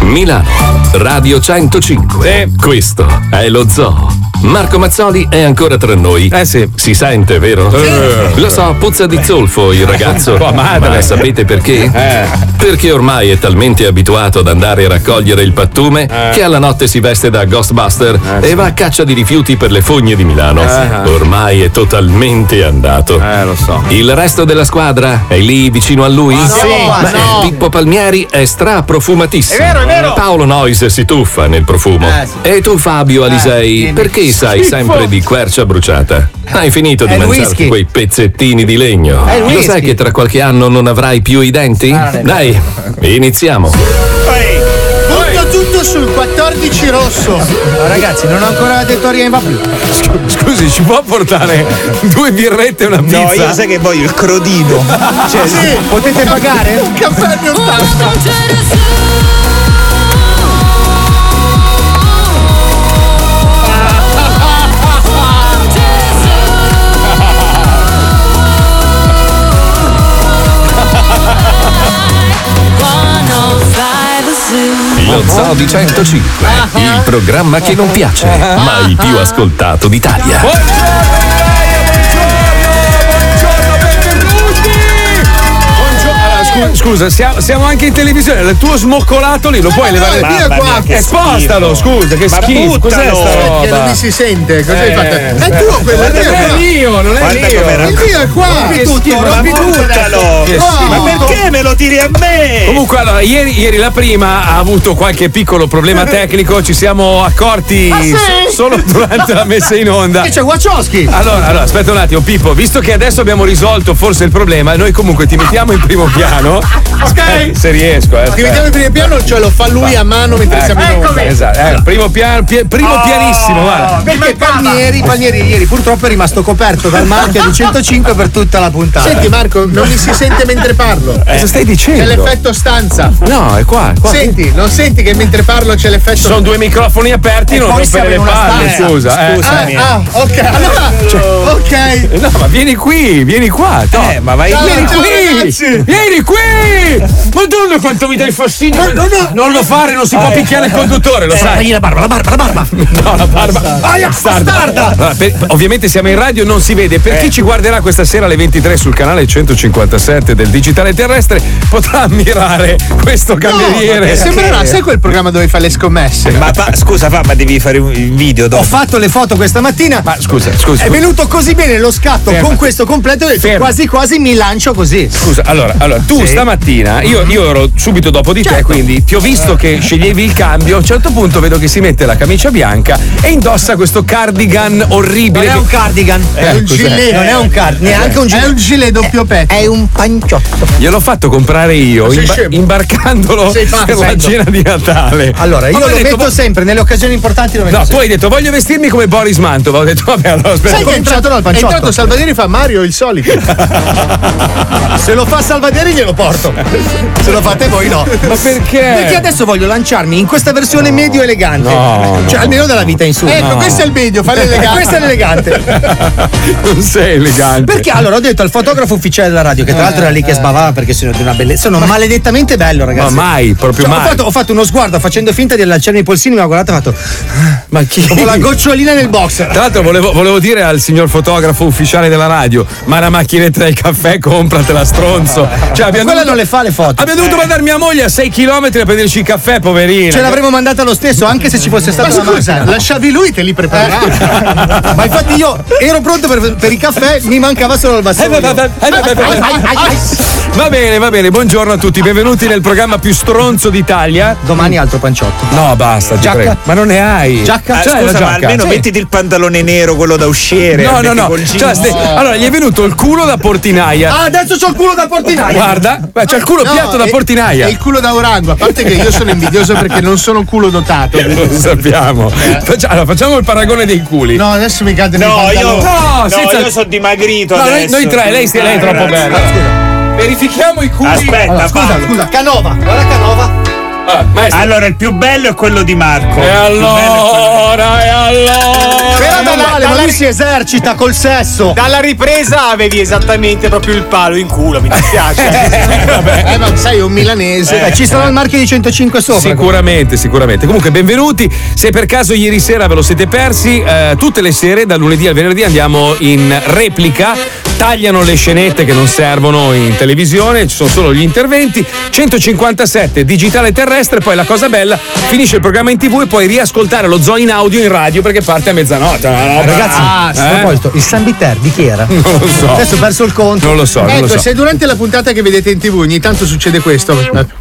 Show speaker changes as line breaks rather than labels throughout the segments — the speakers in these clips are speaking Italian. Milano, Radio 105. Questo è lo zoo. Marco Mazzoli è ancora tra noi. Eh sì. Eh. Si sente, vero?
Sì.
Lo so, puzza di zolfo il ragazzo.
Tua madre.
Ma sapete perché? Perché ormai è talmente abituato ad andare a raccogliere il pattume che alla notte si veste da Ghostbuster e va a caccia di rifiuti per le fogne di Milano.
Eh.
Ormai è totalmente andato. Eh, lo so. Il resto della squadra è lì vicino a lui?
Ma sì. no,
Ma eh,
no.
Pippo Palmieri è straprofumatissimo.
È vero, è vero.
Paolo Nois si tuffa nel profumo.
Eh,
E tu, Fabio Alisei, perché sai
Schifo.
sempre di quercia bruciata? Hai finito di
È il
mangiarti
whisky.
quei pezzettini di legno.
È il
Lo sai
Eh, whisky. Ah, eh.
che tra qualche anno non avrai più i denti? Dai, iniziamo.
Butto tutto sul 14 rosso. ragazzi, non ho ancora la tettoria in più.
Scusi, ci può portare due birrette e una pizza?
No, io sai che voglio il crodino. Cioè,
Ah, Sì,
potete pagare?
Un caffè al mio tasto.
oh
Lo Zoo di 105,
Ah,
il programma che non piace, ma il più ascoltato d'Italia.
Allora, Eh, scu- Scusa, siamo, siamo anche in televisione. Il tuo smoccolato lì lo puoi levare
Eh, no, via
Mamma
qua.
mia, che Eh, Spostalo, scusa, che
Ma
schifo. Cos'è
buttalo.
sta
Che non
roba?
mi si sente, cosa hai
Eh,
fatto? È tuo quello, è
Non è
via
mio, non è
Guarda
mio.
com'era.
qua. È via qua.
Che schifo,
Ma
rompi tutto.
buttalo!
Che schifo.
Ma perché me lo tiri a me?
Comunque, allora, ieri, ieri la prima ha avuto qualche piccolo problema tecnico, ci siamo accorti
sì?
solo durante la messa in onda.
Che c'è Wachowski?
Allora, allora, aspetta un attimo, Pippo, visto che adesso abbiamo risolto forse il problema, noi comunque ti mettiamo in primo piano.
Ok.
Se riesco, eh.
Ti
aspetta.
vediamo in primo piano, ce lo fa lui a mano mentre siamo in onda.
Esatto, eh, primo, piano, pie-
Oh.
primo pianissimo, guarda.
Perché Palmieri, Palmieri ieri purtroppo è rimasto coperto dal marchio di 105 per tutta la puntata. Senti Marco, non mi si sente mentre parlo.
Eh, Cosa stai
C'è
dicendo?
l'effetto stanza.
No, è qua, è qua.
Senti, non senti che mentre parlo c'è l'effetto
Ci sono due microfoni aperti, non
poi
rompere
siamo
le
in una
palle,
stanza.
scusa. eh.
Scusa.
Ah, ah, ok, allora, ok.
Eh, Cioè, No, ma vieni qui, vieni qua. no.
Eh, ma vai
Ciao,
via.
ciao,
Qui!
ragazzi.
Vieni qui! Madonna quanto mi dai fastidio! Non lo fare, non si può picchiare il conduttore, lo sai! la barba, la barba, la barba! No, la barba! Aia, bastarda! Allora, per- ovviamente siamo in radio, non si vede.
Eh.
Per chi ci guarderà questa sera alle 23 sul canale 157 del Digitale Terrestre potrà ammirare questo cameriere.
No, sembrerà, sai quel programma dove fai le scommesse?
Ma fa- scusa, fa, ma devi fare un un video
Oh,
dopo.
fatto le foto questa mattina.
Ma scusa, scusa,
È venuto così bene lo scatto
Ferma.
con questo completo, ho detto
Ferma. Eh,
quasi quasi mi lancio così.
Scusa, allora, allora, tu stamattina, io, io ero subito dopo di
Certo.
te, quindi ti ho visto che sceglievi il cambio. A un certo punto vedo che si mette la camicia bianca e indossa questo cardigan orribile. che-
cardigan, è
Eh,
un
cos'è?
gilet, Eh, non è un cardigan, neanche un gilet. È un gilet doppio petto. È un panciotto.
Gliel'ho fatto comprare io,
sei
imba-
scemo.
imbarcandolo
Sei pazzo.
per la cena di Natale.
Allora, io
Poi ho
lo
detto,
metto
"Ma-
sempre, nelle occasioni importanti lo metto
No,
sempre.
poi hai detto voglio vestirmi come Boris Mantova. Ho detto vabbè, allora aspetta.
Sai che è entrato dal panciotto? È entrato Salvaderi fa Mario il solito. Ah, Se lo fa Salvaderi glielo porto. Se lo fate voi no.
Ma perché?
Perché adesso voglio lanciarmi in questa versione medio elegante.
No,
cioè, almeno dalla vita in su. Ecco, questo è il medio, fa l'elegante. questo è l'elegante.
non sei elegante.
Perché allora ho detto al fotografo ufficiale della radio, che tra l'altro era lì che sbavava perché sono di una bellezza. Sono maledettamente bello,
Ma
ragazzi.
mai, proprio
Cioè, ho,
mai.
fatto, ho fatto uno sguardo facendo finta di lanciarmi i polsini, mi ha guardato e ha fatto.
Ma chi?
Con la gocciolina nel boxer.
Tra l'altro volevo, volevo dire al signor fotografo ufficiale della radio, ma la macchinetta del caffè compratela stronzo. Cioè, abbiamo dovuto,
Quella non le fa le foto. Eh.
abbiamo dovuto mandare mia moglie a 6 km a prenderci il caffè, poverina.
Ce l'avremmo mandata lo stesso, anche se ci fosse stata Ma scusa, lasciavi lui te li
Eh.
preparava. Ma infatti io ero pronto per, per il caffè, mi mancava solo il
Eh,
vassoio.
beh, beh, beh, eh, beh, beh, beh. Va bene, va bene, buongiorno a tutti, benvenuti nel programma più stronzo d'Italia.
Domani altro panciotto.
No, basta, ti
Giacca?
prego. Ma non ne hai.
Giacca?
Ah,
Cioè,
c'hai la
Scusa, ma
giacca?
almeno
Sì.
mettiti il pantalone nero, quello da usciere.
No, no,
metti
no.
col jeans.
Cioè, ste- Allora, gli è venuto il culo da portinaia.
Ah, adesso c'ho il culo da portinaia.
Guarda, beh, c'è il culo
No,
piatto da
è-
portinaia.
È il culo da orango, a parte che io sono invidioso perché non sono un culo dotato.
Lo sappiamo.
Eh.
Faccia- Allora, facciamo il paragone dei culi.
No, adesso mi cade nei
No, io,
pantaloni.
No,
no,
senza-
io sono dimagrito.
No, noi,
adesso.
noi tre, lei, lei è troppo bella. Verifichiamo i culi.
Aspetta, va.
Allora, scusa, scusa, Canova, guarda Canova.
Ah, maestro.
Allora, il più bello è quello di Marco.
E
Il più bello è quello-
allora, e allora.
Però Natale, ma lui si esercita col sesso.
Dalla ripresa avevi esattamente proprio il palo in culo, mi dispiace.
Eh, ma sei un
Eh,
milanese.
Beh, ci sarà il marchio di 105 sopra.
Sicuramente, sicuramente. Comunque, benvenuti. Se per caso ieri sera ve lo siete persi, eh, tutte le sere, da lunedì al venerdì, andiamo in replica. Tagliano le scenette che non servono in televisione, ci sono solo gli interventi. 157 digitale terrestre. Poi la cosa bella, finisce il programma in tv e puoi riascoltare lo zoo in audio in radio perché parte a mezzanotte. Una roba-
Ragazzi, a
eh?
proposito, il San Viter di chi era?
non lo so.
Adesso ho perso il conto. Ah,
Non lo so, non lo
Ecco,
so.
se durante la puntata che vedete in tv ogni tanto succede questo.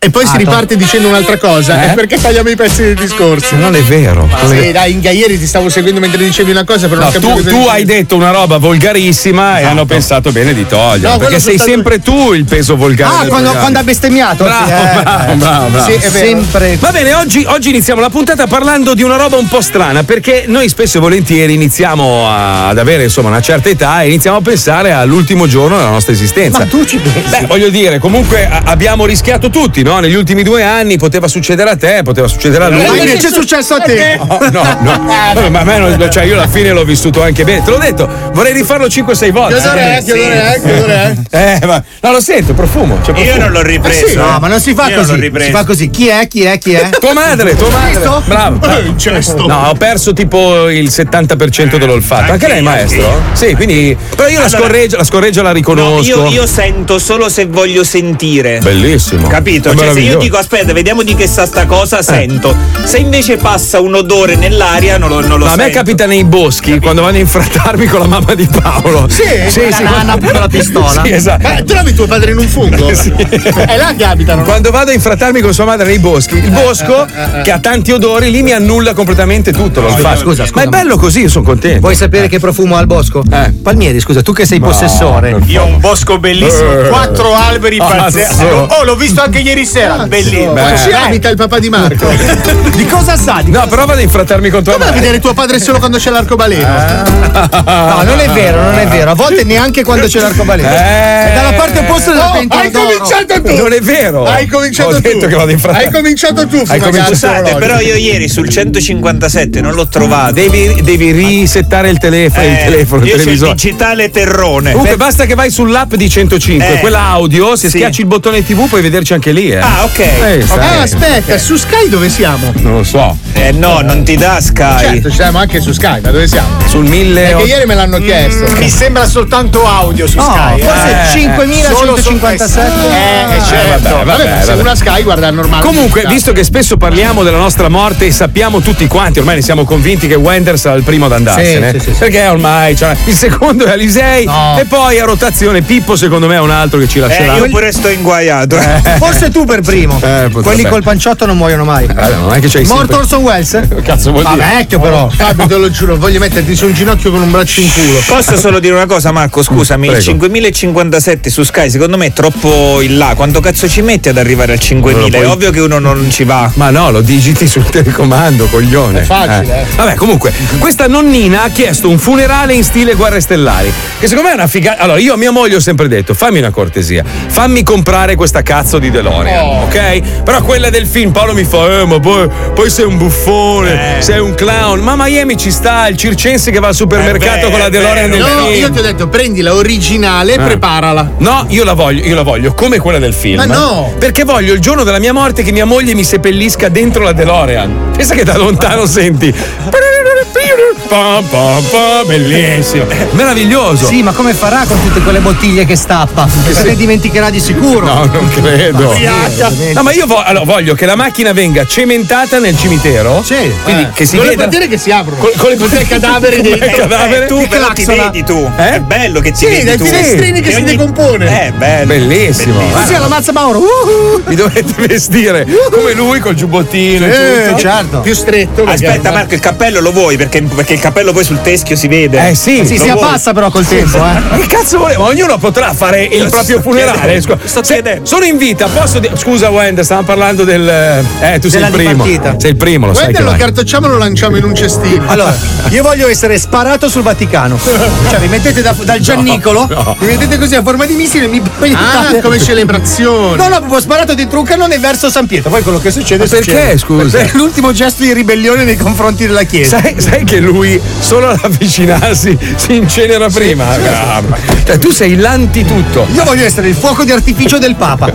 E poi si riparte dicendo un'altra cosa,
Eh?
è perché tagliamo i pezzi del discorso.
Non è vero.
Sì, dai, Inga, ieri ti stavo seguendo mentre dicevi una cosa, però
No,
non capivo
tu,
cosa
tu
dicevi.
hai detto una roba volgarissima e hanno pensato bene di toglierla.
No,
perché
quello
sei
soltanto-
sempre tu il peso volgare.
Ah,
del
quando,
programma.
quando ha bestemmiato.
Bravo,
sì, eh,
bravo,
eh.
bravo, bravo.
Sì, è vero. sempre.
Va bene, oggi, oggi iniziamo la puntata parlando di una roba un po' strana, perché noi spesso e volentieri iniziamo a- ad avere insomma una certa età e iniziamo a pensare all'ultimo giorno della nostra esistenza.
Ma tu ci pensi?
Beh, voglio dire, comunque a- abbiamo rischiato tutti, no? Negli ultimi due anni poteva succedere a te, poteva succedere a lui.
Ma invece è successo a te.
No, no, Ah, no. Vabbè, ma a me non- cioè, io alla fine l'ho vissuto anche bene. Te l'ho detto, vorrei rifarlo 5-6 volte.
Che odore
eh,
è? Che odore è? Che odore è?
Eh, ma cioè, no, lo sento, profumo. C'è
Io
profumo.
non l'ho ripreso.
Eh sì,
No,
eh.
ma non si fa
Io l'ho
così.
ripreso.
Si fa così. Chi è? Chi è? Chi è?
Tua madre, tua madre.
Questo?
Bravo. bravo.
Un cesto.
No, ho perso tipo il 70% dell'olfatto. Anche
Eh,
lei,
Anche io,
maestro? Sì, quindi. Però io la
Allora-
scorreggio, la scorreggio la
No,
riconosco.
io, io sento solo se voglio sentire.
Bellissimo.
Capito?
È
Cioè, se io
meraviglioso. Eh.
dico aspetta, vediamo di che sta sta cosa, sento. Se invece passa un odore nell'aria, non lo, non lo
No, a me
sento.
capita nei boschi quando vanno a infrattarmi con la mamma di Paolo. Sì, sì, sì.
Nana con eh, la pistola.
Sì, esatto.
Eh, trovi tuo padre in un fungo? È là che abitano. Eh,
Quando vado a infrattarmi con sua madre nei boschi, il bosco che ha tanti odori lì mi annulla completamente tutto.
Ah,
l'olfatto.
scusa, scusa,
ma è
ma-
bello così, io sono contento.
Vuoi sapere che profumo ha il bosco?
Eh.
Palmieri, scusa, tu che sei possessore.
Io ho un bosco bellissimo,
Eh.
quattro alberi
Ah,
pazzeschi.
Cazzo.
Oh, l'ho visto anche ieri sera, bellissimo.
Beh.
Ma Ah, ci abita il papà di Marco.
Di cosa sa? Di-
No, però vado a infrattarmi con tua
Vai a
madre. Ah.
vedere tuo padre solo quando c'è l'arcobaleno.
No, non è vero, non è vero. A volte neanche quando c'è l'arcobaleno.
Eh.
È dalla parte opposta della
Oh,
pentola
hai
d'oro.
cominciato tu!
Non è vero.
Hai cominciato
Ho detto
tu.
che vado a infrattarmi.
Hai cominciato tu,
Hai cominciato-
Scusate,
Però
però io ieri sul 157 non l'ho trovato.
Devi, devi risettare il telefono, il
Eh,
telefono, il
io c'ho
televisore.
il digitale terrone.
Comunque basta che vai sull'app di 105,
Eh.
quella audio, se
Sì.
schiacci il bottone TV puoi vederci anche lì. Eh.
Ah, ok.
Eh, sai,
Ah, aspetta, su Sky dove siamo?
Non lo so.
Eh no, non ti dà Sky.
Certo, ci siamo anche su Sky, ma dove siamo?
Sul Mm. 1000...
Perché ieri me l'hanno chiesto.
Mi sembra soltanto audio su
No,
Sky. eh.
forse
Eh.
5157.
Eh, eh,
Eh,
certo.
vabbè,
Vabbè,
vabbè,
se
vabbè.
una Sky guarda normale.
Comunque, visto che spesso parliamo della nostra morte e sappiamo tutti quanti, ormai ne siamo convinti che Wender sarà il primo ad andarsene.
Sì, sì, sì, sì.
Perché ormai cioè, il secondo è Alisei
No.
e poi a rotazione Pippo, secondo me, è un altro che ci
Eh,
lascerà.
io pure sto inguaiato.
Eh.
Forse tu per primo.
potrebbe.
Quelli col panciotto non muoiono mai.
Vabbè, Eh, non è che c'hai
Morto
sempre... Eh,
Orson Welles?
Che cazzo vuol
Ma
dire? Oh.
vecchio però.
Fabio, te lo giuro, voglio metterti su un ginocchio con un braccio in culo.
Posso solo dire una cosa, Marco? Scusami,
Mm, Prego.
il 5057 su Sky secondo me è troppo in là. Quanto cazzo ci metti ad arrivare al 5000?
puoi-
È ovvio che uno non ci va.
Ma no, lo digiti sul telecomando, coglione. È facile. eh. Vabbè, comunque, questa nonnina ha chiesto un funerale in stile Guerre Stellari. Che secondo me è una figata. Allora, io a mia moglie ho sempre detto: fammi una cortesia, fammi comprare questa cazzo di DeLorean, ok? Però quella del film, Paolo mi fa: eh, ma poi, poi sei un buffone, sei un clown. Ma a Miami ci sta il circense che va al supermercato
Eh,
con la
beh,
DeLorean
è
del
No,
film. Ah.
io ti ho detto, prendi la originale e preparala.
No, io la voglio, io la voglio, come quella del film.
Ma no!
Perché voglio il giorno della mia morte che mia moglie mi seppellisca dentro la DeLorean. Pensa che da lontano senti. Pam, pam, pam, bellissimo. Meraviglioso.
Sì, ma come farà con tutte quelle bottiglie che stappa? Se ne dimenticherà di sicuro.
No, non credo.
Migliaia.
No, ma io vo- allora, voglio che la macchina venga cementata nel cimitero. Sì. Quindi che si
Eh. con le
veda.
portiere che si aprono.
Con, con le portiere
cadaveri
Con
dei
il cadavere.
tu
Ti
però ti
claxona.
vedi tu.
Eh?
È bello che ti
Sì,
vedi
dai
tu.
finestrini che si decompone.
Eh, bello.
Bellissimo.
Così alla mazza Mauro. uhuh.
Vi dovete vestire come lui col giubbottino e
Eh,
tutto.
certo. Più stretto. perché-
Aspetta
eh.
Marco, il cappello lo vuoi perché, perché il cappello poi sul teschio si vede.
Eh sì.
Sì,
Lo
si
vuoi?
abbassa però col tempo, eh.
Che cazzo vuole? Ma ognuno potrà fare il proprio funerale.
chiedendo,
Scusa,
sto
se-
chiedendo.
Sono in vita, posso dire. Scusa, Wender, stavamo parlando del. Eh, tu sei
Della
il primo.
dipartita.
Sei il primo, lo sai.
Guarda,
Che
lo
vai.
cartocciamo e lo lanciamo in un cestino.
Allora, io voglio essere sparato sul Vaticano. Cioè, mi mettete da- dal Giannicolo, mi mettete così a forma di missile e mi
Ah,
proiettate.
come celebrazione.
No, no, proprio sparato dentro un cannone verso San Pietro. Poi quello che succede
Ma perché,
succede.
scusa?
Perché è l'ultimo gesto di ribellione nei confronti della Chiesa.
Sai, sai che lui solo ad avvicinarsi si incenera prima? Ah, ma- cioè, tu sei l'antitutto.
Io voglio essere il fuoco di artificio del Papa.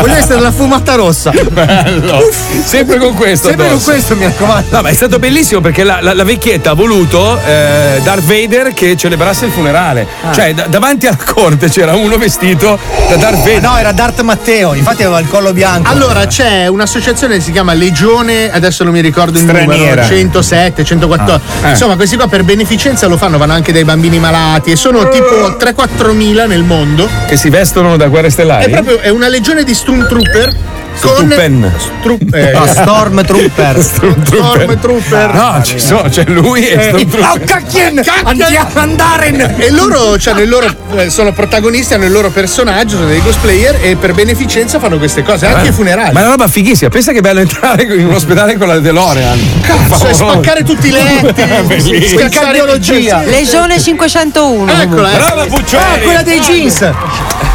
voglio essere la fumata rossa.
Bello. Sempre con questo.
Sempre con
addosso.
questo, mi raccomando.
No, ma è stato bellissimo perché la, la- la vecchietta ha voluto eh, Darth Vader che celebrasse il funerale.
Ah.
Cioè, da- davanti alla corte c'era uno vestito da Darth Vader.
No, era Dart Matteo, infatti aveva il collo bianco.
Allora c'è un'associazione che si chiama Legione, adesso non mi ricordo il numero,
Straniera.
107, 114.
Ah, eh.
Insomma, questi qua per beneficenza lo fanno, vanno anche dai bambini malati e sono tipo 3-4 mila nel mondo.
Che si vestono da guerre
È
stellari.
proprio è una legione di Stormtrooper con
Stormtrooper.
Stru- eh,
No, Stormtrooper.
Stormtrooper.
No, ci sono, cioè lui
Eh.
è
Oh, cacchien! Andiamo a andare!
E loro cioè, nel loro, eh, sono protagonisti, hanno il loro personaggio, sono dei cosplayer e per beneficenza fanno queste cose, anche i funerali.
Ma è una roba fighissima. Pensa che è bello entrare in un ospedale con la DeLorean.
Cazzo, e spaccare tutti i letti,
Bellissimo. Cioè,
scassare
Cardiologia.
Legione 501.
Eccola, eh. Ah, eccola.
Brava Puccioni!
eh. Ah, Quella dei jeans!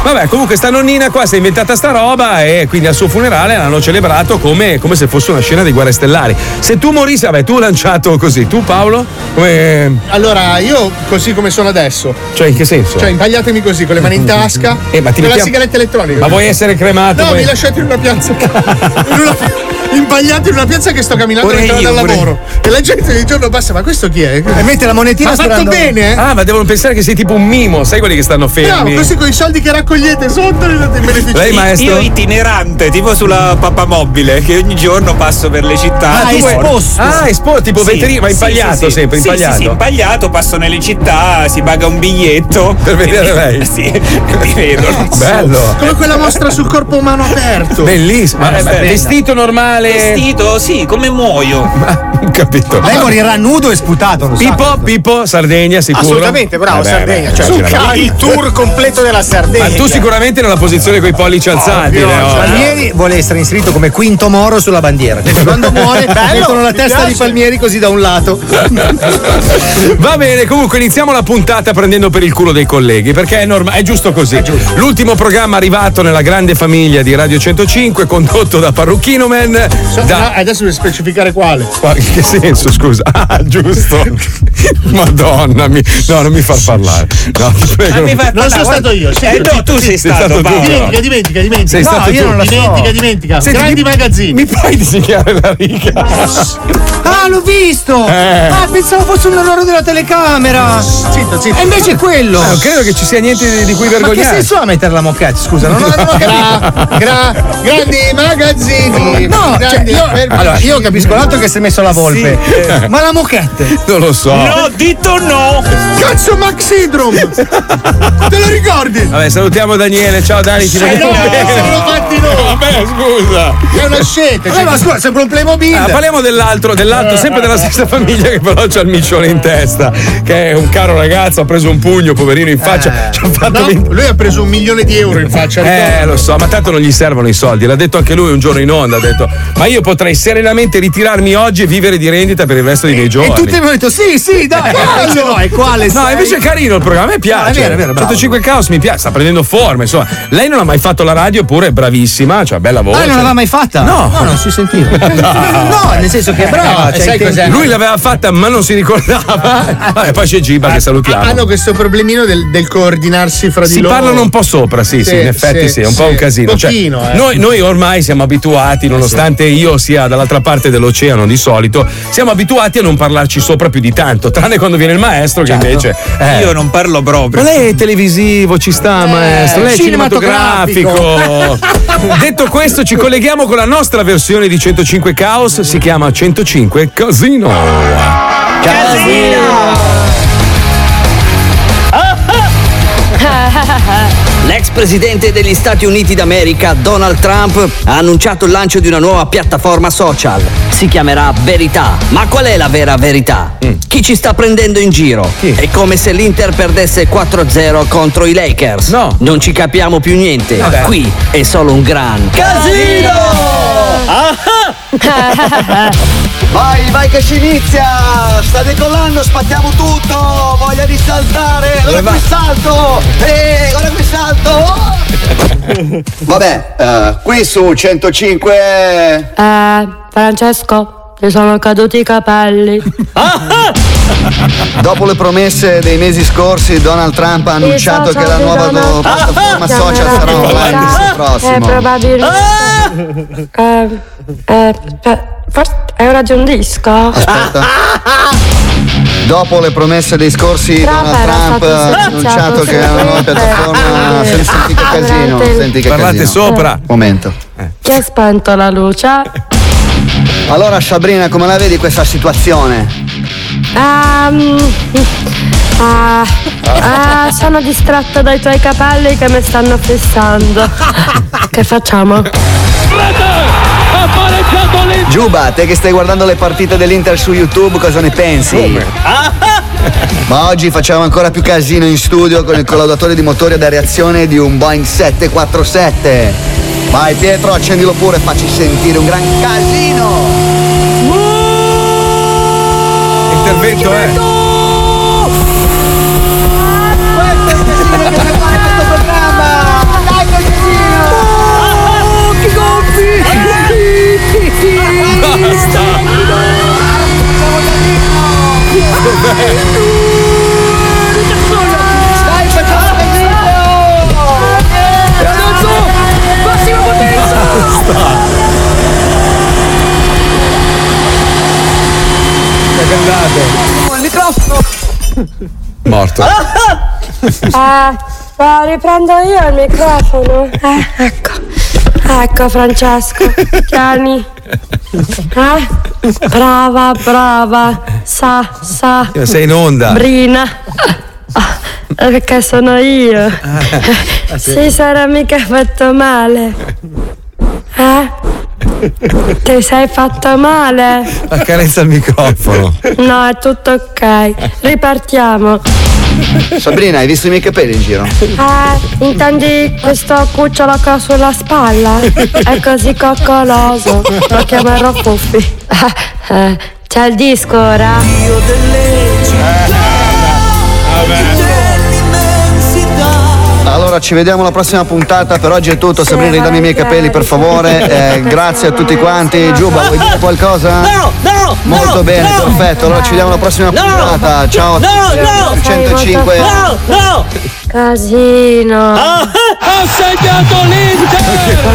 Vabbè, comunque sta nonnina qua si è inventata sta roba e quindi al suo funerale l'hanno celebrato come, come se fosse una scena di guerre stellari. Se tu morissi, vabbè, tu lanciato così, tu Paolo? Come-
Allora, io così come sono adesso,
Cioè, in che senso?
cioè impagliatemi così, con le mani in tasca,
Eh, ma ti
con la
mettiamo-
sigaretta elettronica.
Ma vuoi essere cremato?
No,
Vuoi-
mi lasciate in una piazza. In una- Impagliato in una piazza che sto camminando
Vorrei
per tornare
io, Eh,
dal
vorrei-
lavoro. E la gente ogni giorno passa, ma questo chi è?
E mette la monetina
Ma ha fatto
sperando-
bene, eh?
Ah, ma devono pensare che sei tipo un mimo, sai quelli che stanno
Bravo,
fermi.
così con i soldi che raccogliete sotto li date in beneficio.
Lei maestro?
Io itinerante, tipo sulla pappamobile, che ogni giorno passo per le città.
Ah,
tipo-
esposto.
Ah, esposto, tipo
Sì,
veterinario, ma
sì,
impagliato
sì, sì.
sempre,
Sì,
impagliato.
Sì, sì, impagliato, passo nelle città, si paga un biglietto.
Per vedere lei.
Sì, mi vedono.
Bello.
Come quella mostra sul corpo umano aperto.
Bellissimo. Ma-
Eh,
ma-
bella.
vestito normale.
Vestito, sì, come muoio.
Non capito.
Lei morirà nudo e sputato, lo sa.
Pippo, Pippo, Sardegna sicuro?
Assolutamente, bravo,
Eh beh,
Sardegna.
beh,
cioè,
ci
il
eravamo.
ca- il tour completo della Sardegna.
Ma tu sicuramente nella posizione con i pollici alzati,
Ovvio,
Leo.
cioè-
Palmieri vuole essere iscritto come quinto moro sulla bandiera. Quindi Quando muore, mettono la
mi
testa
piace.
di Palmieri così da un lato.
Va bene, comunque iniziamo la puntata prendendo per il culo dei colleghi, perché è, norma- è giusto così. L'ultimo programma arrivato nella grande famiglia di Radio 105, condotto da Parrucchino Man.
So-
da-
no, adesso devi specificare quale.
Ma in che senso, scusa? Ah, giusto. Madonna, mi- no, non mi far parlare. No, ti prego. non-
Non sono stato io, sì.
Eh, no, tu sei stato,
stato tu.
Paolo.
Dimentica, dimentica, dimentica.
Sei stato tu.
dimentica, dimentica.
Senti,
Grandi
mi-
magazzini.
Mi puoi disegnare la riga?
Ah, l'ho visto!
Eh.
Ah, pensavo fosse un errore della telecamera!
Zitto, zitto.
E invece è quello!
Non credo che ci sia niente di, di cui
Ma che
vergognarsi.
senso ha mettere la moquette? Scusa, non ho non ho capito.
Gra, gra, grandi magazzini.
No, cioè,
Grandi-
io, allora, io capisco l'altro che si è messo la volpe, eh, ma la moquette?
Non lo so.
No, dito no!
Cazzo Max Hydrum! Te lo ricordi?
Vabbè, salutiamo Daniele. Ciao Dani, ti
Eh
vogliamo
no,
bene.
siamo fatti noi.
Vabbè, scusa.
È una scelta.
Eh, ma scusa, sembra un
cioè, Ah,
Playmobil!
parliamo dell'altro,
Eh.
dell'altro, sempre della stessa famiglia che però c'ha il miccione in testa, che è un caro ragazzo, ha preso un pugno, poverino, in faccia. Ci ha fatto
No,
20
lui ha preso un milione di euro in faccia.
Eh, lo so, ma tanto non gli servono i soldi. L'ha detto anche lui un giorno in onda. Ha detto: Ma io potrei serenamente ritirarmi oggi e vivere di rendita per il resto dei miei giorni.
E tutti mi hanno detto, sì, sì, dai!
Eh,
e no, e quale
No,
sei?
Ah, invece è carino il programma, mi piace.
No, è vero, è vero, bravo.
105 Caos mi piace, sta prendendo forma, insomma. Lei non ha mai fatto la radio, eppure è bravissima, cioè bella voce.
Ah, non l'aveva mai fatta?
No.
no non si sentiva.
No, Eh,
nel senso che è brava, cioè, i tempi-
Lui l'aveva fatta, ma non si ricordava. Vabbè, poi c'è Giba che salutiamo.
Hanno questo problemino del, del coordinarsi fra
si
di loro.
parlano un po' sopra, sì, sì, in effetti sì, è un po' un casino. Cioè,
Pochino, eh.
noi, noi ormai siamo abituati, nonostante io sia dall'altra parte dell'oceano di solito, siamo abituati a non parlarci sopra più di tanto, tranne quando viene il maestro
Certo.
che invece...
Io non parlo proprio.
Ma lei Ah, è televisivo, ci sta,
Eh,
maestro. Lei è Eh, cinematografico. Detto questo, ci colleghiamo con la nostra versione di 105 Chaos, si chiama 105 Casino.
L'ex presidente degli Stati Uniti d'America, Donald Trump, ha annunciato il lancio di una nuova piattaforma social. Si chiamerà Verità. Ma qual è la vera verità? Chi ci sta prendendo in giro? È come se l'Inter perdesse 4-0 contro i Lakers. No. Non ci capiamo più niente.
Vabbè.
Qui è solo un gran casino!
Ah!
Vai, vai che si inizia! Sta decollando, spattiamo tutto! Voglia di saltare!
Eh,
Ora qui salto! E ora qui salto! Oh!
Vabbè, eh, qui su 105.
Eh, Francesco, ti sono caduti i capelli.
Dopo le promesse dei mesi scorsi, Donald Trump ha annunciato
Esatto,
che la nuova do- piattaforma social sarà online mese
Eh,
prossimo.
probabilmente. Eh, eh, eh, forse hai ragione di un disco?
Aspetta. Dopo le promesse dei scorsi,
Trump
Donald
era
Trump
stato
ha
schiacciato Eh,
annunciato che la nuova piattaforma. Senti senti che casino, senti che
Parlate
casino. Eh.
sopra.
Momento.
Chi ha spento la luce?
Allora, Sabrina, come la vedi questa situazione?
Ehm, ah, ah, sono distratta dai tuoi capelli che mi stanno fissando. Che facciamo?
Giuba, te che stai guardando le partite dell'Inter su YouTube, cosa ne pensi? Ma oggi facciamo ancora più casino in studio con il collaudatore di motori ad reazione di un Boeing 747. Vai Pietro, accendilo pure e facci sentire un gran casino!
Intervento è.
eh.
Oh, Morto.
Ah, ah, riprendo io il microfono. Eh, ecco. Ecco Francesco, cani. Eh? Brava, brava. Sa, sa.
Sei in onda.
Brina. Ah, perché sono io.
ah, sì.
Si sarà mica fatto male. Eh? Ti sei fatto male?
Accarezza il microfono.
No, è tutto ok. Ripartiamo.
Sabrina, hai visto i miei capelli in giro?
Eh, intendi questo cucciolo che ho sulla spalla? È così coccoloso. Lo chiamerò Puffi. Eh, eh, C'è il disco ora?
Ah,
Allora ci vediamo alla prossima puntata, per oggi è tutto, Sabrina ridammi i miei capelli per favore, Eh, grazie a tutti quanti, Giuba vuoi dire qualcosa? No, no! Molto bene, perfetto, allora ci vediamo alla prossima puntata, ciao a
No,
tutti,
no!
105!
no! Casino! ho segnato l'Inter!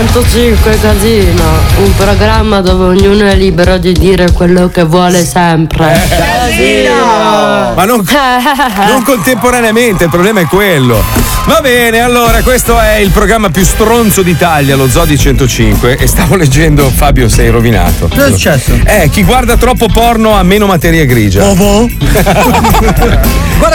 105 Casino, un programma dove ognuno è libero di dire quello che vuole sempre. Casino!
Ma non,
Eh.
non contemporaneamente, il problema è quello. Va bene, allora, questo è il programma più stronzo d'Italia, lo Zodi 105. E stavo leggendo, Fabio, sei rovinato.
Cosa è successo?
Eh, chi guarda troppo porno ha meno materia grigia.
Guarda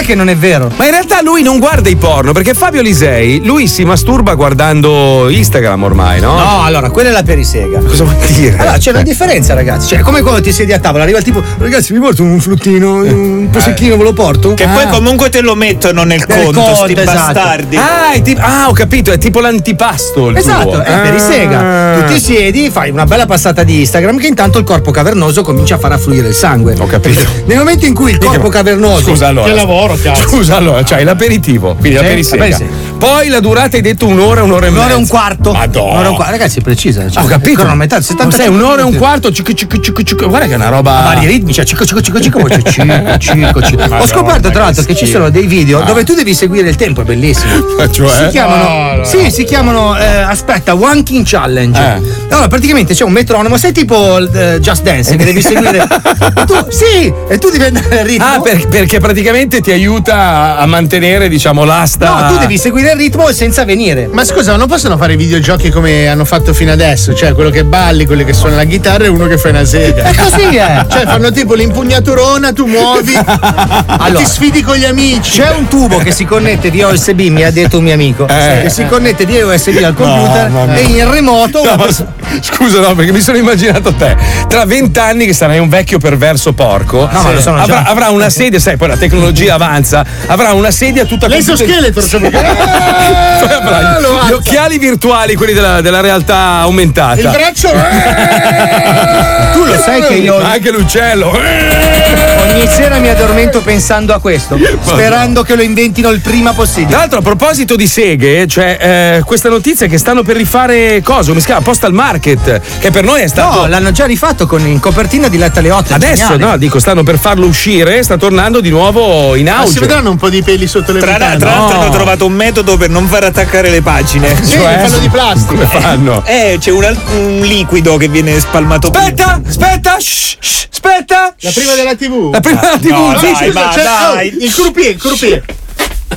che non è vero.
Ma in realtà lui non guarda i porno, perché Fabio Lisei, lui si masturba guardando Instagram ormai, no?
No, allora, quella è la perisega.
Cosa vuol dire? Eh.
Allora, c'è una differenza, ragazzi. Cioè, è come quando ti siedi a tavola, arriva il tipo, ragazzi, mi porto un fruttino,
Eh.
un prosecchino, ve lo porto? Ah.
Che poi comunque te lo mettono nel
Nel
conto,
conto,
sti
esatto.
bastardi.
Ah, è tipo- ah, ho capito, è tipo l'antipasto il tuo.
Esatto, è per
Ah.
i sega. Tu ti siedi, fai una bella passata di Instagram che intanto il corpo cavernoso comincia a far affluire il sangue. Ho
capito.
Nel momento in cui il corpo cavernoso
Scusa allora.
Che lavoro,
Scusa allora, c'hai l'aperitivo, quindi la
Sì,
perisega.
la perisega.
Poi la durata hai detto un'ora, un'ora e mezza.
Un'ora e un quarto.
Madonna.
Un'ora e un quarto. Ragazzi, è precisa. Cioè,
Ho capito.
cronometrato,
Non
75
sai, un'ora e un
minuti.
quarto. cic, cic, cic, cic. Guarda che è una roba.
A
Ah.
vari ritmi, cioè cico cico cico cico, poi c'è cico cico cico.
Madonna,
Ho scoperto
che
tra l'altro che ci
schifo.
sono dei video
Ah.
dove tu devi seguire il tempo, è bellissimo.
cioè?
Si
No,
chiamano,
no,
sì, si chiamano, eh, aspetta, One King Challenge.
Eh.
Allora praticamente c'è un metronomo, sei tipo eh, Just Dance, che devi seguire. tu, sì, e tu devi andare al ritmo.
Ah, per- perché praticamente ti aiuta a- a mantenere, diciamo, l'asta.
No, tu devi seguire il ritmo senza venire.
Ma scusa, ma non possono fare i videogiochi come hanno fatto fino adesso? Cioè, quello che balli, quello che suona la chitarra e uno che fa una sega.
Eh,
E così è.
Cioè, fanno tipo l'impugnaturona, tu muovi. e ti sfidi con gli amici.
C'è un tubo che si connette via USB, mi ha detto un mio amico.
Eh.
Che si connette via USB al computer
mamma
e
mia.
in remoto.
No, ma s- scusa, no, perché mi sono immaginato te. Tra vent'anni che sarai un vecchio perverso porco.
No, ma lo sono
avrà,
già. Eh
avrà una sedia, sai, poi la tecnologia avanza, avrà una sedia tutta
L'esoscheletro, cioè,
Poi avrà gli- gli occhiali virtuali, quelli della, della realtà aumentata.
il braccio.
eh!
Tu lo sai che io
Anche l'uccello. eh!
ogni sera mi addormento pensando a questo, sperando che lo inventino il prima possibile.
Tra l'altro, a proposito di seghe, cioè, eh, questa notizia è che stanno per rifare cosa? Come si chiama? Postal Market, che per noi è stato.
No, l'hanno già rifatto con in copertina di Latta Leotta.
Adesso no, dico, stanno per farlo uscire, sta tornando di nuovo in
Ma si
auge.
vedranno un po' di peli sotto le
Tra,
mutande?
tra l'altro
No.
hanno trovato un metodo per non far attaccare le pagine. Cioè,
Sì, fanno di plastica.
Come fanno?
Eh, c'è un, al- un liquido che viene spalmato.
Aspetta, aspetta, aspetta.
La prima della TV.
La prima della TV,
No,
sì,
dai,
sì,
ma
cioè,
dai.
oh,
il croupier, il croupier.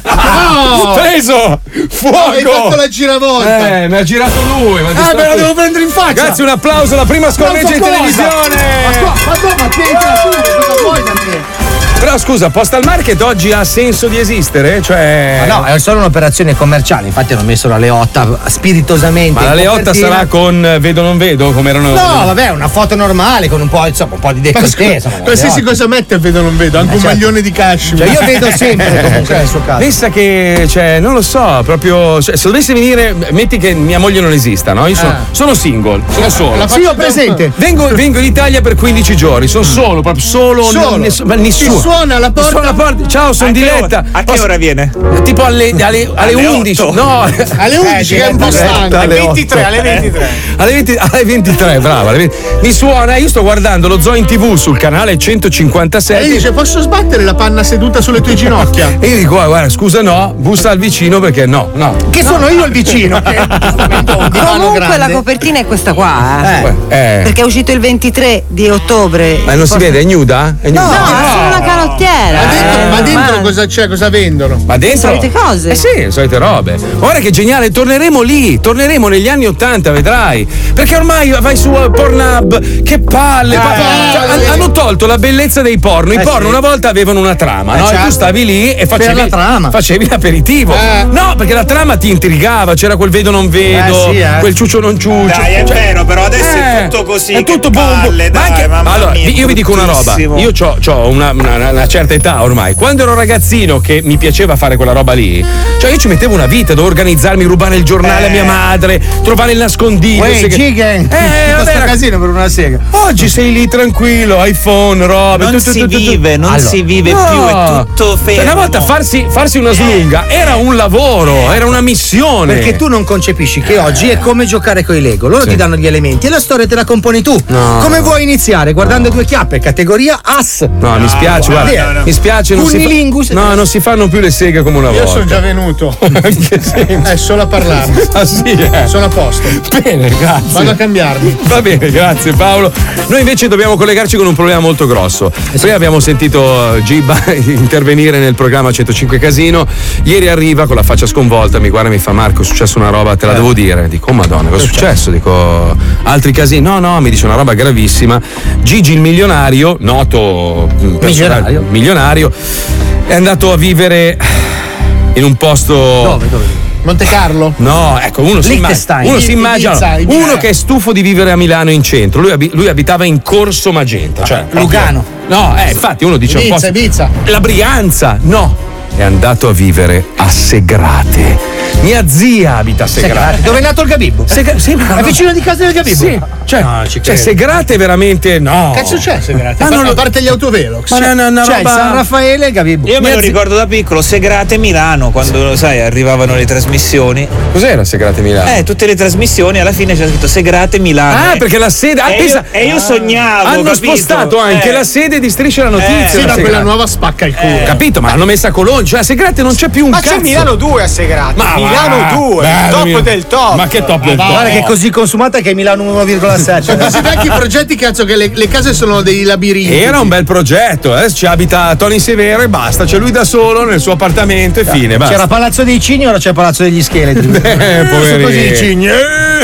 Ah!
Preso! Fuoco!
Hai fatto la giravolta.
Eh, mi ha girato lui.
Ah,
Ma ti
Eh,
sta-
me la devo prendere in faccia.
Grazie, un applauso alla prima scorreggia di
Non so cosa. Ma
televisione.
scusa, ma no, ma tienitela tu, cosa vuoi da me?
Però scusa, Postal Market oggi ha senso di esistere? Cioè.
Ma no, è solo un'operazione commerciale, infatti hanno messo la Leotta spiritosamente.
Ma la
in
Leotta
copertina.
sarà con eh, vedo non vedo come erano
No, vabbè, una foto normale con un po', insomma, un po' di decontesa. ma la
Qualsiasi
Leotta.
cosa mette vedo non vedo, anche
Eh,
un
certo.
maglione di Eh. cashmere.
Cioè, io vedo sempre comunque nel suo caso.
Eh, cioè, Pensa che, cioè, non lo so, proprio. cioè, se dovesse venire, metti che mia moglie non esista, no? Io sono, sono single, sono solo.
la
Sì,
faccio
ho
presente.
Vengo, vengo in Italia per 15 giorni, sono solo, proprio solo,
Solo.
non- ness- ma nessuno.
Ti suona alla porta?
Suona alla porta. Ciao, sono
A che
diletta.
ora- a che ora viene?
Tipo alle, alle, alle
Alle
11.
otto.
No, Eh,
Alle 11 che è un po' stanca.
alle Eh,
23, alle 23.
alle, 20 alle 23, brava. alle 20. Mi suona, io sto guardando lo zoo in tv sul canale
E
156.
gli dice, posso sbattere la panna seduta sulle tue ginocchia?
E io dico, "Ah, guarda, scusa no, bussa al vicino perché no, no.
Che sono io il vicino. che-
Comunque la
grande.
copertina è questa qua, eh.
Eh.
Perché è uscito il 23 di ottobre.
Ma non si vede, è nuda? È
No,
nuda.
è solo una calottiera.
Ma dentro, ma dentro
ma-
cosa c'è? Cosa vendono?
Eh, Ma dentro?
Solite cose.
Eh sì, solite robe. Guarda che geniale, torneremo lì, torneremo negli anni 80, vedrai. Perché ormai vai su eh, Pornhub, che
Eh.
palle. pa- cioè, han- hanno tolto la bellezza dei porno. I porno una volta avevano una
Eh
trama, no? E Tu
certo.
stavi lì e facevi,
la trama.
facevi l'aperitivo.
Eh.
No, perché la trama ti intrigava, c'era quel vedo non vedo,
Eh sì, eh.
quel ciuccio non ciuccio.
Dai, è
Cioè,
vero, però adesso è
eh,
tutto così.
È
che
tutto bombo.
palle,
Ma
dai,
anche-
mamma
allora,
mia,
io vi dico una roba.
bruttissimo.
Io ho una, una- una certa età ormai. Quando ero ragazzino che mi piaceva fare quella roba lì, cioè io ci mettevo una vita, dovevo organizzarmi, rubare il giornale a mia madre, trovare il nascondiglio.
Eh. Uè,
se che-
Gigan!
Eh,
Costa
vabbè,
casino per una sega.
oggi sei lì tranquillo, iPhone, robe.
Non
tu, tu,
si
tu, tu, tu.
vive, non si vive più, è tutto
Cioè, Una
fermo. Eh.
volta farsi, farsi una slunga era un lavoro, era una missione.
Perché tu non concepisci che oggi è come giocare con i Lego. Loro ti danno gli elementi e la storia te la componi tu. Come vuoi iniziare? Guardando due chiappe, categoria AS.
No, mi spiace,
guarda,
guarda.
no, no.
Mi spiace, non si,
Cunnilingus.
no, non si fanno più le seghe come una
Io
volta.
sono già venuto.
Che senso?
È solo a parlarne.
Ah, sì, eh.
Sono a posto.
Bene, grazie.
Vado a cambiarmi.
Va bene, grazie Paolo. Noi invece dobbiamo collegarci con un problema molto grosso. Prima abbiamo sentito eh, Giba intervenire nel programma 105 Casino. Ieri arriva con la faccia sconvolta, mi guarda e mi fa Marco, è successa una roba, te la devo dire. Dico, oh madonna, cosa è successo? Dico, altri casini. No, no, mi dice una roba gravissima. Gigi il milionario, noto mm, personaggio- milionario, è andato a vivere in un posto...
Monte Carlo?
No, ecco, uno si, imma-
Liechtenstein.
uno si immagina
Ibiza, Ibiza.
uno che è stufo di vivere a Milano in centro. Lui, abi- lui abitava in Corso Magenta, cioè proprio-
Lugano.
No, eh, infatti uno dice un
Ibiza,
po'
Ibiza.
la Brianza, no. è andato a vivere a Segrate. Mia zia abita a Segrate.
Segrate. Dove è nato il Gabibbo?
Seg- sì, ma
È
no.
vicino di casa del Gabibbo?
Sì, cioè,
no, ci
Cioè,
credo.
Segrate è veramente no.
Cazzo c'è Segrate?
Ma
Ma
non
non
lo-
a parte gli autovelox.
Ma
C'è-
no, no, no,
c'è il
roba-
San Raffaele e il Gabibbo.
Io me lo ricordo da piccolo, Segrate Milano, quando sai, arrivavano le trasmissioni.
Cos'era Segrate Milano?
Eh, tutte le trasmissioni alla fine c'era scritto Segrate Milano.
Ah, perché la sede. ah,
e,
pensa-
io, e io sognavo.
Hanno
capito?
spostato anche
Eh.
la sede di Striscia la Notizia.
Eh, sì,
da
ma quella
Segrate.
nuova spacca il
Eh, Capito? Ma l'hanno messa a Colon, cioè a Segrate non c'è più un
Ma
cazzo.
c'è Milano 2 a Segrate.
Ma va,
Milano 2, il
bello,
top
Milano.
del top.
Ma che top del
Ma va,
top?
Guarda che è così consumata che è Milano 1,7.
Sono
così
vecchi progetti, cazzo, che le, le case sono dei labirinti.
Era un bel progetto, adesso ci abita Tony Severo e basta, c'è lui da solo nel suo appartamento e fine. Basta.
C'era Palazzo dei Cigni, ora c'è Palazzo degli Scheletri.
Eh,
sono
poverini.
così i cigni.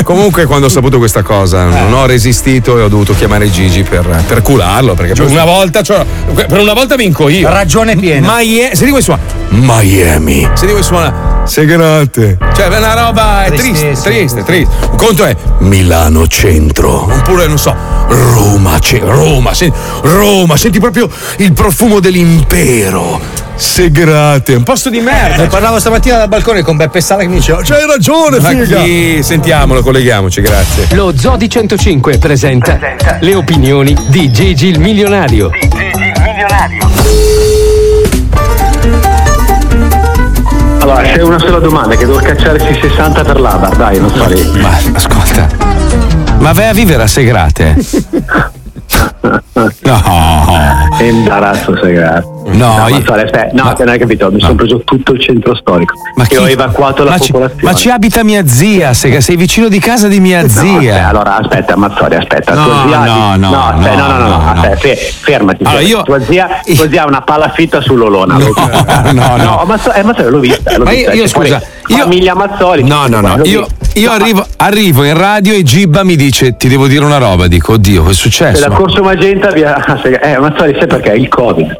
Comunque, quando ho saputo questa cosa,
Eh.
non ho resistito e ho dovuto chiamare Gigi per, per cularlo. Perché per una volta, cioè, per una volta vinco io.
Ragione piena.
Miami, se dico suona Miami, se dico suona Segrate. Cioè, è una roba è triste, triste, triste. Un conto è Milano Centro, oppure non so, Roma, ce- Roma, sen- Roma, senti proprio il profumo dell'impero. Segrate, un posto di merda.
Eh, parlavo stamattina dal balcone con Beppe Sala che mi diceva c'hai ragione
Ma
figa
chi? Sentiamolo, colleghiamoci, grazie.
Lo Zodi 105 presenta, le opinioni di Gigi il milionario.
Allora, c'è una sola domanda che devo cacciare sui 60 per l'Abar, dai, non so lì.
Ma ascolta, ma vai a vivere a Segrate? No.
Imbarazzo segreto. No, no, ma sorry, aspetta, no, te non hai capito, mi sono preso tutto il centro storico. Ma ho evacuato la
ma ci,
popolazione.
ma ci abita mia zia, Sega, sei vicino di casa di mia
No, aspetta,
zia.
allora aspetta, Mazzori, aspetta.
No,
Eh, tua zia
no, no,
aspetta,
no,
no, no, no,
no,
aspetta,
no.
fe- fermati.
Allora,
fermati.
io-
Tua, zia, tua zia ha una palafitta sull'olona. No,
no, no.
Mazzori, eh, Mazzori, l'ho vista. L'ho
Ma io-
vista,
io,
c'è fuori
scusa,
Famiglia Mazzoli.
No, no, no.
Guarda,
Io,
l'ho
io arrivo, arrivo in radio e Gibba mi dice: Ti devo dire una roba. Dico, oddio, che è
C'è Cioè, la
successo?
Corso Magenta via. Eh, Mazzoli, sai perché? Il Covid.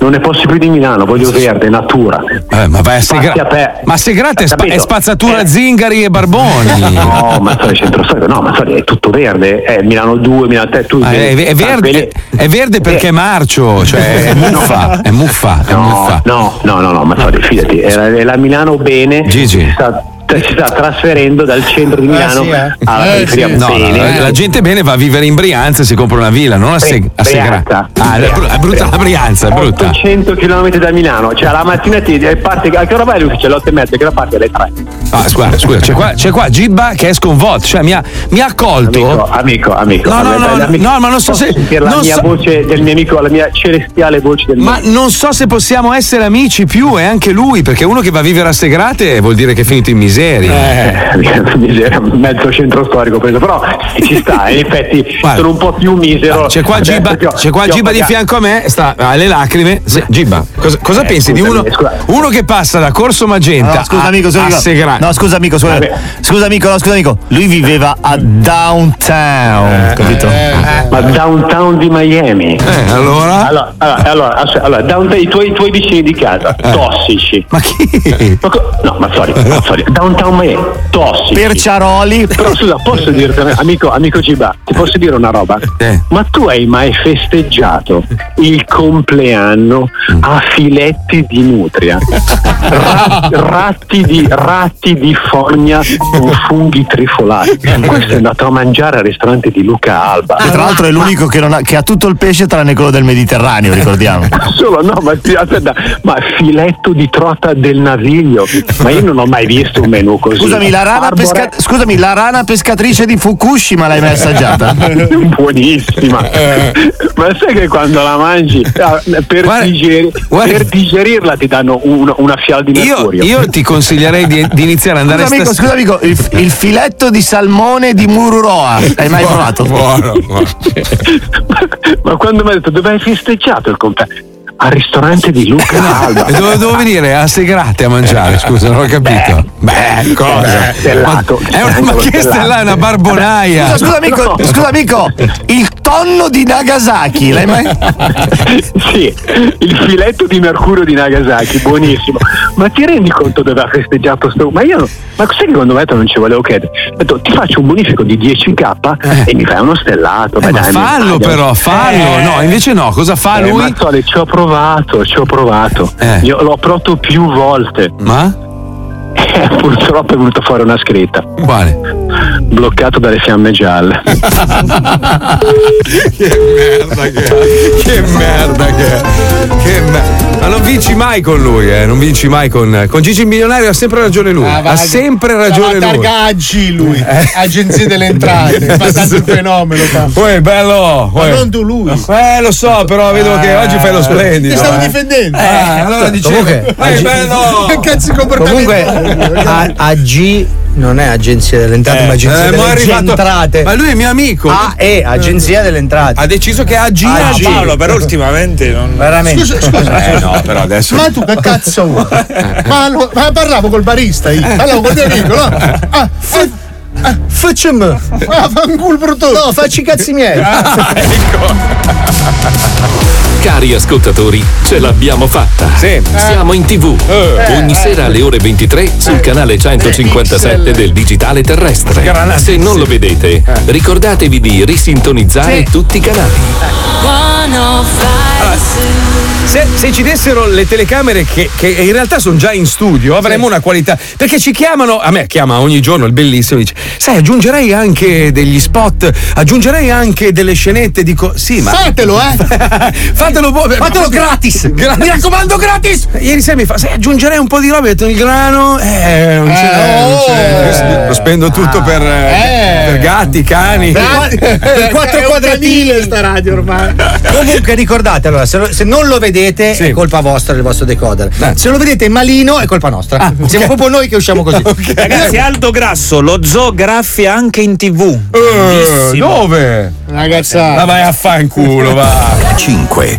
Non ne posso più di Milano, voglio verde, natura.
Eh, ma vai a Segra-
Spazi aperti.
Ma Segrate è, spa-
Capito? Eh.
è spazzatura zingari e barboni.
No, Mazzoli è centro storico, no, Mazzoli è tutto verde, è Milano 2, Milano 3, tu
Ah, è, è verde, è verde perché è marcio, cioè è muffa, è muffa, è muffa.
No, no, no, no, Mazzoli, fidati, è la, è la Milano bene Gigi. si sta, si sta trasferendo dal centro di
Ah,
Milano
eh.
eh.
alla periferia
No, no,
bene.
Eh, la, la gente bene va a vivere in Brianza e si compra una villa, non a, Seg- a Segrate. Ah, è bru- è brutta la Brianza, è brutta.
800 km da Milano, cioè la mattina ti eh, parte, a che ora vai l'ufficio? Alle 8 e mezza, che ora parte alle 3.
Ah, scusa, scusa, c'è qua, c'è qua Gibba che è sconvolto, cioè mi ha, mi ha accolto.
Amico, amico,
No, no, no, no, no, ma non so se.
la
non
mia
so-
voce del mio amico, la mia celestiale voce del mio
ma non so se possiamo essere amici più, e anche lui, perché uno che va a vivere a Segrate vuol dire che è finito in miseria.
Eh. miseria, mezzo centro storico preso, però ci sta, in effetti sono un po' più misero.
C'è qua
Adesso
Gibba,
ti ho-
c'è qua
ti ho
Gibba di
pagato.
fianco a me, sta ha le lacrime. Se- Gibba, cosa, cosa
Eh,
pensi di uno,
scusami, scusa.
uno che passa da Corso Magenta
No, scusa
a,
amico, scusa
a
amico.
Segrate?
No, scusa amico, scusa, scusa amico, no, scusa amico. Lui viveva a downtown, capito?
Ma downtown di Miami.
allora?
Allora, allora, ass- allora, downtown, i, tuoi, i tuoi vicini di casa,
Eh.
tossici.
Ma chi?
no, ma sorry, ma sorry, downtown Miami, tossici.
Perciaroli.
Però scusa, posso dirti, amico, amico Gibba, ti posso dire una roba? Ma tu hai mai festeggiato il compleanno a filetti di nutria? Ra- ratti, di, ratti di fogna con funghi trifolari. Questo è andato a mangiare al ristorante di Luca Alba.
Che tra l'altro è l'unico che, non ha, che ha tutto il pesce tranne quello del Mediterraneo, ricordiamo.
Solo no, ma sì, aspetta, ma filetto di trota del naviglio. Ma io non ho mai visto un menù così.
Scusami la, rana
Arbore-
pesca- scusami, la rana pescatrice di Fukushima l'hai mai assaggiata?
Buonissima.
Eh.
Ma sai che quando la mangi ah, per, digeri- per digerirla ti danno un- una fiala di
Io,
mercurio?
io ti consiglierei di, di iniziare ad
Scusa
andare
amico, scusa amico, il, il filetto di salmone di Mururoa, l'hai mai provato?
Ma quando mi ha detto dove hai festeggiato il compleanno? Al ristorante di Luca Alba.
E dove devo venire? A Segrate a mangiare, scusa, non ho capito. Beh, cosa?
beh, stellato.
Ma- è una, ma che stella è una barbonaia?
Scusa, scusa amico, scusa amico, il tonno di Nagasaki, l'hai mai
sì, il filetto di mercurio di Nagasaki, buonissimo. Ma ti rendi conto dove ha festeggiato sto? Ma io, ma sai che quando ho detto non ci volevo credere? Ho detto ti faccio un bonifico di 10k e mi fai uno stellato.
Eh,
ma
ma
dai, mi
fallo
sbaglio.
però, fallo.
Eh.
No, invece no, cosa fa
Eh,
lui? Eh.
Mazzoli, ci ho provato, ci ho provato. Io l'ho provato più volte.
Ma?
Purtroppo è venuta fuori una scritta.
Quale?
Bloccato dalle fiamme gialle.
che merda che è. Che merda che è. Che merda. Ma non vinci mai con lui, eh. Non vinci mai con. Con Gigi il milionario ha sempre ragione
Ah,
lui. ha sempre ragione lui. Eh.
Targaggi lui, agenzia delle entrate, è passato un fenomeno. fa.
Uè, bello!
Ma
uè.
non tu lui. Ah.
Eh, lo so, però vedo che oggi fai lo splendido.
Ti stavo
eh.
difendendo. Ah,
Eh, allora dicevo.
Comunque,
Uè, bello!
Che cazzo di comportamento?
Comunque, A- AG non è agenzia delle entrate,
Eh,
ma agenzia
eh,
delle
ma è arrivato-
entrate.
Ma lui è mio amico.
Ah, è agenzia delle entrate.
Ha deciso che AG.
Ah,
AG.
No, Paolo, però ultimamente non.
Veramente. Scusa, scusa.
Eh, no, però adesso.
Ma tu che cazzo vuoi?
Eh.
Ma, lo- ma parlavo col barista io. Parlavo col mio amico, no?
Eh.
Ah, fa- ah, Facciamo. Ah, fa un culo brutto. No, facci i cazzi miei.
Ah, eh,
Cari ascoltatori, ce l'abbiamo fatta.
Eh.
Siamo in tv. Ogni sera alle ore 23
Eh.
sul canale 157 del digitale terrestre.
Granatissimo.
Se non lo
Eh.
vedete, ricordatevi di risintonizzare tutti i canali.
oh
Se, se ci dessero le telecamere che, che in realtà sono già in studio, avremmo una qualità. Perché ci chiamano, a me chiama ogni giorno il bellissimo, dice: Sai, aggiungerei anche degli spot, aggiungerei anche delle scenette. Dico: Sì, ma.
Fatelo,
eh! Fatelo voi!
Fatelo gratis. Mi raccomando, gratis!
Ieri sera mi fa: Sai, aggiungerei un po' di roba, ho detto il grano. Eh, non c'è. non c'è. Lo spendo tutto per, eh, per eh, gatti, cani.
Per quattro quadratine sta radio ormai.
Comunque ricordate allora, se, lo- se non lo vedete è colpa vostra del vostro decoder.
Eh.
Se lo vedete malino è colpa nostra.
Ah,
Siamo proprio noi che usciamo così.
Ragazzi,
Eh.
Aldo Grasso, lo zoo graffia anche in tv. Bellissimo.
dove?
Ragazza.
Ma vai a fanculo, va.
5.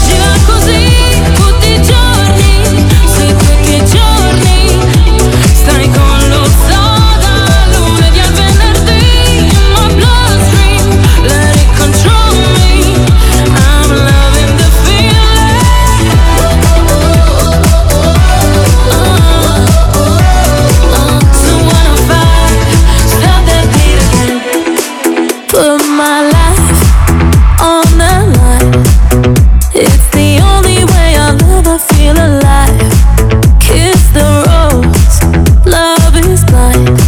va così, tutti i giorni, se tutti i giorni stai con lo zoo da lunedì al venerdì, in my bloodstream, let it control me, I'm loving the Uh, feeling. uh, So wanna fight, stop that beat again, put my life on the line. It's the only way I'll ever feel alive. Kiss the rose, love is blind.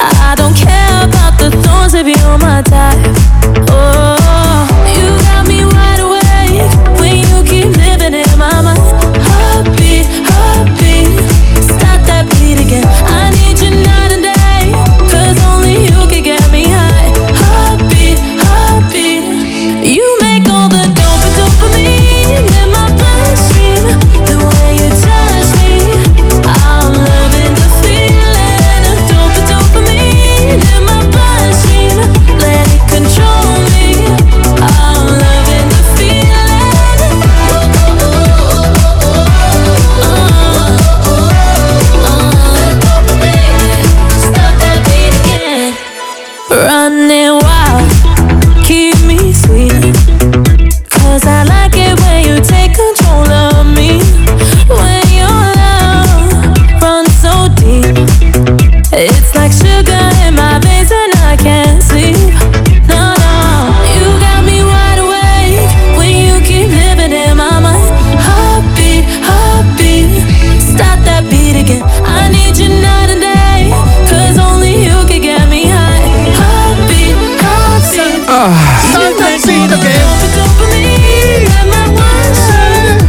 I don't care about the thorns if you're my type. Oh, you got me wide awake when you keep living in my mind. Heartbeat, heartbeat, start that beat again. I need you night and day, 'cause only you can get me high. Heartbeat, heartbeat. You make all the dope and dopamine in my bloodstream. The way you touch me, I'm loving the feeling of dope and dopamine in my bloodstream. Let it control me. I'm loving the feeling. Stop that beat again. Running wild, keep me sweet. Cause I like it when you take control of me. When your love runs so deep, it's like sugar in my veins and I can't sleep. No, no, you got me wide awake when you keep living in my mind. Heartbeat, heartbeat, stop that beat again. I need you night and day, cause only you can get me high. Heartbeat, heartbeat, stop that beat again.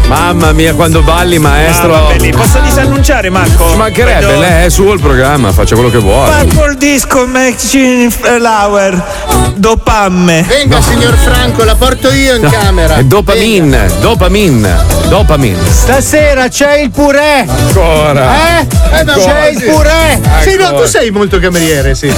Mamma mia, quando balli, maestro.
Mamma mia, Posso disannunciare, Marco?
Ci mancherebbe,
Vedo-
lei è suo il programma, faccia quello che vuole.
Purple Disco Machine Flower Dopamme.
Venga, signor Franco, la porto io in
No, Eh,
camera.
Cioè, È dopamin, dopamin, dopamin.
Stasera c'è il purè.
Ancora.
Eh? Eh, ma
Ancora.
c'è il purè. Sì, no, tu
Ancora.
sei molto cameriere, sì.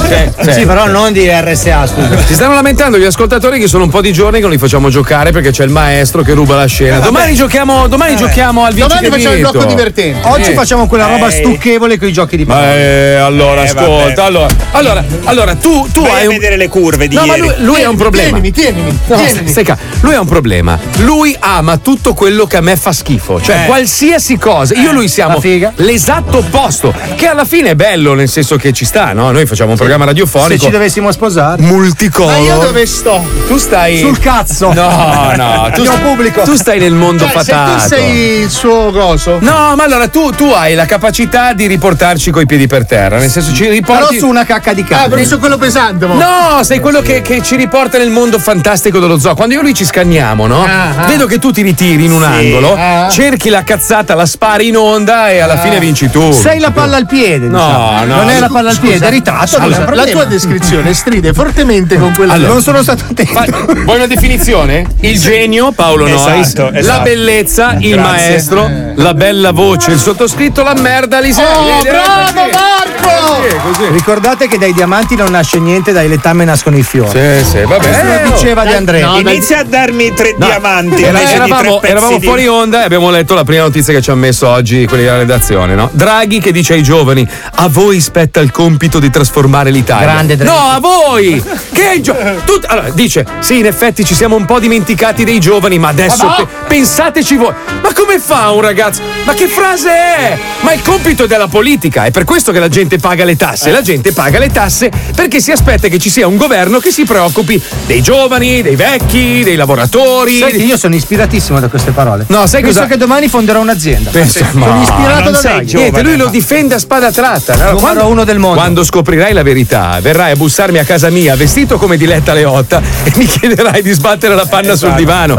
Sì,
però non di RSA, scusa.
Cioè, Si stanno Eh, lamentando gli ascoltatori che sono un po' di giorni che non li facciamo giocare perché c'è il maestro che ruba la scena. Domani giochiamo, domani domani giochiamo al vinci
Domani
che
facciamo il
vinto.
blocco divertente.
Oggi
Eh.
facciamo quella roba
Eh.
stucchevole con i giochi di parole.
Eh, allora, ascolta, allora, allora, allora, tu, tu
Vai
hai
a
un-
vedere le curve di
no,
ieri.
ma lui, lui ha un problema.
Tienimi, tienimi.
No,
tienimi.
stai calmo. Lui ha un problema. Lui ama tutto quello che a me fa schifo. Cioè,
Eh.
qualsiasi cosa. Io e lui siamo l'esatto opposto. Che alla fine è bello, nel senso che ci sta, no? Noi facciamo un programma
Se
radiofonico.
ci dovessimo sposare.
Multicolor.
Ma io dove
sto?
Tu stai.
Sul cazzo.
No, no, tu,
Tu mio pubblico.
tu stai nel mondo
Cioè,
fatato.
Se tu sei il suo coso.
No, ma allora tu, tu hai la capacità di riportarci coi piedi per terra, nel senso ci riporti.
Però su
una cacca di
Ah, perché sono quello pesante, mo.
No, sei quello che, che ci riporta nel mondo fantastico dello zoo. Quando io e lui ci scanniamo, no?
Ah, ah.
Vedo che tu ti ritiri in un
Sì,
angolo,
ah.
cerchi la cazzata, la spari in onda e alla fine vinci tu.
Sei la palla al piede.
No,
diciamo.
no.
Non è la palla al
Scusa,
piede, è ritratto.
scusa,
non c'è
la
problema.
tua
descrizione stride fortemente con quella
Allora.
Non sono stato attento.
Vuoi una definizione? Il genio Paolo
Esatto,
Nois, la
esatto.
bellezza, il
Grazie.
maestro, la bella voce, il sottoscritto, la merda, eh? l'isera.
Oh, bravo Marco!
Eh,
Ricordate che dai diamanti non nasce niente, dai letame nascono i fiori.
Sì, sì, vabbè.
Questo
Eh,
lo diceva
oh.
Di Andrea.
No, dai-
Inizia a darmi tre diamanti
Era-
invece di tre
Eh, eravamo,
pezzi
eravamo
di-
fuori onda e abbiamo letto la prima notizia che ci ha messo oggi quelli della redazione, no? Draghi che dice ai giovani: A voi spetta il compito di trasformare l'Italia.
Grande Draghi.
No, a voi! Che gio- tut- allora, dice: Sì, in effetti ci siamo un po' dimenticati dei giovani, ma adesso
Ma no!
pe- pensateci voi. Ma come fa un ragazzo? Ma che frase è? Ma il compito è della politica, è per questo che la gente paga le tasse. La gente paga le tasse perché si aspetta che ci sia un governo che si preoccupi dei giovani, dei vecchi, dei lavoratori.
Sai che
dei-
io sono ispiratissimo da queste parole.
No, sai
Penso
cosa-
che domani fonderò un'azienda.
Pensa-
sono
ma-
ispirato
non
da
sei
Draghi.
giovane, Niente, lui lo difende a spada tratta. Allora,
Numero uno del mondo.
Quando scoprirai la verità, verrai a bussarmi a casa mia vestito come Diletta Leotta e mi chiederai di sbattere la panna
Esatto.
sul divano.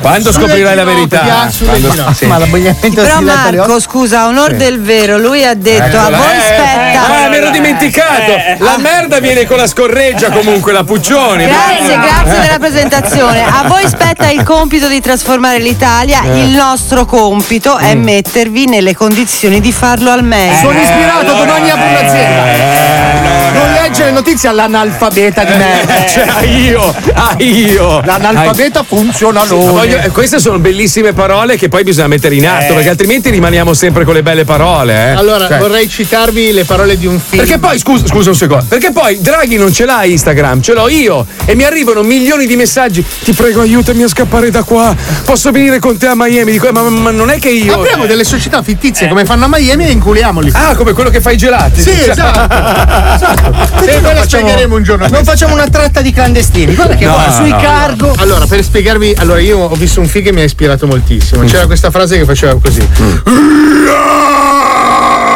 Quando
Sulle
scoprirai la
ginocchia,
verità?
ah, sulle
Quando-
ginocchia.
Sì.
Ma l'abbigliamento
Però
si letta le
Marco,
oh.
ossa.
scusa, onor
Sì.
del vero, lui ha detto a
Eccola.
voi
Eh,
spetta.
Ah, me
Eh,
l'ero dimenticato! La merda viene con la scorreggia comunque, la Puccioni.
Eh.
Grazie, grazie della presentazione. A voi spetta il compito di trasformare l'Italia.
Eh.
Il nostro compito è mettervi nelle condizioni di farlo al meglio.
Sono ispirato,
Eh,
domani apro un'azienda. non legge le notizie all'analfabeta di merda.
Cioè, a io, a io.
L'analfabeta funziona
Sì, ma voglio- eh, queste sono bellissime parole che poi bisogna mettere in atto,
Eh.
perché altrimenti rimaniamo sempre con le belle parole. eh.
Allora,
Cioè-
vorrei citarvi le parole di un film.
Perché poi, scusa, scusa un secondo, perché poi Draghi non ce l'ha Instagram, ce l'ho io e mi arrivano milioni di messaggi. Ti prego, aiutami a scappare da qua. Posso venire con te a Miami? Dico, "Eh, ma, ma non è che io.
Apriamo delle società fittizie come fanno a Miami e inculiamoli.
Ah, come quello che fa i gelati.
Sì, esatto. esatto. Perché ve la spiegheremo un giorno.
Non facciamo una tratta di clandestini. Guarda che
No,
va sui
no.
cargo.
Allora, per spiegarvi, allora io ho visto un film che mi ha ispirato moltissimo.
Mm.
C'era questa frase che faceva così.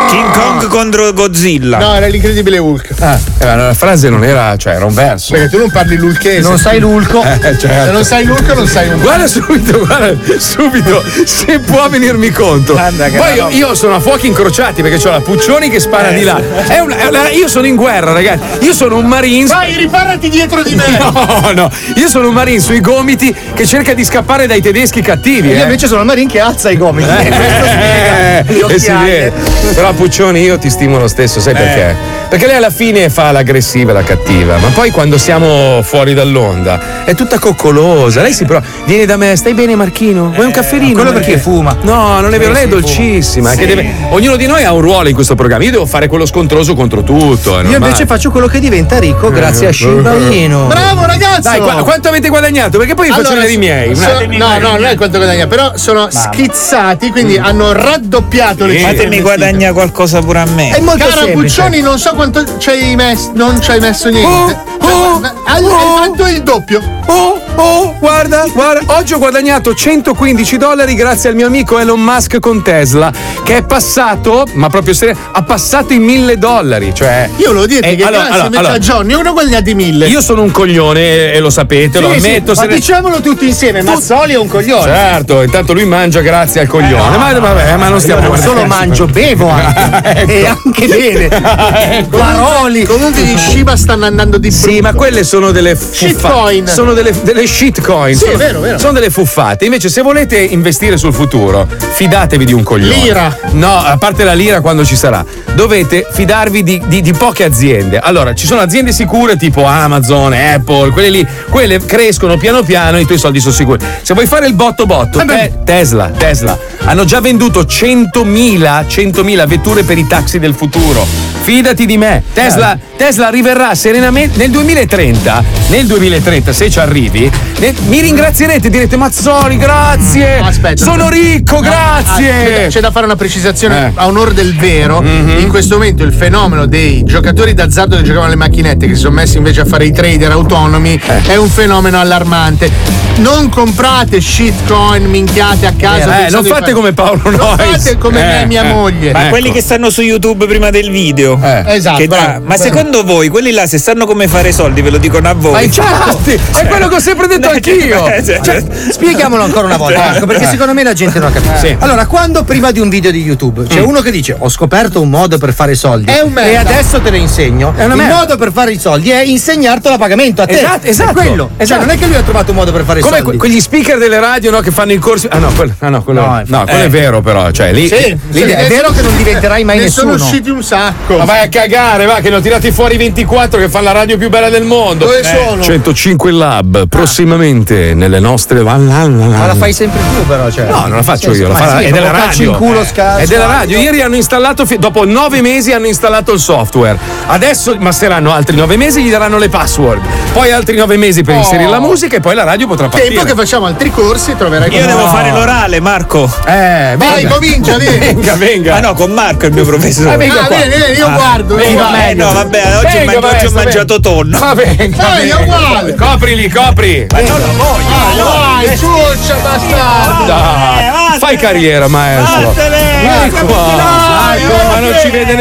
King Kong contro Godzilla.
No, era l'incredibile Hulk.
Eh, ma la frase non era, cioè, era un verso.
Perché tu non parli l'ulchese.
Non sai
l'ulco.
certo.
Se non sai l'ulco, non sai un.
Guarda subito, guarda subito se può venirmi conto.
che
Poi
la
io,
roba.
io sono a fuochi incrociati perché ho la Puccioni che spara di là. È una- è una- io sono in guerra, ragazzi. Io sono un Marines.
Vai, riparati dietro di me.
No, no, io sono un Marine sui gomiti che cerca di scappare dai tedeschi cattivi.
Io
eh.
invece sono il Marin che alza i gomiti. Eh,
Eh,
Gli
eh, si
occhiali.
vede. Però Puccioni io ti stimo lo stesso,
Eh.
sai perché? Perché lei alla fine fa l'aggressiva, la cattiva, ma poi quando siamo fuori dall'onda è tutta coccolosa. Lei si prova, viene da me, stai bene Marchino? Vuoi un cafferino?
Eh, quello perché
fuma. No, non è vero, lei è
Quello sì,
dolcissima.
fuma.
che
Sì.
deve- Ognuno di noi ha un ruolo in questo programma, io devo fare quello scontroso contro tutto. è
Io invece
normale. Eh,
faccio quello che diventa ricco grazie a Shinbaino.
Bravo ragazzo!
Dai, qua- quanto avete guadagnato? Perché poi vi faccio vedere i miei.
sono-
Fatemi
no,
guadagnare.
no, non è quanto guadagna, però sono schizzati, quindi
Mm.
hanno raddoppiato le cifre.
Fatemi guadagna qualcosa pure a me.
È molto
Eh. Cara
semplice.
Puccioni, non so quanto ci hai messo, non ci hai messo niente.
Oh,
Cioè, hai hai fatto il doppio.
Oh, oh, guarda, guarda, oggi ho guadagnato 115 dollari grazie al mio amico Elon Musk con Tesla, che è passato, ma proprio serio, ha passato i 1000 dollari. Cioè,
Io volevo dirti
Eh,
che
allora,
grazie
allora,
mette
allora.
a Johnny uno guadagna di mille.
Io sono un coglione e lo sapete, lo
Sì, sì,
ammetto.
ma diciamo,
se ne-
diciamolo tutti insieme, Mazzoli è un coglione.
Certo, intanto lui mangia grazie al
Eh,
coglione. ma, vabbè, ma non stiamo
Io non solo mangio, bevo anche. E
Ecco.
anche bene.
Paroli. Comunque gli Shiba stanno andando di
Sì, ma quelle sono delle
Shitcoin.
fuffa- sono delle, delle shitcoin.
Sì,
sono,
è vero, vero.
sono delle fuffate. Invece, se volete investire sul futuro, fidatevi di un coglione.
Lira.
No, a parte la lira quando ci sarà. Dovete fidarvi di, di- di poche aziende. Allora, ci sono aziende sicure tipo Amazon, Apple, quelle lì. Quelle crescono piano piano e i tuoi soldi sono sicuri. Se vuoi fare il botto
Eh
botto, te- Tesla, Tesla. Hanno già venduto 100.000, 100.000 vetture per i taxi del futuro. Fidati di me. Tesla, Tesla arriverà serenamente nel 2030. Nel 2030, se ci arrivi, ne- mi ringrazierete, direte Mazzoli, grazie.
Mm, Aspetta.
Sono ricco,
Ecco,
Ah, ah, c'è
grazie.
da- c'è da fare una precisazione
Eh.
a onore del vero.
Mm-hmm.
In questo momento il fenomeno dei giocatori d'azzardo che giocavano alle macchinette, che si sono messi invece a fare i trader autonomi,
Eh.
è un fenomeno allarmante. Non comprate shitcoin, minchiate a caso.
Eh,
pensando
non
di
fate
fare-
come Paolo
Non
Noyes.
fate come me e
Eh,
mia
eh.
moglie.
Ma quelli che stanno su YouTube prima del video.
Esatto,
Che
bravo,
tra- ma
bravo.
secondo voi, quelli là, se sanno come fare soldi, ve lo dicono a voi.
Ma infatti,
Cioè-
è quello che ho sempre detto
Cioè,
anch'io.
cioè-
Cioè, spieghiamolo ancora una volta, Marco, perché
Eh.
secondo me la gente non ha capito.
Sì.
Allora, quando prima di un video di YouTube c'è
Mm.
uno che dice ho scoperto un modo per fare soldi
È un
e
merda.
adesso te ne insegno,
È una
il
merda.
modo per fare i soldi è insegnartelo a pagamento a te.
Esatto, esatto,
È quello. Cioè,
esatto.
non è che lui ha trovato un modo per fare i
Come
soldi.
que- quegli speaker delle radio no, che fanno i corsi. Ah no, quello, ah, no, quello, no, quello
eh.
è vero, però. Cioè, lì,
Sì,
lì-
sì,
è
ne
vero
sono-
che non diventerai mai
ne
nessuno.
sono usciti un sacco.
Ma vai a cagare, va, che ne ho tirati fuori 24 che fa la radio più bella del mondo. cioè,
Dove sono?
105 Eh, Lab, prossimamente nelle nostre. Ma
Ma la fai sempre tu, però. Cioè.
No, non la faccio io, la fa- è della radio.
In culo,
Eh, è della radio. Ieri hanno installato, fi- dopo nove mesi hanno installato il software. Adesso masseranno altri nove mesi, gli daranno le password. Poi altri nove mesi per
Oh.
inserire la musica e poi la radio potrà partire.
Tempo che facciamo altri corsi, troverai
Io devo fare
l'orale, Marco.
Eh,
Vai,
venga.
comincia, vieni.
Venga,
venga.
Ma no, con Marco è il mio professore.
Ah, venga Ah, qua. vieni, vieni, io guardo, io
venga,
guardo.
eh, no, vabbè, oggi,
Venga,
ho man- oggi
maestro,
ho mangiato tonno.
Va bene, va bene.
Dai, è uguale.
Coprili, copri.
Ma non lo voglio.
Vai, vai, ciuccia, bastardo.
Dai, fai carriera, maestro. Vai qua. Marco, ma non ci vede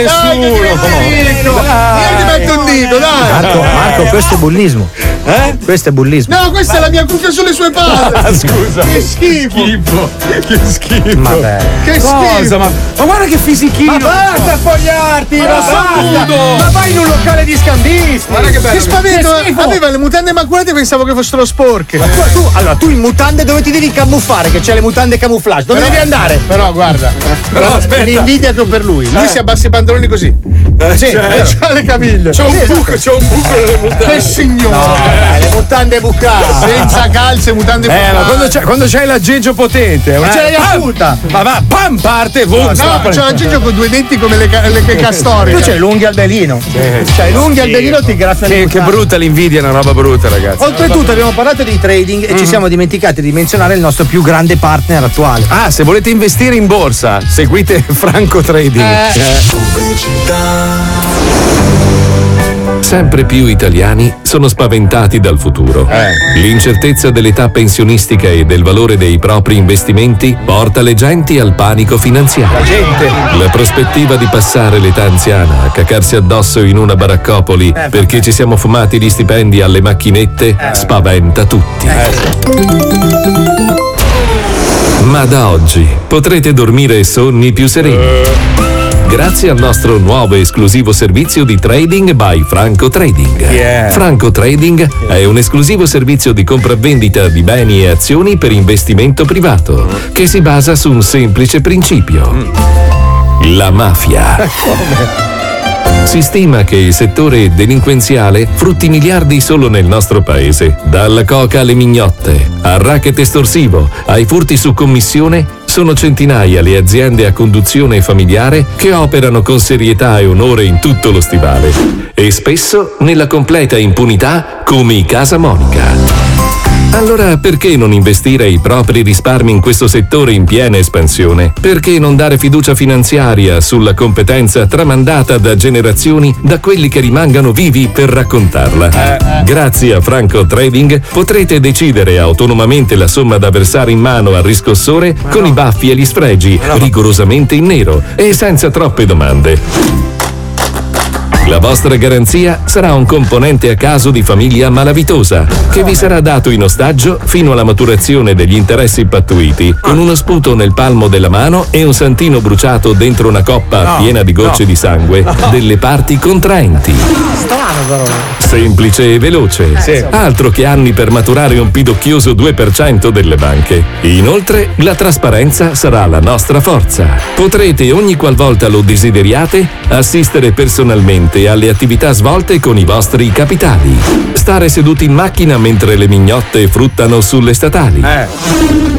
nessuno.
Io ti metto un dito, dai.
Marco,
Eh?
Marco, questo è bullismo.
Eh?
Questo è bullismo.
No, questa è la mia cucca sulle sue palle.
Scusa.
Ah, Che schifo.
Che schifo. Vabbè.
Che schifo.
ma, ma guarda che fisichino.
Ma basta spogliarti! Ma,
Ma
basta!
nudo.
Ma vai in un locale di scambisti!
Guarda che bello. Che spavento,
Che schifo.
aveva le mutande maculate e pensavo che fossero sporche.
Ma tu, tu- allora, tu in mutande dove ti devi camuffare? Che c'è le mutande camouflage. Dove
Però-
devi andare?
Però guarda,
Però aspetta.
l'invidia che ho per lui. Lui si abbassa i pantaloni così.
sì,
cioè,
vero.
c'ha le caviglie. esatto.
C'ho un buco,
c'ho un buco nelle mutande.
Che signore!
No, dai, le mutande bucate.
Senza calze, mutande
Eh, ma quando c'è- quando c'hai l'aggeggio potente,
Ma
eh,
ce l'hai
pam,
acuta.
Ma va, pam, parte, boom,
No,
scappa.
c'è la Gigio con due denti come le, ca- le, le castori.
Tu c'hai l'unghia al belino. C'hai l'unghia al belino ti graffia le
Eh, Che, che
mutande.
brutta l'invidia, è una roba brutta, ragazzi.
Oltretutto abbiamo parlato di trading
Mm.
e ci siamo dimenticati di menzionare il nostro più grande partner attuale.
Ah, se volete investire in borsa, seguite Franco Trading.
Eh. Sempre più italiani sono spaventati dal futuro. L'incertezza dell'età pensionistica e del valore dei propri investimenti porta le genti al panico finanziario. La
Eh.
prospettiva di passare l'età anziana a cacarsi addosso in una baraccopoli perché ci siamo fumati gli stipendi alle macchinette spaventa tutti. Ma da oggi potrete dormire sonni più sereni. Grazie al nostro nuovo e esclusivo servizio di trading by Franco Trading. Franco Trading è un esclusivo servizio di compravendita di beni e azioni per investimento privato che si basa su un semplice principio. La mafia. Si stima che il settore delinquenziale frutti miliardi solo nel nostro paese, dalla coca alle mignotte, al racket estorsivo, ai furti su commissione. Sono centinaia le aziende a conduzione familiare che operano con serietà e onore in tutto lo stivale e spesso nella completa impunità come i Casa Monica. Allora perché non investire i propri risparmi in questo settore in piena espansione? Perché non dare fiducia finanziaria sulla competenza tramandata da generazioni da quelli che rimangano vivi per raccontarla? Grazie a Franco Trading potrete decidere autonomamente la somma da versare in mano al riscossore con i baffi e gli sfregi, rigorosamente in nero e senza troppe domande. La vostra garanzia sarà un componente a caso di famiglia malavitosa che vi sarà dato in ostaggio fino alla maturazione degli interessi pattuiti con uno sputo nel palmo della mano e un santino bruciato dentro una coppa
No,
piena di gocce
no.
di sangue delle parti contraenti.
Strano però.
Semplice e veloce. Altro che anni per maturare un pidocchioso 2% delle banche. Inoltre, la trasparenza sarà la nostra forza. Potrete ogni qualvolta lo desideriate assistere personalmente alle attività svolte con i vostri capitali. Stare seduti in macchina mentre le mignotte fruttano sulle statali.
Vedi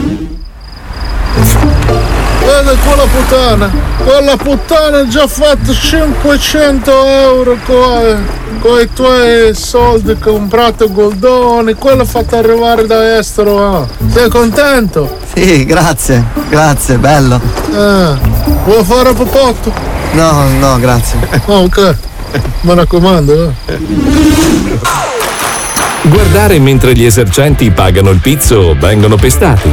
quella puttana, quella puttana ha già fatto 500 euro con i tuoi soldi comprato goldoni, quello fatto arrivare da estero. eh. Sei contento?
Sì, grazie, grazie, bello.
Eh, vuoi fare popotto?
No, no, grazie.
Ok, mi raccomando. eh.
Guardare mentre gli esercenti pagano il pizzo o vengono pestati.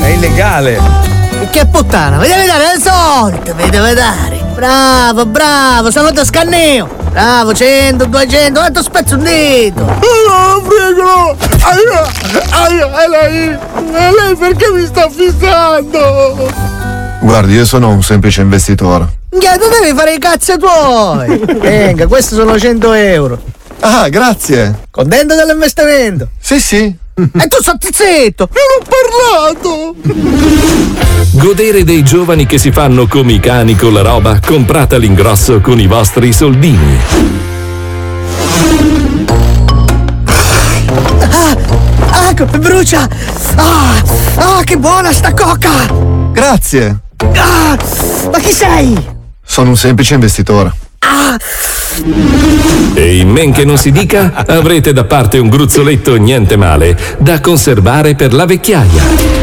È illegale.
Che puttana, mi devi dare il soldo, mi devi dare. Bravo, bravo, sono da scanneo. Bravo, 100, 200, quanto spezzo un dito.
Ah, prego! Aia! Aia! E lei! E lei perché mi sta fissando?
Guardi, io sono un semplice investitore.
Minchia, tu devi fare i cazzi tuoi. Venga, questi sono 100 euro.
Ah, grazie.
Contento dell'investimento?
Sì, sì.
E tu stai zitto!
Non ho parlato!
Godere dei giovani che si fanno come i cani con la roba comprata all'ingrosso con i vostri soldini.
Ah, ah, che brucia! Ah, ah, che buona sta coca!
Grazie.
Ah, ma chi sei?
Sono un semplice investitore.
Ah.
E in men che non si dica, avrete da parte un gruzzoletto niente male da conservare per la vecchiaia.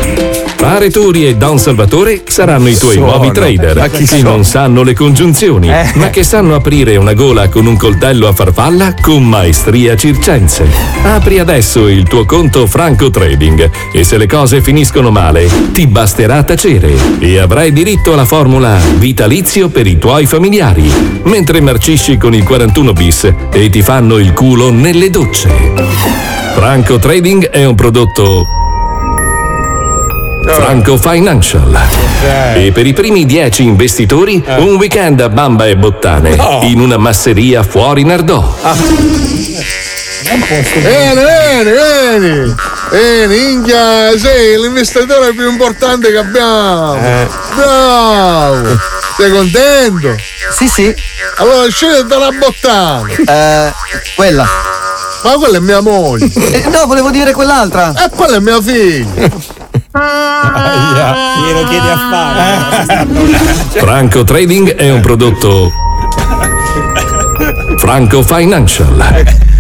Fare Turi e Don Salvatore saranno i tuoi
Sono,
nuovi
ma
trader
chi
che
sono?
non sanno le congiunzioni,
Eh.
ma che sanno aprire una gola con un coltello a farfalla con maestria circense. Apri adesso il tuo conto Franco Trading e se le cose finiscono male, ti basterà tacere e avrai diritto alla formula vitalizio per i tuoi familiari, mentre marcisci con il 41 bis e ti fanno il culo nelle docce. Franco Trading è un prodotto Franco Financial. E per i primi 10 investitori, un weekend a bamba e bottane in una masseria fuori Nardò.
Ah. Bene, bene, bene! Bene, India, sei l'investitore più importante che abbiamo!
Eh.
Bravo! Sei contento?
Sì, sì.
Allora scegli dalla bottana!
Eh, quella.
Ma quella è mia moglie!
Eh, no, volevo dire quell'altra!
E quella è mia figlia!
Glielo chiedi a fare.
Franco Trading è un prodotto Franco Financial.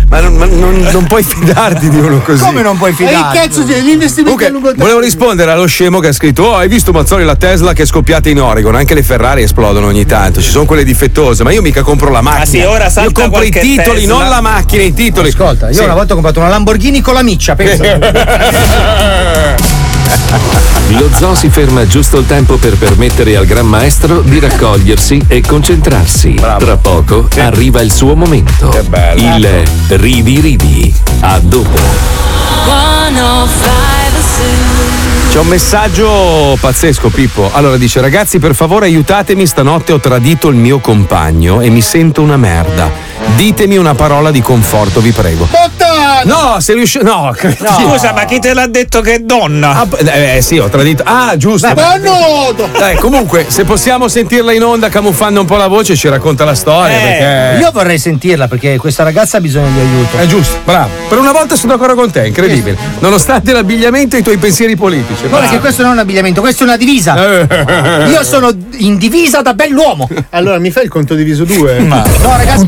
Ma, non, ma non- non puoi fidarti di uno così.
Come non puoi
E che cazzo c'è? L'investimento a lungo termine!
Volevo rispondere allo scemo che ha scritto: Oh, hai visto Mazzoli la Tesla che è scoppiata in Oregon? Anche le Ferrari esplodono ogni tanto. Ci sono quelle difettose, ma io mica compro la macchina.
sì, ora salta
io compro i
qualche
titoli,
Tesla.
non la macchina, i titoli.
Ascolta, io
Sì.
una volta ho comprato una Lamborghini con la miccia, pensa.
Lo zoo si ferma giusto il tempo per permettere al gran maestro di raccogliersi e concentrarsi. Tra poco arriva il suo momento. Il ridi ridi. A dopo.
105 Zoo.
C'è un messaggio pazzesco, Pippo. Allora dice: Ragazzi, per favore aiutatemi, stanotte ho tradito il mio compagno e mi sento una merda. Ditemi una parola di conforto, vi prego. No, se riusci. No,
Scusa, ma chi te l'ha detto che è donna?
Ah, eh, eh, sì, ho tradito. Ah, giusto. Dai, comunque, se possiamo sentirla in onda camuffando un po' la voce, ci racconta la storia. Eh,
Eh.
perché...
Eh, Io vorrei sentirla perché questa ragazza ha bisogno di aiuto.
È giusto, bravo. Per una volta sono d'accordo con te, incredibile. Nonostante l'abbigliamento e i tuoi pensieri politici. Ah.
Guarda
bravo.
che questo non è un abbigliamento, questa è una
Eh.
divisa. Io sono in divisa da bell'uomo.
Allora mi fai il conto diviso 2?
Ma no, ragazzi.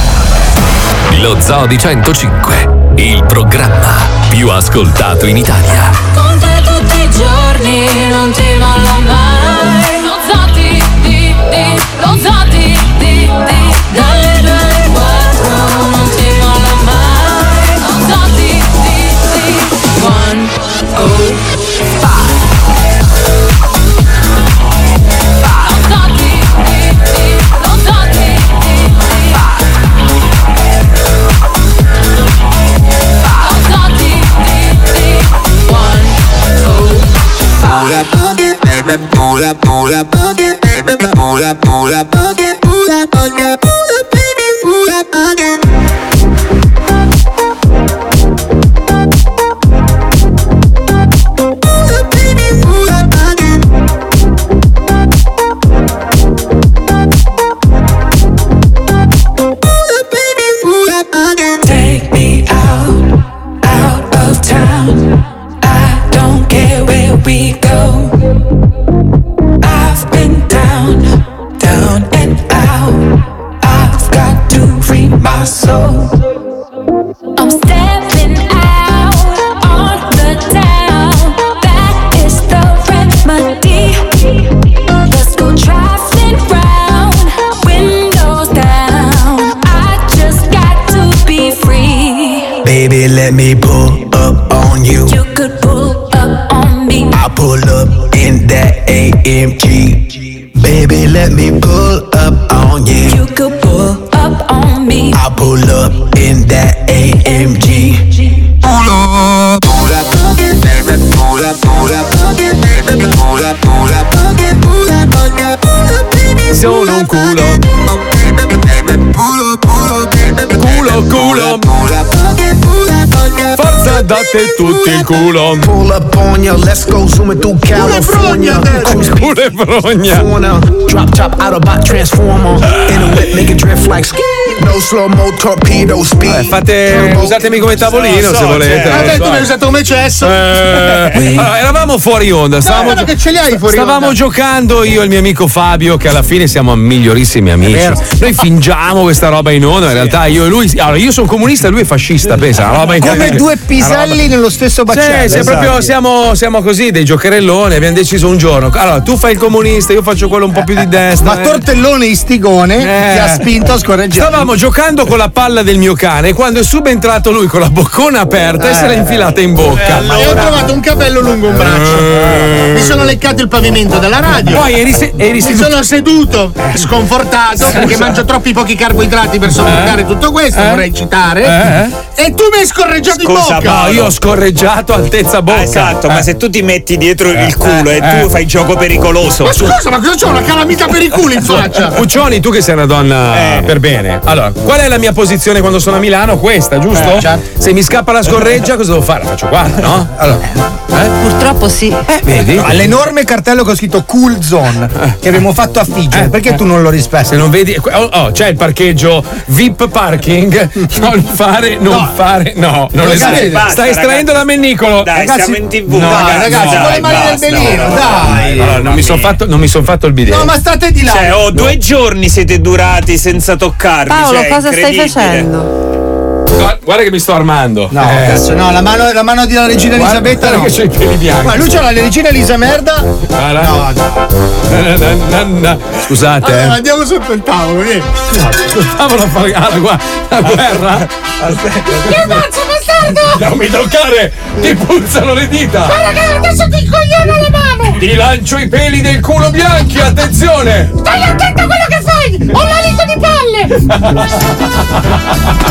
Lo Zoo di 105, il programma più ascoltato in Italia.
Con te tutti i giorni non ti molla mai Lo zati di di, lo zati di di Dalle due alle quattro non ti molla mai Lo zati di di One, oh, five Lo zati di di, lo zati di di Lo zati di di One,
Pula, pula, pula, pula, pula, pula, pula, pula, pula, pula, pula, pula, baby, pula, pula.
Take me out, out of town. I don't care where we go. I've been down, down and out. I've got to free my soul. I'm stepping out on the town. That is the remedy. Let's go driving round, windows down. I just got to be free.
Baby, let me pull up on you.
You could pull up on me.
I pull up in that AMG. Baby, let me pull up on you.
You could pull up on me.
I pull up in that AMG. Pull up, pull up, pull up, pull up, pull up, pull up, pull up, pull up, pull up, baby.
Sono un culo.
Pull up, pull up,
Culo, culo. Forza, date tutti il culo.
Pull up on ya, let's go zooming through California.
Pure brogna.
Corner, drop top Autobot transformer. In a whip, make it drift like ski. No slow mo torpedo
Eh,
speed.
fate, usatemi come tavolino
So, so,
se volete.
cioè,
non
vabbè,
so.
tu mi hai
usato come cesso.
Eh, allora, eravamo fuori onda. Stavamo,
guarda che ce li hai fuori
stavamo
onda.
giocando io e il mio amico Fabio, che alla fine siamo migliorissimi amici.
vero.
Noi fingiamo questa roba in onda, ma in realtà io e lui. Allora, io sono comunista e lui è fascista, pensa. Una roba
Come
incredibile.
due
Una
piselli nello stesso
sì,
baccello.
siamo,
esatto.
proprio, siamo, siamo così dei giocherelloni. Abbiamo deciso un giorno. Allora, tu fai il comunista, io faccio quello un po' più di destra.
Eh, Ma tortellone istigone
Eh.
ti ha spinto a scorreggiare.
Stavamo giocando con la palla del mio cane quando è subentrato lui con la boccona aperta e se l'è infilata in bocca.
E ho trovato un capello lungo un braccio. Mi sono leccato il pavimento della radio.
Eh. Poi eri se- eri
Mi
seduto-
sono seduto, sconfortato, perché mangio troppi pochi carboidrati per sopportare tutto questo,
Eh?
vorrei citare. E tu mi hai scorreggiato in bocca.
No, io ho scorreggiato altezza bocca.
Ah, Esatto, ma se tu ti metti dietro il culo e
eh.
tu fai gioco pericoloso.
Ma scusa, ma cosa c'ho? Una calamita per il culo in faccia.
Puccioni, Cioè, tu che sei una donna per bene. Allora, qual è la mia posizione quando sono a Milano? Questa, giusto? Se mi scappa la scorreggia, cosa devo fare? La faccio qua, no? Allora,
Eh, Purtroppo sì.
Eh.
vedi?
All'enorme cartello che ho scritto Cool Zone che abbiamo fatto a Figgio, perché tu non lo rispetti?
Eh. se non vedi. Oh, oh, c'è il parcheggio VIP parking. Non fare, non fare, no. Non
Ragazzi,
esiste.
basta,
Stai estraendo la mennicolo.
Dai, siamo in TV,
no,
ragazzi,
ragazzi, con
no,
le
dai,
mani nel
basta,
belino,
no,
dai.
no,
Allora, non mi sono fatto, non mi son fatto il bidet.
No, ma state di là.
Cioè, oh, due giorni siete durati senza toccarvi.
Paolo,
cioè,
cosa stai
incredibile.
facendo?
Guarda- Guarda che mi sto armando.
No, cazzo, no, la mano, la mano della regina
Guarda-
Elisabetta
guarda
no.
che c'ho i piedi bianchi.
Ma lui c'ha la regina Elisa merda.
Guarda. Na, na, na, na, na. Scusate,
Allora,
eh.
andiamo sotto il tavolo, vieni.
Stavano a fare ah, la, gua- la guerra. Aspetta.
Che cazzo, bastardo!
Non mi toccare! Ti puzzano le dita!
Guarda che adesso ti incogliono la mano!
Ti lancio i peli del culo bianchi, attenzione!
Stai attento a quello che fai! Ho l'alito di palle!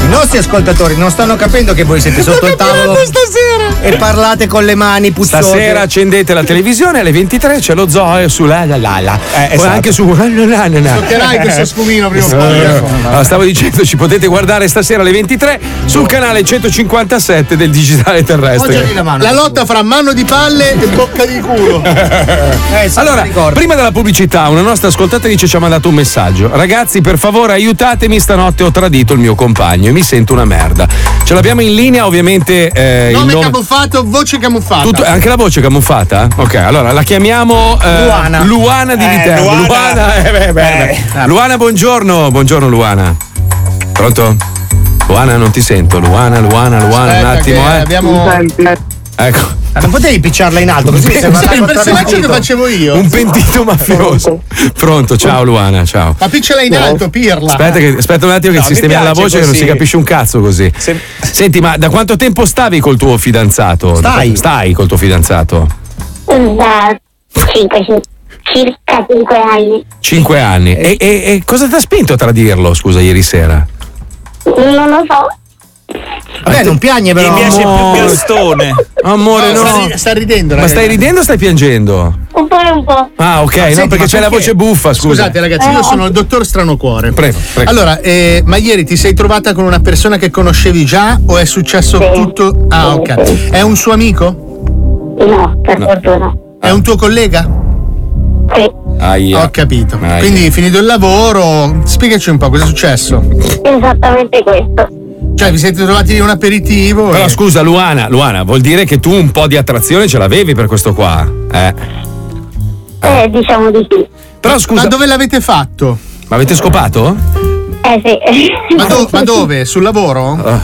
I nostri ascoltatori non stanno capendo che voi siete sotto il tavolo
stasera.
e parlate con le mani puzzose.
Stasera accendete la televisione alle 23 c'è lo zoo su la la la la.
Eh,
O
esatto.
anche su la la la la la.
Toccherai questo sfumino prima o poi.
Eh, ah, stavo dicendo ci potete guardare stasera alle 23 sul canale 157 del digitale terrestre.
La lotta fra mano di palle e bocca di culo.
allora, prima della pubblicità, una nostra ascoltatrice ci ha mandato un messaggio. Ragazzi, per favore, aiutatemi, stanotte ho tradito il mio compagno e mi sento una merda. Ce l'abbiamo in linea, ovviamente. eh, il
nome
nome...
camuffato, voce camuffata.
Tutto- eh, anche la voce camuffata? Ok, allora la chiamiamo eh,
Luana.
Luana di eh,
Eh,
Viterbo.
Luana. Eh.
Ah, Luana, eh, beh, beh, beh. Luana, buongiorno, buongiorno Luana. Pronto? Luana non ti sento, Luana, Luana, Luana, un attimo, eh. Ecco.
non potevi picciarla in alto così
Sì,
sembra
sai, il
raccontare un
personaggio che
dito.
facevo io.
Un pentito mafioso. Pronto, ciao Luana, ciao.
Ma picciola in
No.
alto, pirla.
Aspetta, che- aspetta un attimo che
No, mi
sistemiamo la
piace
voce che non
così.
si capisce un cazzo così. Senti, ma da quanto tempo stavi col tuo fidanzato? Da
Stai.
quanto- Stai col tuo fidanzato?
Da 5, circa 5 anni.
Cinque anni. E, e- e cosa ti ha spinto a tradirlo, scusa, ieri sera?
Non lo so.
Vabbè, non piagne però.
Mi piace più
Amore.
Oh.
Gastone.
Amore, no.
Sta, ri- sta ridendo,
Ma
ragazzi.
stai ridendo o stai piangendo?
Un po' e un po'.
Ah, ok,
Ma
no,
senti,
perché
ma
c'è la voce buffa, scusa.
Scusate, ragazzi, io
Eh.
sono il dottor Stranocuore.
Prego, prego.
Allora, eh, ma ieri ti sei trovata con una persona che conoscevi già o è successo tutto? Ah, ok. È un suo amico?
No, per fortuna.
È un tuo collega?
Sì.
Ho capito.
Aia.
Ah,
Quindi finito il lavoro, spiegaci un po' cosa è successo.
Esattamente questo.
Cioè, vi siete trovati in un aperitivo?
Però
e-
scusa, Luana, Luana, vuol dire che tu un po' di attrazione ce l'avevi per questo qua. Eh.
Eh, diciamo di sì.
Ah. Però scusa.
Ma dove l'avete fatto?
Ma avete scopato?
Eh sì.
Ma, do- ma dove? Sul lavoro?
Ah.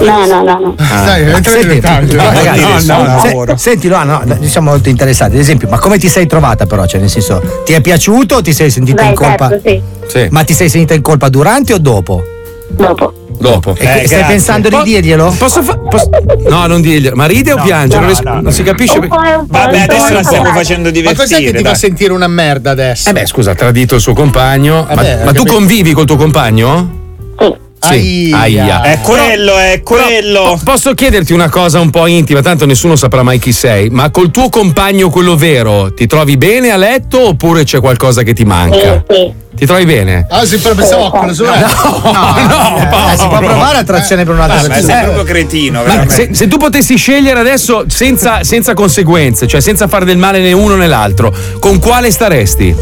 No, no, no, no.
Dai, entrate nel dettaglio.
No, Ah. ragazzi,
No,
no,
no,
no, se- senti, no, no, no, siamo molto interessati. Ad esempio, ma come ti sei trovata, però? Cioè, nel senso, ti è piaciuto o ti sei sentita
Beh,
in colpa?
certo, sì.
Ma ti sei sentita in colpa durante o dopo?
Dopo.
Eh,
Dopo.
E stai pensando di dirglielo?
Posso fare. No, non dirglielo. Ma ride o piange? non, ris- non si capisce.
Un po' e un po'.
Vabbè,
un po'
adesso
e
la
un
stiamo
po'.
facendo
Ma cos'è che
divertire,
ti fa
dai.
sentire una merda adesso?
Eh beh, scusa, ha tradito il suo compagno. Ma-
Vabbè,
ma
ho
tu
capito.
convivi col tuo compagno? Sì. Aia.
È quello, è quello.
Po- Posso chiederti una cosa un po' intima, tanto nessuno saprà mai chi sei, ma col tuo compagno, quello vero, ti trovi bene a letto oppure c'è qualcosa che ti
Eh.
Eh,
manca? Ti trovi bene?
Ah, sì, però pensavo Eh, con la sorella.
No, no, eh, si può provare attrazione per un'altra
Ah, ma sei
persona.
proprio cretino,
Eh, Ma
veramente.
se, se tu potessi scegliere adesso senza, senza conseguenze, cioè senza fare del male né uno né l'altro, con quale staresti?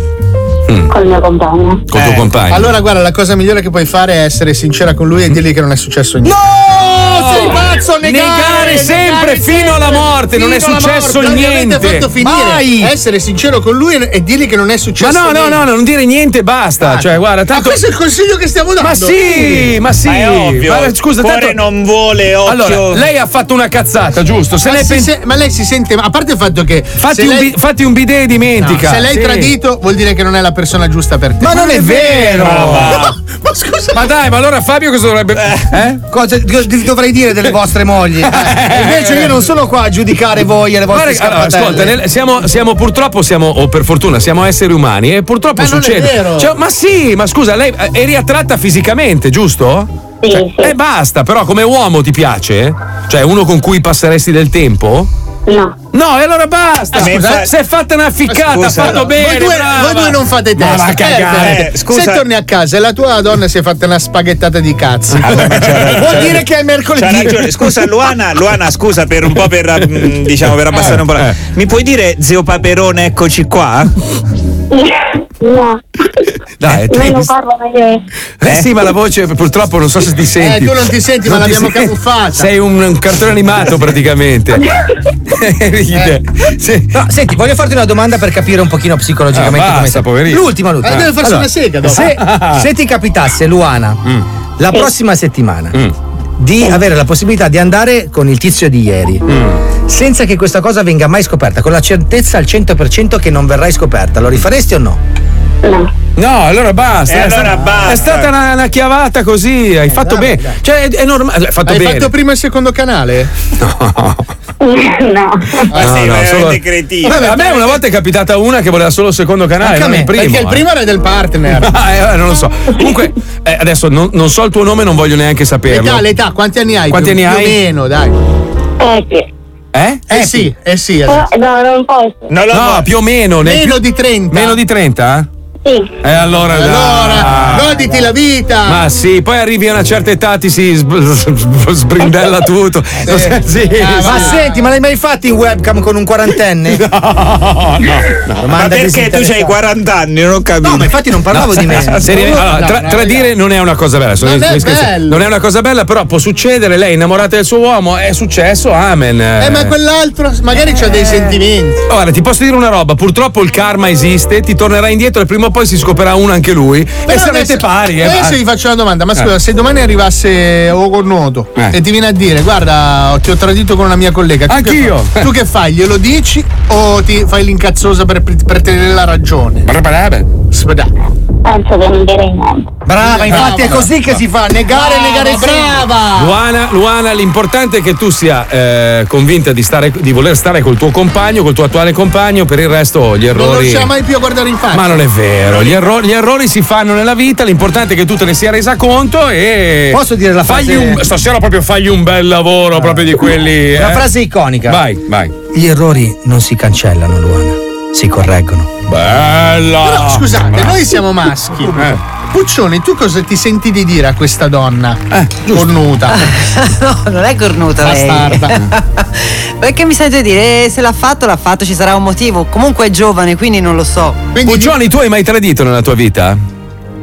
Col mio compagno.
Col
Eh.
tuo compagno. Mm-hmm.
Allora, guarda, la cosa migliore che puoi fare è essere sincera con lui e dirgli che non è successo niente.
Oh,
No, sei pazzo, negare, negare
sempre fino alla morte, non è
Fino alla
successo
morte, non
niente.
l'avete fatto finire.
Mai.
Essere sincero con lui e- e dirgli che non è
Ma
successo
no, no,
niente.
no, no, non dire niente e basta. Cioè, guarda, tanto.
Ah. Ma questo è il consiglio che stiamo dando.
Ma sì, ma sì.
è ovvio.
Ma scusa,
Cuore
tanto-
non vuole, occhio.
Allora, lei ha fatto una cazzata, giusto? Se
ma,
lei
si
pen-
se- ma lei si sente, a parte il fatto che.
fatti,
se
un
lei-
bi- fatti un bidet e dimentica.
No, se l'hai
Sì.
tradito, vuol dire che non è la persona giusta per te.
Ma non è vero!
Ma
Ma-
va. Ma scusa.
Ma dai, ma allora Fabio cosa dovrebbe. Eh?
Cosa cosa ti dovrei dire delle vostre mogli? Eh, Invece io non sono qua a giudicare voi e le vostre
Guarda, allora,
scappatelle.
ascolta, nel- siamo, siamo purtroppo, siamo, o per fortuna, siamo esseri umani e purtroppo
Ma non è
succede.
vero.
Cioè, ma sì, ma scusa, lei eh, eri attratta fisicamente, giusto?
Sì,
Cioè,
sì.
Eh, basta, però come uomo ti piace? Cioè, uno con cui passeresti del tempo?
No.
No, e allora basta.
Ah,
Scusa,
scusa.
eh, si è fatta una ficcata, ha
Scusa,
fatto
no.
bene.
Voi due,
brava.
voi due non fate
Ma va
testa.
a cagare.
Eh,
scusa.
Se torni a casa e la tua donna si è fatta una spaghettata di cazzi.
C'ha-
è mercoledì.
C'ha ragione. Scusa, Luana, Luana, scusa per un po' per, mm, diciamo, per abbassare un po'.
Eh.
la- Mi puoi dire, zio Paperone, eccoci qua?
No,
Dai,
non
eh,
lo parlo meglio.
eh, sì, ma la voce purtroppo non so se ti senti.
Eh, tu non ti senti, ma
Non ti
l'abbiamo
senti.
camuffata.
Sei un, un cartone animato praticamente. Ride. Sì.
Eh. No, senti, voglio farti una domanda per capire un pochino psicologicamente
Ah, basta,
come sei.
poverino.
L'ultima, l'ultima.
Eh, deve farsi una sega dopo.
Se, se ti capitasse, Luana,
Mm.
la prossima settimana di avere la possibilità di andare con il tizio di ieri,
Mm.
senza che questa cosa venga mai scoperta, con la certezza al 100% che non verrai scoperta, lo rifaresti o no?
No, allora basta.
E
è,
Eh, allora
stata,
basta.
è stata una, una chiavata così. Hai fatto
Eh, dai,
bene. Cioè, è, è normale. Hai fatto
Hai
bene.
fatto prima il secondo canale?
No.
Ma sei
Ah, no,
veramente
solo-
cretino.
Vabbè, a me una volta è capitata una che voleva solo il secondo canale,
Anche a
non
me,
il primo.
perché il
eh.
primo era del partner.
Ah, eh, eh, non lo so. Comunque, eh, adesso non, non so il tuo nome, non voglio neanche saperlo.
L'età, l'età, quanti anni hai?
Quanti
Più-
anni hai?
Più o meno, dai.
Eh sì.
Eh?
Eh sì, eh sì.
Però-
adesso.
no, non posso.
no, più o meno. nel
Meno
più-
di 30.
Meno di 30?
Sì.
E allora.
Allora,
dai.
goditi la vita.
Ma sì, poi arrivi a una certa età, ti si sb- sb- sbrindella tutto.
Eh,
Non so- sì, Ah,
Ah,
sì.
Ma senti, ma l'hai mai fatto in webcam con un quarantenne?
No, no, no.
Ma perché tu
disinteressante.
hai 40 anni? Non ho capito.
No, ma infatti non parlavo di me.
Seri- allora, tra- tradire non è una cosa bella, sono-
Non è
scherzo.
bello.
non è una cosa bella, però può succedere. Lei è innamorata del suo uomo, è successo, amen. Oh,
Eh, ma quell'altro
Eh.
magari c'ha dei sentimenti.
Guarda, ti posso dire una roba, purtroppo il karma esiste, ti tornerà indietro al primo poi si scoperà uno anche lui e sarete pari. Eh,
adesso gli faccio una domanda, ma scusa,
Eh.
se domani arrivasse Ogonnoto
Eh.
e ti viene a dire guarda, ti ho tradito con una mia collega. tu che
Anch'io.
fai? Tu che fai? Glielo dici o ti fai l'incazzosa per, per tenere la ragione? Aspetta.
Penso che non direi niente.
Brava,
infatti è così che si fa, negare, negare sì.
Ah.
Luana, Luana, l'importante è che tu sia eh, convinta di, stare, di voler stare col tuo compagno, col tuo attuale compagno, per il resto gli
Non
errori.
riusciamo mai più a guardare in faccia.
Ma non è vero, gli, erro- gli errori si fanno nella vita, l'importante è che tu te ne sia resa conto e.
Posso dire la
Fagli
frase-
un- stasera proprio fagli un bel lavoro, proprio di quelli.
Una
eh.
frase iconica.
Vai, vai.
Gli errori non si cancellano, Luana, si correggono.
Bella! Eh.
Però scusate, noi siamo maschi. Puccioni, tu cosa ti senti di dire a questa donna?
Eh,
Cornuta.
no, non è cornuta lei.
Bastarda.
Perché mi sento dire, eh, se l'ha fatto, l'ha fatto, ci sarà un motivo. Comunque è giovane, quindi non lo so.
Puccioni, tu hai mai tradito nella tua vita?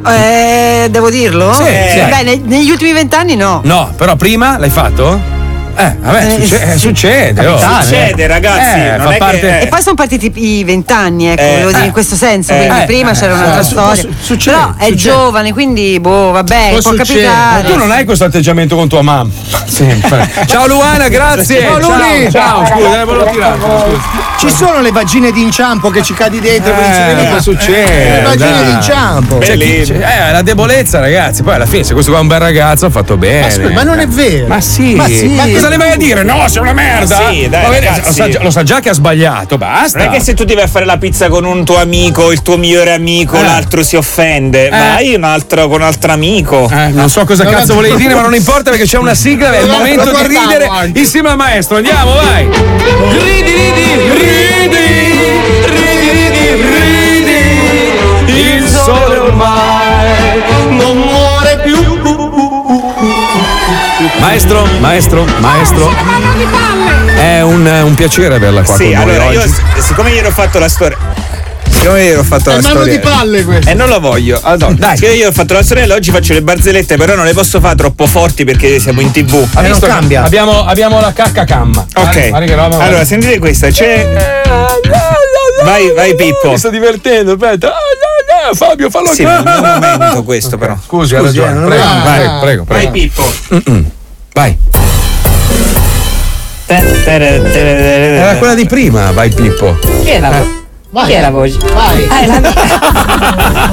Eh, devo dirlo?
Sì,
Eh,
sì.
Beh, ne- negli ultimi vent'anni no.
No, però prima l'hai fatto? Eh, vabbè,
Eh,
succe- eh,
sì.
succede. oh.
Succede,
ragazzi,
Eh,
non
fa
è che-
parte.
E poi sono partiti i vent'anni, ecco,
Eh,
volevo dire
eh,
in questo senso.
eh,
quindi
eh,
prima
eh,
c'era un'altra
eh,
storia.
può su- succede,
Però è
succede.
giovane, quindi boh, vabbè, può,
Ma
capitare.
tu non hai questo atteggiamento con tua mamma. Sempre. Ciao Luana, grazie.
Ciao,
Ciao,
Luni. Ciao,
scusa,
ragazzi,
eh, volevo
grazie
tirare.
Ci sono le vagine di inciampo che ci cadi dentro. quindi ci vedi
Eh,
qua.
cosa succede?
Le vagine
dai.
di inciampo.
C'è chi- c'è- eh, la debolezza, ragazzi. Poi alla fine, se questo qua è un bel ragazzo, ha fatto bene.
Ma, scusa, ma non è vero.
Ma sì.
Ma sì.
Ma cosa ne vai a dire? No, sei una merda.
Sì,
Va bene, lo,
ragazzi.
sa, già- lo sa già che ha sbagliato, basta.
Non è che
se tu ti vai a fare la pizza con un tuo amico, il tuo migliore amico,
Eh.
l'altro si offende. Vai un altro con un altro amico.
Eh, non so cosa
Non
cazzo
la-
volevi dire, ma non importa perché c'è una sigla, è il
Non la-
momento
la
di
guardavo
ridere
anche.
insieme al maestro. Andiamo, vai! Ridi, ridi, ridi, ridi, ridi, ridi, il sole ormai non muore più. Eh. Maestro, maestro, maestro. È un, un piacere averla qua
Sì,
con noi
allora
oggi.
io, s- siccome ieri ho fatto la storia. Siccome ieri ho fatto
È
la
mano
storia.
di palle
questo. E non lo voglio. Ah, no. Dai. Siccome ieri ho fatto la sorella, oggi faccio le barzellette, però non le posso fare troppo forti perché siamo in tv.
Ha visto che Eh, Abbiamo, abbiamo la cacca camma.
Ok.
Guarda che roba,
allora, sentite questa, c'è.
Eh.
Vai, vai, Pippo.
Mi sto divertendo, aspetta. Ah, no, no, Fabio, fallo
Sì,
anche-
ma non è un momento questo, però. eh,
Scusi, eh, ha ragione. Prego, prego, prego, prego.
Vai, Pippo.
Vai. Era quella di prima, vai Pippo. Eh.
Chi è la voce? Chi è la voce? Ah, è la mia.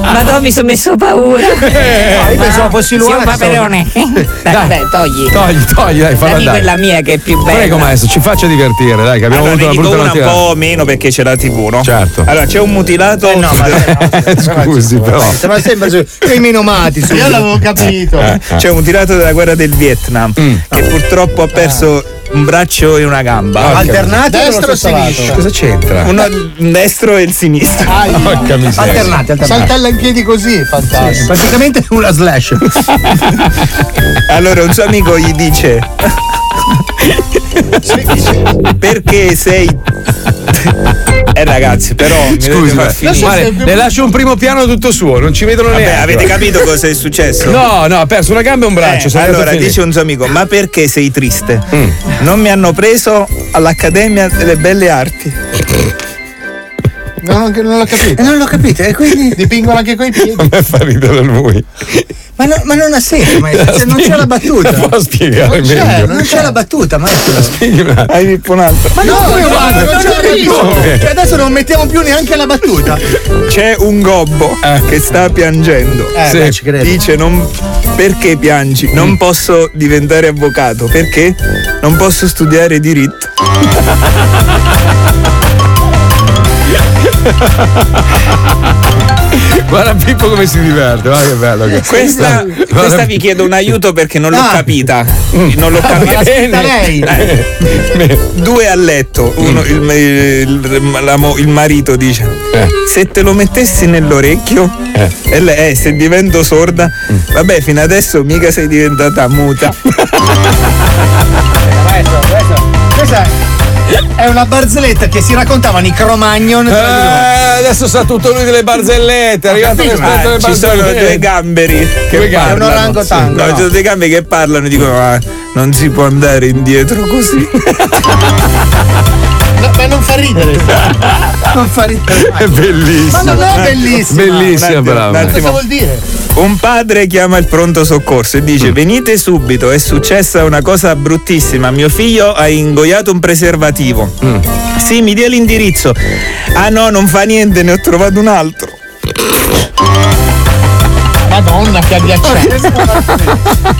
Madonna, mi sono messo paura.
Eh,
io pensavo fossi
Sì,
Luana
un
che stavo-
paperone. Dai, dai, togli.
Togli, togli, dai, falla
Dammi
andare.
quella mia che è più bella.
Prego maestro, ci faccia divertire, dai, che abbiamo
Allora, ne
avuto
dico
una brutta
una un
mattina.
po' meno perché c'è la tv, no? Eh, Certo. Allora, c'è un mutilato. no, ma
Scusi, però.
Ma sembra su- dei menomati. su.
Io l'avevo
capito.
Eh,
C'è un tirato della guerra del Vietnam
Mm.
che purtroppo
Eh.
ha perso un braccio e una gamba.
Ah, ok. Alternati o
Destro
uno
e
sottolato?
sinistro.
Cosa
c'entra?
Uno un destro e il sinistro.
Porca miseria.
Alternati, alternati.
Saltella in piedi così, fantastico.
Eh,
Praticamente una slash.
Allora un suo amico gli dice Perché sei Eh ragazzi però mi dovete
Scusi,
far
guarda,
finire.
guarda, le lascio un primo piano tutto suo, non ci vedono
Vabbè,
neanche.
avete capito cosa è successo?
No, no, ha perso una gamba e un braccio.
Eh,
sono andato
allora
a finire.
dice un suo amico Ma perché sei triste? Non mi hanno preso all'Accademia delle Belle Arti
No, Eh, non, non l'ho
Eh,
capito. non l'ho capito, e quindi. Dipingono anche coi piedi.
A me fa ridere lui.
Ma, no- ma non ha senso, ma cioè, non c'è la battuta.
La può spiegare
non c'è,
meglio?
non c'è la battuta, ma.
Hai Pippo un altro
Ma no, come
no,
guarda,
no,
non c'è
no,
la battuta.
no.
Cioè, adesso non mettiamo più neanche la battuta.
C'è un gobbo che sta piangendo.
Eh, Sì. beh, ci credo.
Dice non- perché piangi? Non posso diventare avvocato. Perché? Non posso studiare diritto.
Guarda Pippo come si diverte, guarda che bello. che-
Eh, Questa, questa vi chiedo un aiuto perché non l'ho
Ah.
capita. Non
Ah,
l'ho capita.
Bene.
Eh. Due a letto. Uno, il, il- la mo- il marito dice:
Eh.
Se te lo mettessi nell'orecchio, e lei, eh, se divento sorda,
Mm.
vabbè, fino adesso mica sei diventata muta.
Questa è una barzelletta che si raccontavano i Cromagnon.
Eh, adesso sa tutto lui delle barzellette, è arrivato
Capito?
l'esperto delle
Ah, ci sono
barzellette.
due gamberi che
Due gamberi.
parlano.
È un orangotango,
No,
no.
ci sono due gamberi che parlano e dicono: "Ah, non si può andare indietro così.
ma non fa ridere. non fa ridere.
È bellissimo.
Ma non è bellissimo.
Bellissima, brava.
Cosa vuol dire?
Un padre chiama il pronto soccorso e
Mm.
dice: Venite subito, è successa una cosa bruttissima. Mio figlio ha ingoiato un preservativo.
Mm.
Sì, mi dia l'indirizzo. Ah no, non fa niente, ne ho trovato un altro.
Madonna che
Oh,
agghiacciante.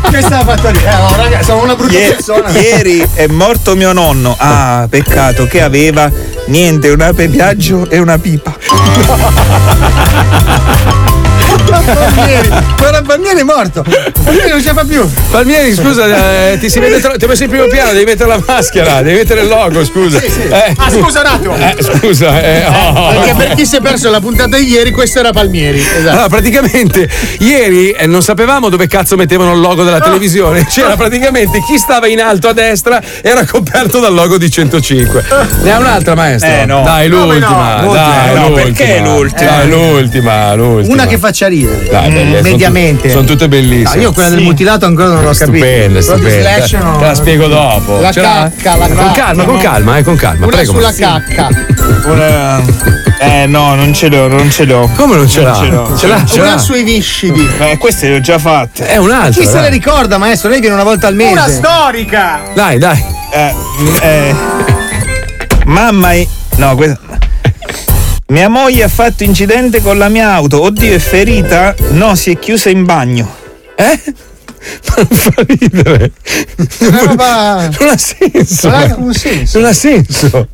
Questa è la fattoria. Eh, oh, raga, sono una brutta
Ie-
persona.
Ieri è morto mio nonno. Ah, peccato che aveva niente, un ape viaggio e una pipa.
Palmieri, guarda Palmieri è morto. Palmieri non ce la fa più.
Palmieri, scusa, eh, ti si vede tro- ti ho messo in primo piano, devi mettere la maschera, devi mettere il logo, scusa.
Sì, sì.
Eh,
Ah, scusa un attimo.
Eh, scusa, eh, oh.
Perché per chi si è perso la puntata di ieri, questo era Palmieri. Esatto.
Allora, praticamente ieri eh, non sapevamo dove cazzo mettevano il logo della televisione. C'era praticamente chi stava in alto a destra era coperto dal logo di 105. Ne ha un'altra maestra?
Eh, no.
Dai,
Come no?
l'ultima.
L'ultima,
eh,
Dai,
no,
l'ultima.
perché l'ultima?
Dai, l'ultima, l'ultima.
Eh. Una che faccia ridere.
Dai, dai,
Mm,
dai, son
mediamente.
tu- Sono tutte bellissime.
No, io quella del mutilato ancora non l'ho capito.
Stupenda, stupenda. Te la spiego dopo.
La
Ce l'ha?
cacca, la
Con
cacca,
calma, con
no?
calma, eh, con calma.
Una
Prego.
sulla
Massimo.
cacca.
Una- Eh no, non ce l'ho, non ce l'ho.
Come non ce l'ha?
ce l'ho.
Ce l'ha, ce
Una
l'ha.
sui viscidi.
Eh, queste le ho già fatte.
È un'altra.
Chi se le
dai.
ricorda, maestro? Lei viene una volta al mese.
Una storica.
Dai, dai.
Eh, m- eh. Mamma e... No, questa... Mia moglie ha fatto incidente con la mia auto. Oddio, è ferita? No, si è chiusa in bagno. Eh?
Non fa ridere.
Una roba.
Non ha senso.
Non ha alcun senso.
Non ha senso.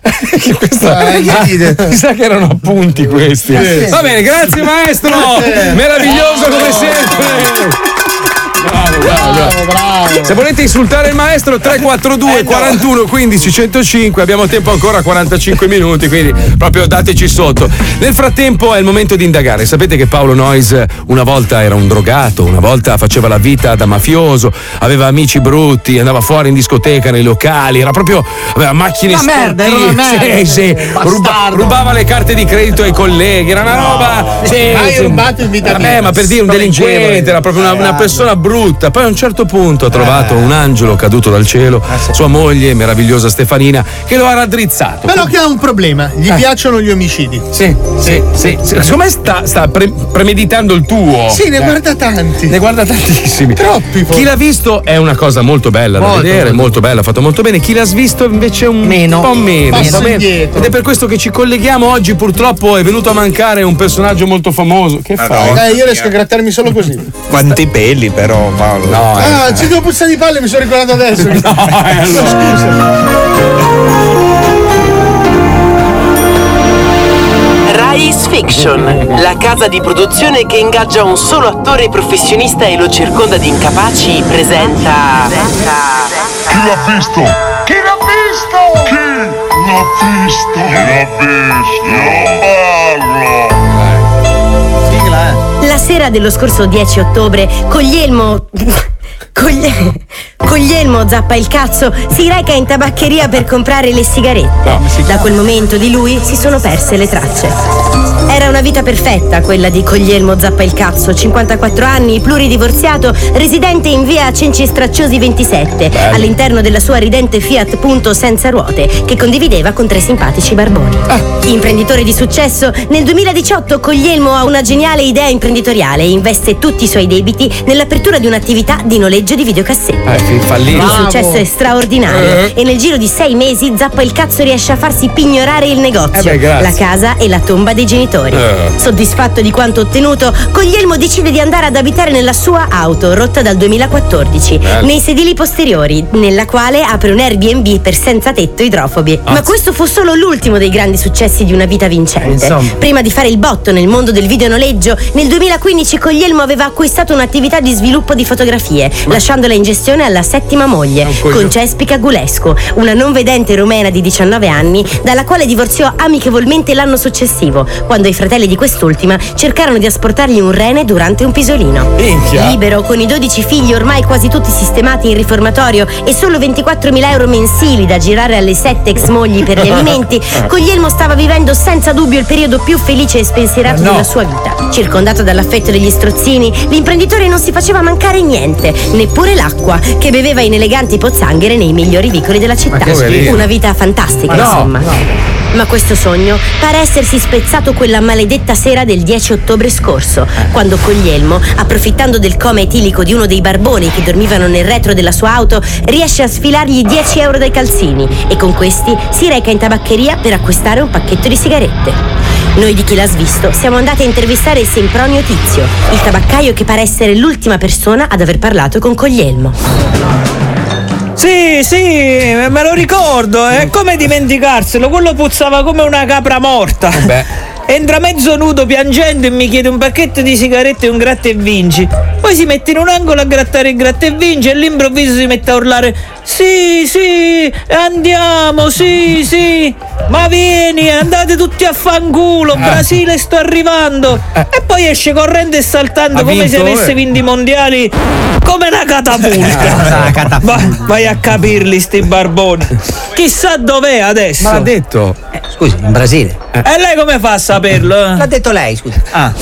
Che questa-
Eh, che
ah,
ride.
mi sa che erano appunti questi.
Eh,
Sì.
Va bene, grazie maestro.
Grazie.
Meraviglioso come
Bravo.
sempre. Bravo, bravo, bravo.
Bravo, bravo.
Se volete insultare il maestro 342 41 15 105 abbiamo tempo ancora 45 minuti quindi proprio dateci sotto. Nel frattempo è il momento di indagare. Sapete che Paolo Noyes una volta era un drogato, una volta faceva la vita da mafioso, aveva amici brutti, andava fuori in discoteca, nei locali, era proprio aveva macchine
Una merda, era una
sportive,
merda.
sì, sì.
Bastardo.
Ruba- rubava le carte di credito ai colleghi, era una roba sì,
Hai
sì.
rubato in vita mia.
Eh, ma per dire un delinquente, era proprio una, una persona brutta. Poi a un certo punto ha trovato un angelo caduto dal cielo, sua moglie, meravigliosa Stefanina, che lo ha raddrizzato.
Però che ha un problema,
Eh.
gli piacciono gli omicidi.
Sì, sì, sì. sì. Secondo me sta, sta pre- premeditando il tuo.
Sì, ne
Eh.
guarda tanti.
Ne guarda tantissimi.
Troppi.
Chi l'ha visto è una cosa molto bella da
Molto,
vedere,
molto.
molto bella, fatto molto bene. Chi l'ha svisto invece è un
Meno.
po' meno.
Passo
va bene?
indietro.
Ed è per questo che ci colleghiamo oggi. Purtroppo è venuto a mancare un personaggio molto famoso. Che fai?
Dai, Eh, io riesco a grattarmi solo così.
Eh.
Quanti peli però, Paolo.
No, eh.
Ah, c'è due puzza di palle, mi sono ricordato adesso.
No,
Rais Fiction, la casa di produzione che ingaggia un solo attore professionista e lo circonda di incapaci, presenta.
Chi l'ha visto? Chi l'ha visto? Chi l'ha visto? Chi l'ha visto? Non parlo!
La sera dello scorso 10 ottobre, Coglielmo. Coglie- Coglielmo Zappa il cazzo si reca in tabaccheria per comprare le sigarette. da quel momento di lui si sono perse le tracce. Era una vita perfetta quella di Coglielmo Zappa il cazzo, 54 anni, pluridivorziato, residente in via Cenci Stracciosi 27, all'interno della sua ridente Fiat Punto senza ruote, che condivideva con tre simpatici barboni. Imprenditore di successo, nel 2018 Coglielmo ha una geniale idea imprenditoriale e investe tutti i suoi debiti nell'apertura di un'attività di noleggio di videocassette.
Eh, fallito.
Il successo è straordinario
Eh.
e nel giro di sei mesi Zappa il cazzo riesce a farsi pignorare il negozio,
Eh beh, grazie.
la casa e la tomba dei genitori.
Eh.
Soddisfatto di quanto ottenuto, Coglielmo decide di andare ad abitare nella sua auto, rotta dal 2014,
Bello.
nei sedili posteriori, nella quale apre un Airbnb per senza tetto idrofobi. Ma questo fu solo l'ultimo dei grandi successi di una vita vincente.
Insomma.
Prima di fare il botto nel mondo del videonoleggio, nel 2015 Coglielmo aveva acquistato un'attività di sviluppo di fotografie, lasciandola in gestione alla settima moglie,
coglione.
con Cespica Gulescu, una non vedente rumena di 19 anni, dalla quale divorziò amichevolmente l'anno successivo, quando i fratelli di quest'ultima cercarono di asportargli un rene durante un pisolino.
Minchia.
Libero, con i 12 figli ormai quasi tutti sistemati in riformatorio e solo 24.000 euro mensili da girare alle sette ex mogli per
Eh,
gli alimenti, Coglielmo stava vivendo senza dubbio il periodo più felice e spensierato della sua vita. Circondato dall'affetto degli strozzini, l'imprenditore non si faceva mancare niente, neppure l'acqua, che beveva in eleganti pozzanghere nei migliori vicoli della città.
che schifo.
Una vita fantastica,
Ma no,
insomma. Ma questo sogno pare essersi spezzato quella maledetta sera del 10 ottobre scorso, quando Coglielmo, approfittando del coma etilico di uno dei barboni che dormivano nel retro della sua auto, riesce a sfilargli 10 euro dai calzini e con questi si reca in tabaccheria per acquistare un pacchetto di sigarette. Noi di chi l'ha svisto siamo andati a intervistare Sempronio Tizio, il tabaccaio che pare essere l'ultima persona ad aver parlato con Coglielmo.
Sì, sì, me lo ricordo,
Mm.
è come dimenticarselo, quello puzzava come una capra morta.
Eh
Entra mezzo nudo piangendo e mi chiede un pacchetto di sigarette e un gratta e vinci. Poi si mette in un angolo a grattare il gratta e vinci e all'improvviso si mette a urlare Sì, sì, andiamo, sì, sì, ma vieni, andate tutti a
Ah.
fanculo, Brasile sto arrivando. E poi esce correndo e saltando
Eh. Ha
come se
vinto,
avesse
eh.
vinto i mondiali come una catapulta. Va- vai a capirli sti barboni. Chissà dov'è adesso. Eh.
Ma l'ha
detto.
Eh,
Scusi, in Brasile.
E lei come fa a saperlo? L'ha
detto lei, scusa.
Ah.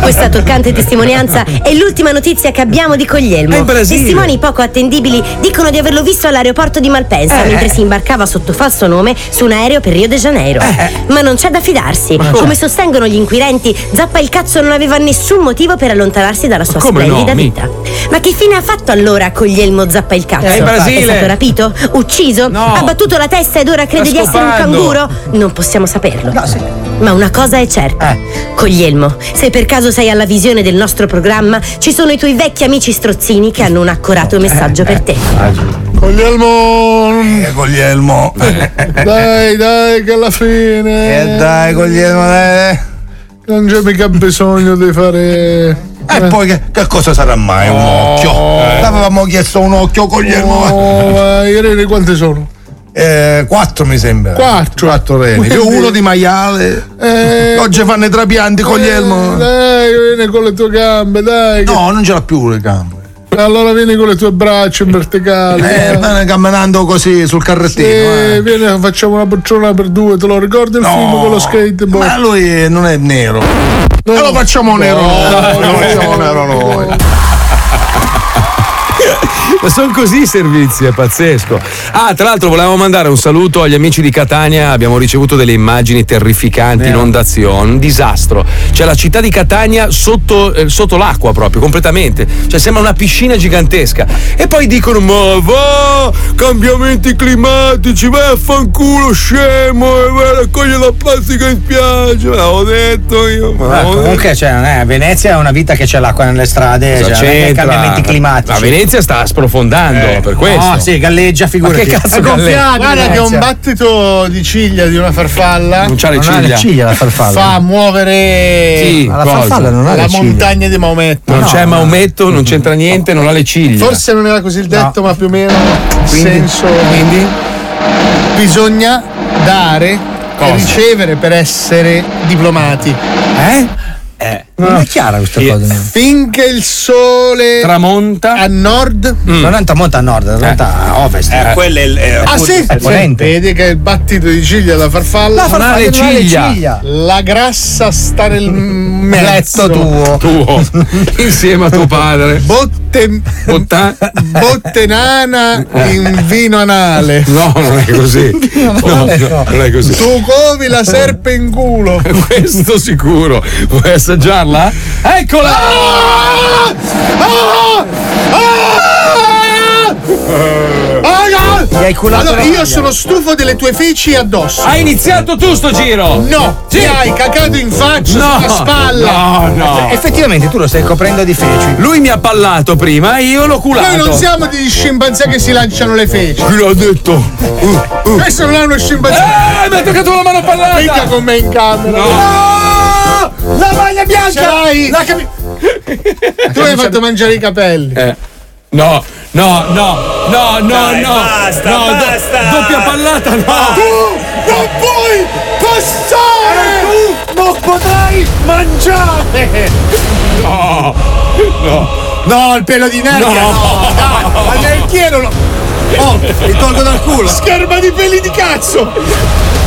Questa toccante testimonianza è l'ultima notizia che abbiamo di Coglielmo. Testimoni poco attendibili dicono di averlo visto all'aeroporto di Malpensa Eh, mentre eh. si imbarcava sotto falso nome su un aereo per Rio de Janeiro. Ma non c'è da fidarsi. Ma Come come? sostengono gli inquirenti, Zappa il cazzo non aveva nessun motivo per allontanarsi dalla sua
Come no,
splendida
mi-
vita. Ma che fine ha fatto allora Coglielmo Zappa il cazzo?
È Eh, in Brasile.
È stato rapito? Ucciso? Ha battuto la testa ed ora crede Sta di essere un scopando. canguro? Non possiamo saperlo. Ma una cosa è certa.
Eh.
Coglielmo, se per caso sei alla visione del nostro programma, ci sono i tuoi vecchi amici strozzini che hanno un accurato messaggio per te.
Eh,
Coglielmo!
Coglielmo!
Dai, dai, che alla fine!
Eh, dai, Coglielmo, dai!
Non c'è mica bisogno di fare.
E
Eh,
poi che, che cosa sarà mai un occhio? Oh.
Oh.
Eh. L'avevamo chiesto un occhio, Coglielmo.
Oh, i reni quanti sono?
Eh, quattro mi sembra.
Quattro.
Quattro reni. Più
Quindi-
uno di maiale. Oggi fanno i trapianti, Coglielmo.
Eh, Dai, vieni con le tue gambe, dai.
No, non ce l'ha più le gambe.
Allora vieni con le tue braccia in verticale.
Eh, bene, camminando così sul carrettino. eh.
Sì, vieni, facciamo una bocciona per due, te lo ricordi il film con lo skateboard?
Ma lui non è nero.
No,
lo facciamo nero. noi, lo facciamo nero noi.
Ma sono così i servizi, è pazzesco. Ah, tra l'altro volevamo mandare un saluto agli amici di Catania, abbiamo ricevuto delle immagini terrificanti, inondazioni, un disastro. C'è la città di Catania sotto, eh, sotto l'acqua proprio, completamente. Cioè sembra una piscina gigantesca. E poi dicono, ma va, cambiamenti climatici, vai a fanculo scemo, e vai a raccogliere la plastica in spiaggia, me l'avevo detto io. me
Ah,
l'avevo detto.
comunque, cioè, non è- Venezia è una vita che c'è l'acqua nelle strade,
Cosa
cioè, non è che i
c'entra?
cambiamenti climatici.
La Venezia sta sprofondando
Eh,
per questo.
No, sì, galleggia, figurati.
Ma che cazzo
È
galleggia?
gonfiabile,
Guarda che
Venezia.
un battito di ciglia di una farfalla.
Non c'ha le
Non ha
ciglia.
la farfalla.
Fa muovere
Sì, Ma la cosa? farfalla non ha
la
le ciglia.
montagna di Maometto.
Non c'è Maometto, non c'entra niente, non ha le ciglia.
Forse non era così il detto, ma più o meno il senso. bisogna dare e ricevere per essere diplomati.
Eh? Non è chiara questa cosa.
Finché il sole
tramonta
a nord,
Non è un tramonto a nord, in realtà a ovest.
Eh, quello è il- è Ah, appunto- sì?
È ponente.
Vedi che il battito di ciglia della farfalla
La farfalla Non ha le non ha le ciglia. ciglia.
La grassa sta nel mezzo
Mezzo tuo.
Tuo. Oh, Insieme a tuo padre.
Botte, bottenana in vino anale.
Eh. No, non è così. No, no, non è così.
Tu covi la serpe in culo.
Questo sicuro. Vuoi assaggiarla? Eccola! Oh,
Ah, no!
Gli hai culato
Allora,
la
io
maglia.
sono stufo delle tue feci addosso.
Hai iniziato tu sto giro?
No,
Sì.
ti hai cagato in faccia,
No,
sulla spalla.
no, no.
Effettivamente tu lo stai coprendo di feci.
Lui mi ha pallato prima e io l'ho culato.
Noi non siamo degli scimpanzé che si lanciano le feci.
Chi l'ha detto?
Questo non è uno scimpanzé.
Uh, Eh, mi ha toccato la mano pallata.
Mica Ah! con me in camera. No! La maglia bianca! Ce l'hai! La capi- tu hai fatto mangiare i capelli.
Eh. No, no, no, no, no,
Dai,
no.
basta,
no, do-
basta.
doppia pallata, no.
Tu non puoi passare!
Eh,
tu non potrai mangiare!
No! No!
No, il pelo di nervio!
No.
dai, ma nel chiedo lo... Oh, mi tolgo dal culo! Scherma di peli di cazzo!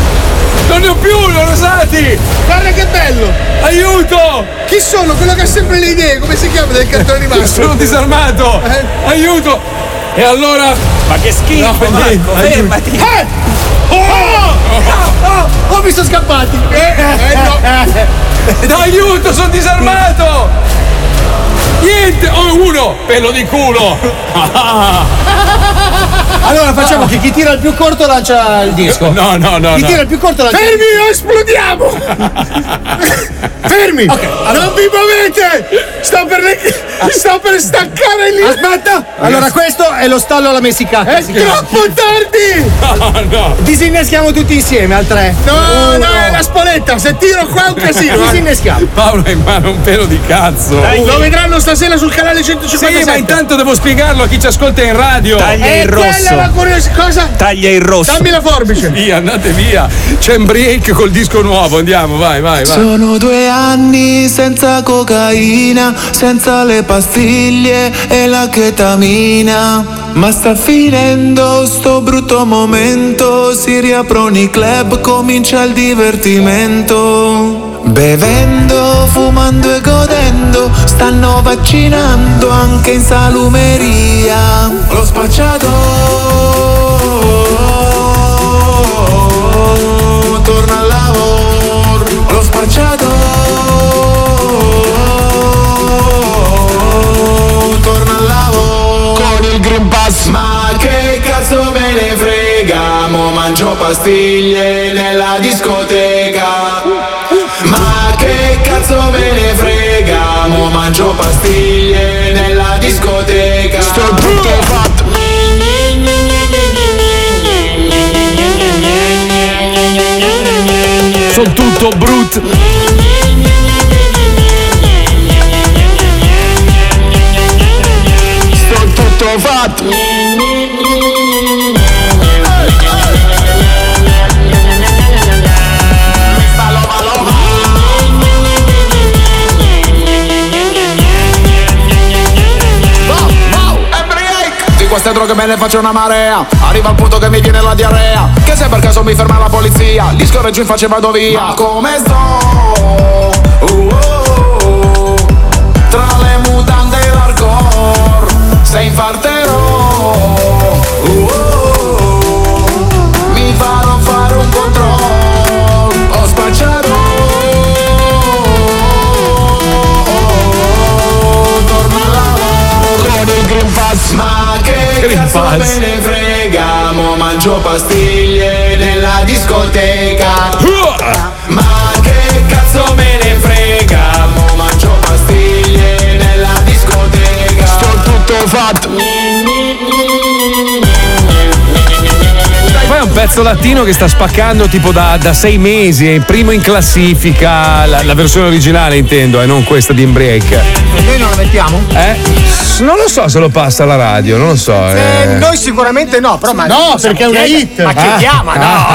Non ne ho più, l'ho rosati!
Guarda che bello!
Aiuto!
Chi sono? Quello che ha sempre le idee, come si chiama del cartone animato? Eh?
Sono disarmato! Aiuto! E allora.
Ma che schifo!
No, niente, aiuto.
fermati!
Eh! Oh! Oh! Oh! Ho visto scappati! Eh, eh,
Eh,
no.
Aiuto, sono disarmato! Niente! Oh, uno! Pelo di culo!
Allora facciamo che chi tira il più corto lancia il disco.
No, no, no.
Chi
no.
tira il più corto lancia
Fermi o esplodiamo! Fermi! Non vi muovete! Sto per,
Ah.
le- sto per staccare lì!
Aspetta! Allora questo è lo stallo alla messicana.
È troppo tardi!
No, no!
Disinneschiamo tutti insieme al 3.
No, no, è la spoletta! Se tiro qua è un casino!
eh.
Disinneschiamo.
Paolo ha in mano un pelo di cazzo!
Dai, Lo vedranno stasera sul canale
Sì,
157.
ma intanto devo spiegarlo a chi ci ascolta in radio.
Taglia
Eh,
il
quella è la
rosso.
curiosa cosa.
Taglia il rosso.
Dammi la forbice.
Via, andate via. C'è un break col disco nuovo. Andiamo, vai, vai, vai.
Sono due anni senza cocaina, senza le pastiglie e la chetamina. Ma sta finendo sto brutto momento, si riaprono i club, comincia il divertimento. Bevendo, fumando e godendo, stanno vaccinando anche in salumeria. Lo spacciato torna al lavoro, lo spacciato torna al lavoro con il Green Pass. Ma che cazzo me ne frega, mo mangio pastiglie nella discoteca. Ma che cazzo me ne frega, mo mangio pastiglie nella discoteca. Sto tutto fatto.
Sono tutto brut.
Sto tutto fatto. Di queste droghe me ne faccio una marea Arriva al punto che mi viene la diarrea Che se per caso mi ferma la polizia Gli scorreggio in faccia e vado via Ma come sto? Uh, oh, oh. Tra le mutande e l'arcor Se infarterò Uh, oh, oh. Mi farò fare un controllo Ho spacciato Torno al lavoro Con il Green Pass Ma che
Green
cazzo
Pass.
me ne frega Mo mangio pastiglie nella discoteca Ma che cazzo me ne frega Mo mangio pastiglie nella discoteca Sto tutto fatto
Dai, poi è un pezzo latino che sta spaccando tipo da, da sei mesi. È il primo in classifica. La, la versione originale intendo, e non questa di in break.
Noi non la mettiamo?
Eh? S- Non lo so se lo passa alla radio, non lo so.
Eh,
eh.
noi sicuramente no, però ma
No,
ma
perché è una
chiedi-
hit. Ah.
Ma chiediamo, ma no,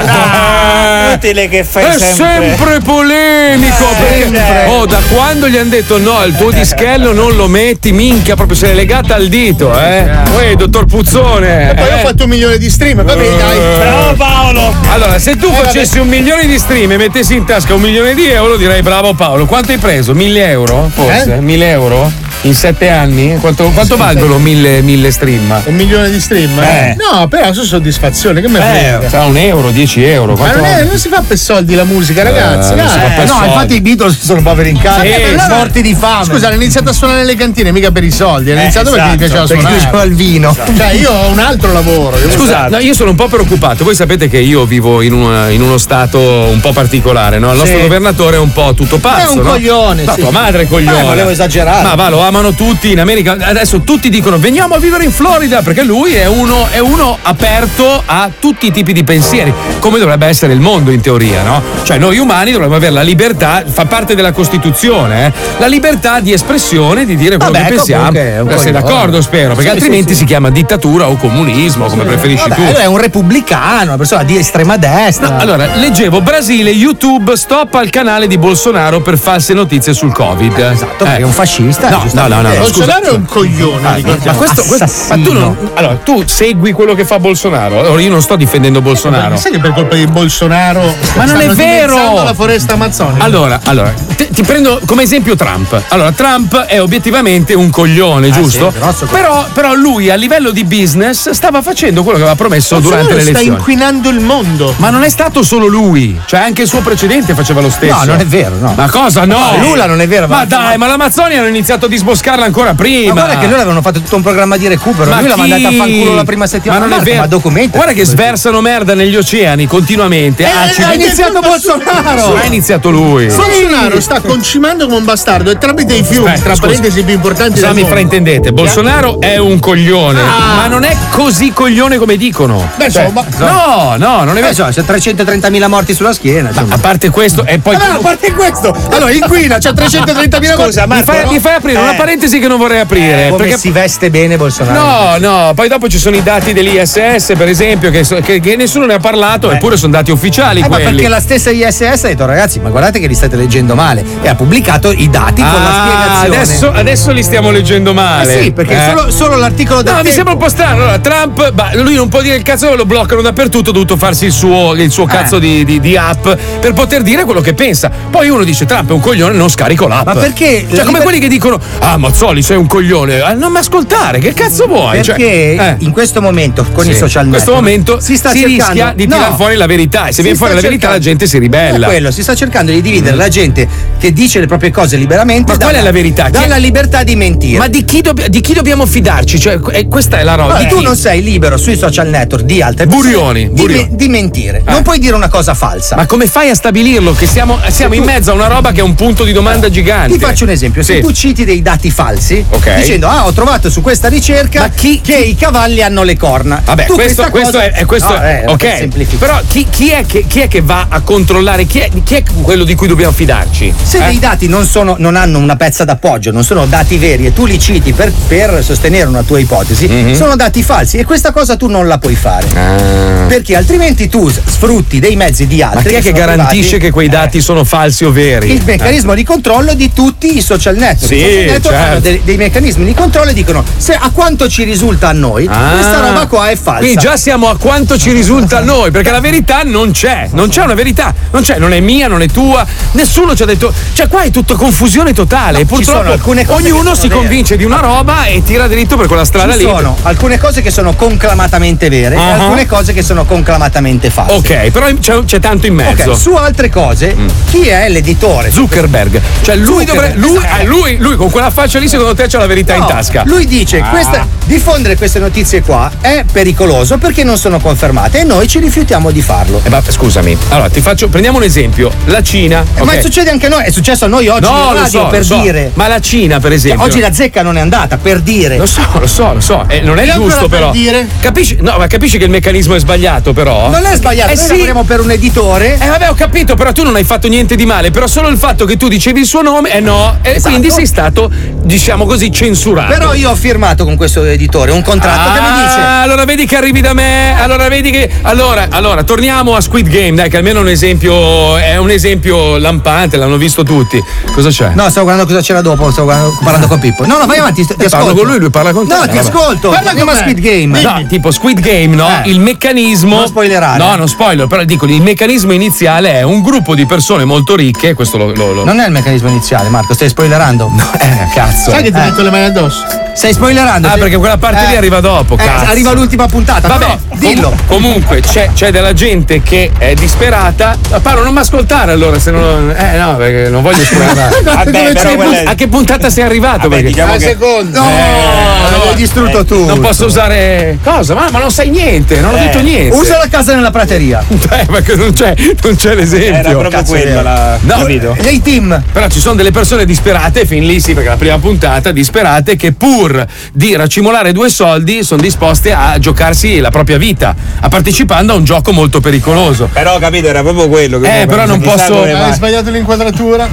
Ah.
Inutile che fai
È sempre, polemico.
Eh.
perché- oh, da quando gli hanno detto no, il tuo dischello non lo metti, minchia, proprio se l'è legata al dito, eh. Uè, dottor Puzzone.
Poi ho
eh.
fatto un milione di stream, va bene, dai.
Bravo Paolo!
Allora, se
Eh,
tu facessi un milione di stream e mettessi in tasca un milione di euro, direi bravo Paolo. Quanto hai preso? Mille euro? Forse?
Eh?
Mille euro? In sette anni? Quanto, quanto valgono mille, mille stream?
Un milione di stream?
Eh.
No, però su soddisfazione, che me frega.
Sarà un euro, dieci euro.
Ma
quanto-
non, è- non si fa per soldi la musica, ragazzi.
Eh, non si fa
dai.
per soldi.
infatti i Beatles sono poveri in casa,
Eh, però-
morti di fame.
Scusa, hanno iniziato a suonare nelle cantine, mica per i soldi, hanno
Eh,
iniziato perché
esatto,
gli piaceva
perché
suonare.
piaceva il
vino. Cioè, io ho un altro lavoro. io-
Scusa, no, io sono un po' preoccupato. Voi sapete che io vivo in, una- in uno stato un po' particolare, no? Il nostro
Sì.
governatore è un po' tutto pazzo.
È un
no?
coglione,
No,
sì.
tua madre è coglione.
Eh, volevo esagerare.
Ma va, lo amano tutti in America. Adesso tutti dicono veniamo a vivere in Florida perché lui è uno, è uno aperto a tutti i tipi di pensieri, come dovrebbe essere il mondo in teoria, no? Cioè noi umani dovremmo avere la libertà, fa parte della Costituzione, eh? la libertà di espressione, di dire quello
Vabbè,
che pensiamo.
comunque è un
Eh, Sei
coglione.
d'accordo, spero, perché
Sì, sì,
altrimenti
sì.
si chiama dittatura o comunismo, come preferisci
Vabbè,
tu.
lui è un repubblicano, una persona di estrema destra.
Allora, leggevo Brasile, YouTube stop al canale di Bolsonaro per false notizie sul Covid.
Esatto, perché è un fascista,
No, no, no, no, no, scusa.
Bolsonaro è un coglione.
Ah,
diciamo.
ma questo, questo ma tu non, allora tu segui quello che fa Bolsonaro allora io non sto difendendo Bolsonaro
Sai che per colpa di Bolsonaro.
Ma non è
stanno
vero!
dimezzando la foresta amazzonica.
allora, allora te- ti prendo come esempio Trump. Allora, Trump è obiettivamente un coglione,
Ah,
giusto?
sì, grosso coglione.
però, però lui a livello di business stava facendo quello che aveva promesso
Bolsonaro
durante le
sta
elezioni.
inquinando il mondo.
Ma non è stato solo lui, cioè anche il suo precedente faceva lo stesso.
No, non è vero, no.
Ma cosa no?
No, Lula non è vero,
Ma
ma-
dai, ma l'Amazzonia hanno iniziato a disboscarla ancora prima.
Ma guarda che loro avevano fatto tutto un programma di recupero.
Ma
lui l'ha
chi?
mandata a fanculo la prima settimana.
Ma non è
Marco,
vero.
Ma documenta.
Guarda che sversano merda negli oceani continuamente. acidi.
ha iniziato Bolsonaro!
Ha iniziato lui.
Bolsonaro sta concimando come un bastardo e tramite i fiumi,
Aspetta,
tra
Eh, scusa.
parentesi più importanti
Già
del
mi
mondo.
fraintendete, Bolsonaro è un coglione,
Ah.
ma non è così coglione come dicono.
Beh, insomma.
no, no, non è vero.
Cioè, c'è 330.000 morti sulla schiena.
A parte questo, e poi.
Allora, a parte questo, allora inquina, c'è 330.000
Scusa,
mi,
Marco,
fai,
no?
mi fai aprire una
Eh.
parentesi che non vorrei aprire.
Come
Eh, perché
si veste bene Bolsonaro. Eh,
No, no, poi dopo ci sono i dati dell'ISS, per esempio, che, so- che- che nessuno ne ha parlato, eppure sono dati ufficiali
Eh, ma
quelli.
perché la stessa ISS ha detto ragazzi ma guardate che li state leggendo male e ha pubblicato i dati con la
Ah,
spiegazione
Adesso, adesso li stiamo leggendo male.
Eh sì, perché solo- solo l'articolo
No,
del
mi
Tempo.
sembra un po' strano. Allora, Trump, bah, lui non può dire il cazzo, lo bloccano dappertutto. Ha dovuto farsi il suo, il
Eh.
suo cazzo di, di- di app per poter dire quello che pensa. Poi uno dice: Trump è un coglione, non scarico l'app.
Ma perché-
Cioè, come quelli che dicono: Ah, Mazzoli, sei un coglione. Ah, non mi ascoltare, che cazzo vuoi?
perché
Cioè, eh.
in questo momento con
Sì.
i social
In
network
questo momento
si, sta
si
cercando-
rischia di tirar fuori la verità, e se
Si
viene
sta
fuori la verità,
cercando-
la gente si ribella. Mm.
È quello, si sta cercando di dividere la gente che dice le proprie cose liberamente
Ma qual è la verità? Chi è-
dalla libertà di mentire
Ma di chi, dobb- di chi dobbiamo fidarci? Cioè, eh, questa è la roba.
Allora,
Di
tu
chi?
non sei libero sui social network di altre persone
Burioni,
di,
Burioni. Eh.
me- di mentire. Non puoi dire una cosa falsa.
Ma come fai a stabilirlo? Che siamo, siamo in mezzo a una roba che è un punto di domanda gigante.
Ti faccio un esempio,
Sì.
se tu citi dei dati falsi
Ok.
dicendo ah ho trovato su questa ricerca che i cavalli hanno le corna.
Vabbè,
Tu
questo,
questa
questo
cosa-
è, è questo
No,
è-
eh, per
ok.
semplificare.
Però chi, chi è che, chi è che va a controllare? Chi è, chi è quello di cui dobbiamo fidarci?
Se
Eh?
dei dati non, sono- non hanno una pezza d'appoggio, non sono dati veri e tu li citi per, per sostenere una tua ipotesi,
Mhm.
sono dati falsi e questa cosa tu non la puoi fare.
Ah.
Perché altrimenti tu s- sfrutti dei mezzi di altri.
Ma chi è che
sono
garantisce
privati,
che quei dati sono falsi o veri?
il meccanismo di controllo di tutti i social network.
Sì,
I social network
certo.
hanno dei, dei meccanismi di controllo e dicono se a quanto ci risulta a noi,
Ah.
questa roba qua è falsa.
Quindi già siamo a quanto ci risulta a noi, perché la verità non c'è, non c'è una verità, non c'è, non è mia, non è tua, nessuno ci ha detto. Cioè, qua è tutta confusione totale. e
sono
purtroppo
alcune cose
ognuno
che
si
sono vere.
convince di una roba e tira dritto per quella strada
Ci
lì.
sono alcune cose che sono conclamatamente vere e
Ah.
alcune cose che sono conclamatamente false.
Ok, però c'è, c'è tanto in mezzo. Mm.
Ok, su altre cose, chi è l'editore?
Zuckerberg. Cioè, lui
Zuckerberg,
dovrebbe. Lui,
esatto.
eh, lui- lui con quella faccia lì, secondo te, c'ha la verità in
No,
tasca.
Lui dice:
Ah.
questa- diffondere queste notizie qua è pericoloso perché non sono confermate e noi ci rifiutiamo di farlo.
Eh, ma scusami, allora ti faccio. Prendiamo un esempio. La Cina.
Eh,
ok.
Ma succede anche a noi, è successo a noi oggi
No,
in
lo
radio
so,
per
lo so.
dire.
Ma la Cina, per
Cioè,
esempio.
oggi la zecca non è andata, per dire.
Lo so, lo so, lo so. Eh, non è
Vediamo
giusto,
cosa per
però.
dire.
Capisci? No, ma capisci che il meccanismo è sbagliato, però.
Non è sbagliato,
Eh
noi
sì.
lavoriamo per un editore.
Eh vabbè ho capito, però tu non hai fatto niente di male, però solo il fatto che tu dicevi il suo nome, eh no, e
Esatto.
quindi sei stato, diciamo così, censurato.
Però io ho firmato con questo editore un contratto che mi dice.
Ah, allora vedi che arrivi da me. Allora vedi che. Allora, allora, torniamo a Squid Game, dai, che almeno è un esempio. È un esempio lampante, l'hanno visto tutti. Cosa c'è?
No, stavo guardando cosa c'era dopo, stavo guardando- parlando con Pippo. No, no, vai avanti, sto- ti
Parlo
ascolto.
con lui, lui parla con te.
No, ti
Vabbè.
ascolto. Parla come Squid Game.
No, tipo Squid Game, no?
Eh.
Il meccanismo.
Non spoilerare.
No, non spoiler, però dico il meccanismo iniziale è un gruppo di persone molto ricche. Questo lo. lo, lo-
Non è il meccanismo iniziale, Marco, stai spoilerando.
Eh, cazzo.
Sai che ti metto le mani addosso?
Stai spoilerando.
Ah, perché quella parte lì arriva dopo,
Eh,
cazzo.
arriva l'ultima puntata.
Vabbè,
Vabbè,
com-
dillo.
comunque c'è, c'è della gente che è disperata. Ma Paolo, non mi ascoltare allora, se non. Eh no, perché non voglio spoilerare.
Vabbè,
Dove
però
sei?
quella è-
a che puntata sei arrivato?
Vabbè,
perché-
diciamo
Ah,
che-
se-
seconda.
Eh, allora,
l'hai distrutto tu. Eh.
Non posso usare. Cosa? Ma, ma non sai niente, non ho detto niente.
Usa la casa nella prateria.
Eh, ma che non c'è, non c'è l'esempio.
Era proprio
Cazzo,
quella
vero.
la-
No, eh,
capito?
Dei eh, team.
però ci sono delle persone disperate, fin lì sì, perché la prima puntata, disperate, che pur di racimolare due soldi sono disposte a giocarsi la propria vita, a partecipando a un gioco molto pericoloso.
Però capito, era proprio quello che
Eh,
mi-
però non
chissà
posso-
come
Hai
mai.
sbagliato l'inquadratura?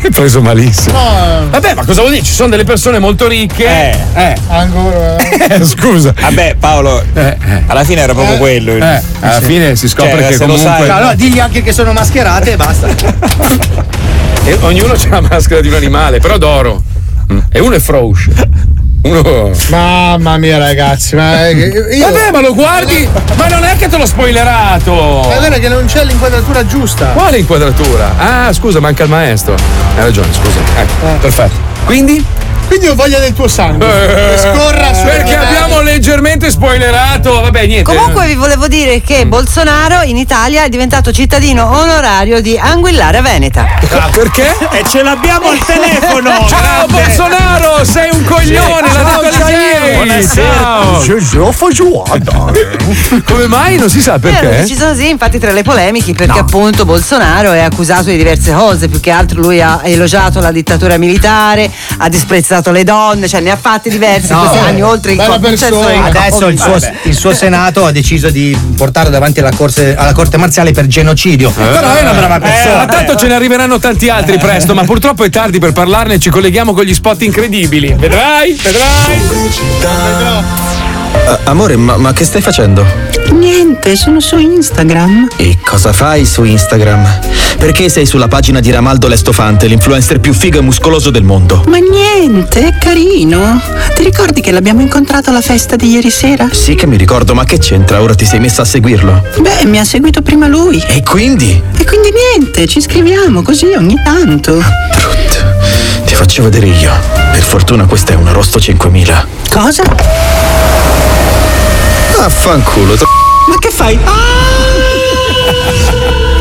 È preso malissimo.
No,
Vabbè, Eh, ma cosa vuol dire? Ci sono delle persone molto ricche.
Eh.
eh.
ancora.
Eh, scusa.
Vabbè, Paolo, alla fine era proprio quello. il-
Eh, alla fine si scopre
Cioè,
che
se lo
comunque
No,
sai-
allora digli anche che sono mascherate e basta.
Eh, ognuno c'ha la maschera di un animale, però d'oro. E uno è Frousch. Uno.
Mamma mia, ragazzi, ma eh, io.
Vabbè, ma lo guardi, ma non è che te l'ho spoilerato!
Ma guarda che non c'è l'inquadratura giusta.
Quale inquadratura? Ah, scusa, manca il maestro. Hai ragione, scusa. Ecco, Perfetto. Quindi?
Eh.
Eh.
Quindi ho voglia del tuo sangue. Che scorra su.
Perché abbiamo leggermente spoilerato. Vabbè, niente.
Comunque vi volevo dire che Bolsonaro in Italia è diventato cittadino onorario di Anguillare Veneta.
Perché?
E ce l'abbiamo al
Oh,
telefono!
Ciao Bolsonaro, sei un coglione, l'ha detto Alighieri. Ciao. Come mai? Non si sa
Eh, hanno
perché.
deciso così, infatti, tra le polemiche, perché appunto Bolsonaro è accusato di diverse cose. Più che altro lui ha elogiato la dittatura militare, ha disprezzato le donne, cioè ne ha fatte diverse in questi anni, oltre cioè, che
Adesso il suo, il suo senato ha deciso di portarlo davanti alla, corse- alla corte marziale per genocidio. Però è una brava
Eh,
persona.
ma tanto ce ne arriveranno tanti altri presto, ma purtroppo è tardi per parlarne, ci colleghiamo con gli spot incredibili. Vedrai, vedrai.
Ah, amore, ma, ma che stai facendo?
Niente, sono su Instagram.
E cosa fai su Instagram? Perché sei sulla pagina di Ramaldo Lestofante, l'influencer più figo e muscoloso del mondo?
Ma niente, è carino. Ti ricordi che l'abbiamo incontrato alla festa di ieri sera?
Sì che mi ricordo, ma che c'entra? Ora ti sei messa a seguirlo.
Beh, mi ha seguito prima lui.
E quindi?
E quindi niente, ci scriviamo così ogni tanto.
Ti faccio vedere io. Per fortuna questa è una Rosto 5000.
Cosa?
Affanculo. t-
Ma che fai?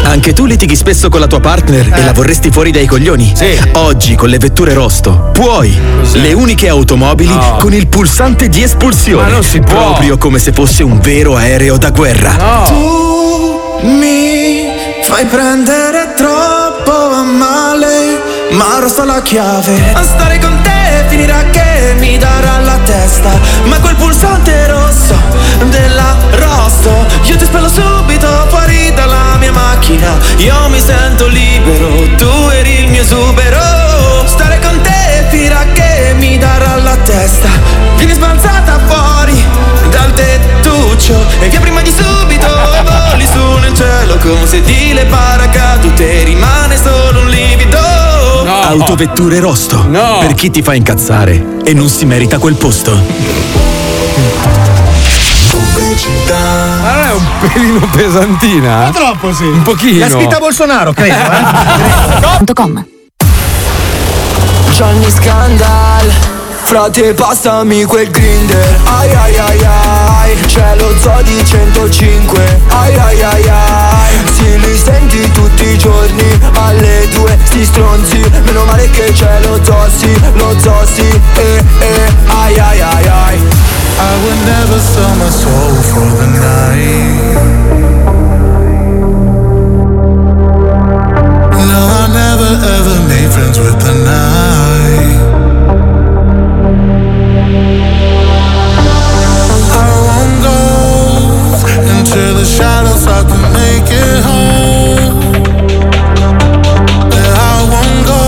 Anche tu litighi spesso con la tua partner
Eh.
e la vorresti fuori dai coglioni? Sì. Oggi con le vetture Rosto puoi. Le uniche automobili con il pulsante di espulsione.
Ma non si può.
Proprio come se fosse un vero aereo da guerra.
Tu mi fai prendere troppo a male, ma rossa la chiave. A stare con te finirà che mi darà la testa, ma quel pulsante rosso della rosso, io ti spello subito fuori dalla mia macchina. Io mi sento libero, tu eri il mio supero. Stare con te finirà che mi darà la testa, vieni sbalzata fuori dal tettuccio e via prima di subito voli su nel cielo come se di le paracadute rimane solo un livido
Autovetture Rosto. Per chi ti fa incazzare e non si merita quel posto.
Ma non Ah, è un pelino eh? pesantina? Un
troppo sì.
Un pochino.
L'ha scritta Bolsonaro, credo. Eh? .com.
Johnny Scandal Frate passami quel grinder Ai ai ai ai C'è lo zoo di 105 Ai ai ai ai Si li senti tutti i giorni Alle due sti stronzi Meno male che c'è lo zossi Lo zossi Eh eh ai ai ai ai
I would never sell my soul for the night. No, I never ever made friends with the night. I won't go into the shadows so I can make it home. And I won't go,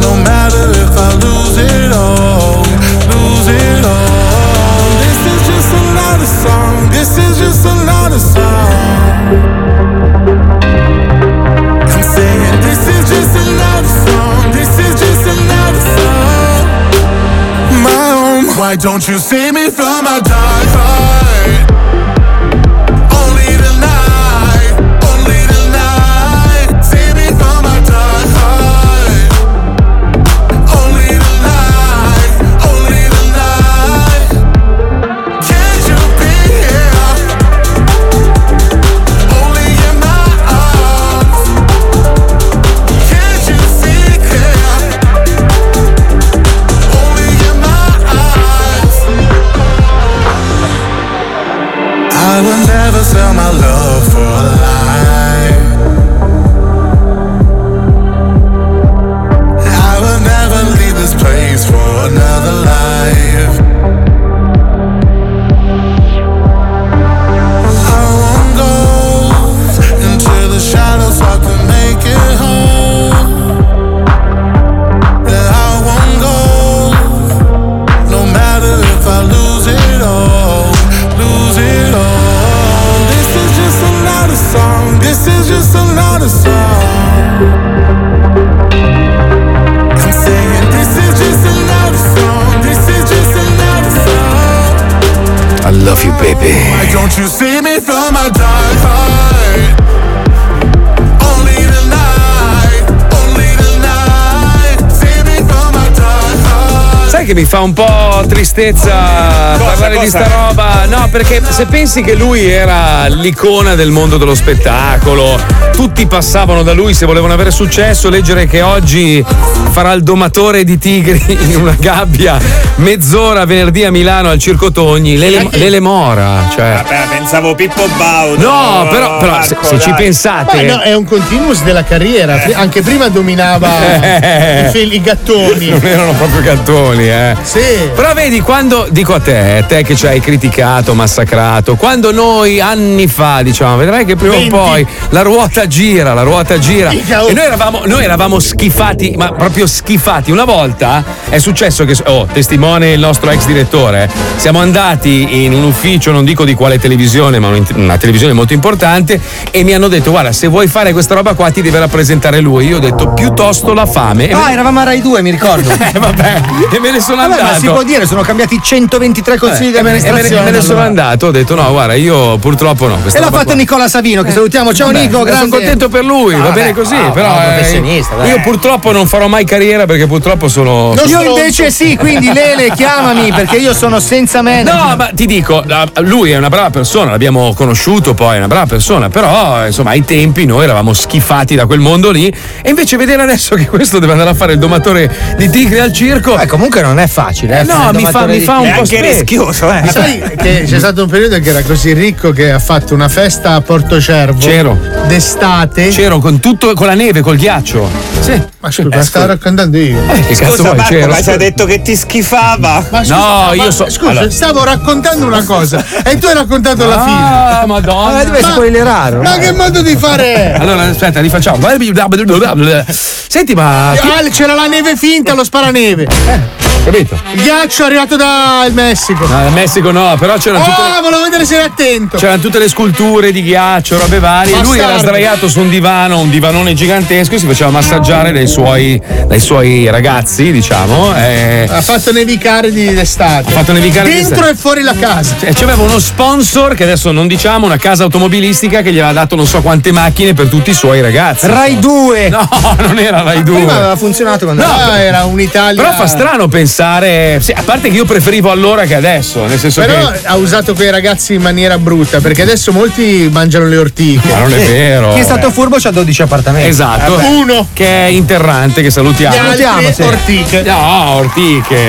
no matter if I lose it all, lose it all. This is just another song. This is just another song. I'm saying this is just another song. This is just another song. My own. Why don't you see me from my dark side? Only tonight, only tonight. See me from my dark side. Only tonight, only tonight. Can't you be here? Only in my arms. Can't you see clear? Only in my eyes.
Why don't you see me through my dark side? Only the night, only the night. See me through my dark side.
Sai che mi fa un po' tristezza parlare di sta roba? No, perché se pensi che lui era l'icona del mondo dello spettacolo, tutti passavano da lui se volevano avere successo, leggere che oggi farà il domatore di tigri in una gabbia mezz'ora venerdì a Milano al Circo Togni, l'ele, l'Elemora, cioè...
Vabbè, Eh, pensavo Pippo Baudo.
No, però, però se,
Marco,
se ci
dai.
pensate...
Beh, no, è un continuous della carriera. Pri- Anche prima dominava
Eh.
i, fel- i gattoni.
Non erano proprio gattoni, eh.
Sì.
Però vedi, quando dico a te, eh, te che ci hai criticato, massacrato, quando noi anni fa diciamo, vedrai che prima
Venti.
o poi la ruota gira, la ruota gira.
Mica, oh.
E noi eravamo, noi eravamo schifati, ma proprio schifati. Una volta è successo che, oh, testimone il nostro ex direttore, eh, siamo andati in un ufficio, non dico di quale televisione, ma un- una televisione molto importante, e mi hanno detto, guarda, se vuoi fare questa roba qua ti deve rappresentare lui. Io ho detto, piuttosto la fame. E
No,
me-
eravamo a Rai 2, mi ricordo.
Eh, vabbè, e me ne sono
Vabbè,
andato.
Ma si può dire, sono cambiati 123 consigli di
Eh, e me ne- e me ne-
amministrazione.
me ne sono
allora.
andato, ho detto no, guarda, io purtroppo no. questa
E l'ha
roba
fatto
qua- Eh,
Nicola Savino, che salutiamo. Ciao
Vabbè,
Nico, grande.
Sono contento per lui, va bene così,
ah,
però eh, io purtroppo non farò mai carriera perché purtroppo sono
io invece sì, quindi Lele, chiamami perché io sono senza me.
No, ma ti dico, la- lui è una brava persona, l'abbiamo conosciuto poi, è una brava persona, però eh, insomma ai tempi noi eravamo schifati da quel mondo lì e invece vedere adesso che questo deve andare a fare il domatore di tigri al circo... Beh,
comunque non è facile.
Eh, no, mi fa, mi fa un po' specie.
eh.
eh.
Ma Sai che c'è stato un periodo che era così ricco che ha fatto una festa a Porto Cervo.
C'ero.
D'estate.
C'ero con tutto, con la neve, col ghiaccio. Sì.
Ma scusa,
Eh,
stavo
scusa. Eh,
raccontando io.
che cazzo
Scusa,
vuoi,
Marco,
c'ero?
ma ci
Scusa.
ha detto che ti schifava.
Ma scusa,
Ah, No,
ma-
io so-
Scusa,
allora-
stavo raccontando una cosa e tu hai raccontato la
Ah,
fine.
madonna. Ma dove
spoilerare? Ma che modo di fare è?
Allora, aspetta, rifacciamo. Senti, ma. Eh,
Ah, c'era la neve finta, lo sparaneve.
capito?
Il ghiaccio è arrivato dal Messico.
No, in Ah, Messico no, però c'erano tutte,
Ah, volevo vedere se eri attento.
c'erano tutte le sculture di ghiaccio, robe varie. Lui era
Bastardo.
sdraiato su un divano, un divanone gigantesco, e si faceva massaggiare dai suoi, dai suoi ragazzi, diciamo. e-
Ha fatto nevicare di d'estate. Ha
fatto nevicare
Dentro
d'estate.
e fuori la casa.
E c'aveva uno sponsor che adesso non diciamo, una casa automobilistica che gli aveva dato non so quante macchine per tutti i suoi ragazzi.
Rai 2.
No, non era Rai 2.
Prima aveva funzionato quando
No,
era-
era
un'Italia.
Però fa strano pensare, sì, a parte che io preferivo allora che adesso, nel senso
Però
Cioè che
ha usato quei ragazzi in maniera brutta perché adesso molti mangiano le ortiche.
Ma non è
Sì.
vero.
Chi è stato furbo c'ha 12 appartamenti.
Esatto.
Vabbè.
Uno che è interrante che salutiamo.
eh, Gli altri Salutiamo, sì.
ortiche.
No, ortiche.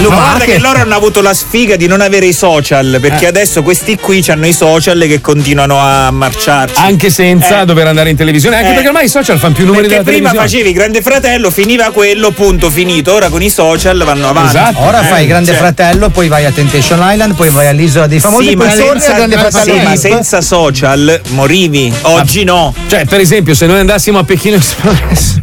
Ma guarda che loro hanno avuto la sfiga di non avere i social, perché
Eh.
adesso questi qui hanno i social che continuano a marciarci.
Anche senza
Eh.
dover andare in televisione, anche
Eh.
perché ormai i social fanno più numeri
perché
della
prima
televisione.
facevi Grande Fratello, finiva quello, punto, finito. Ora con i social vanno avanti.
Esatto.
Esatto. Ora
Eh,
fai Grande
cioè-
Fratello, poi vai a Temptation Island, poi vai all'isola dei famosi,
Sì,
poi
ma
torni a
senza,
Grande
ma
Fratello. Ecco.
sì, ma senza social morivi. Oggi no.
Cioè, per esempio, se noi andassimo a Pechino Express.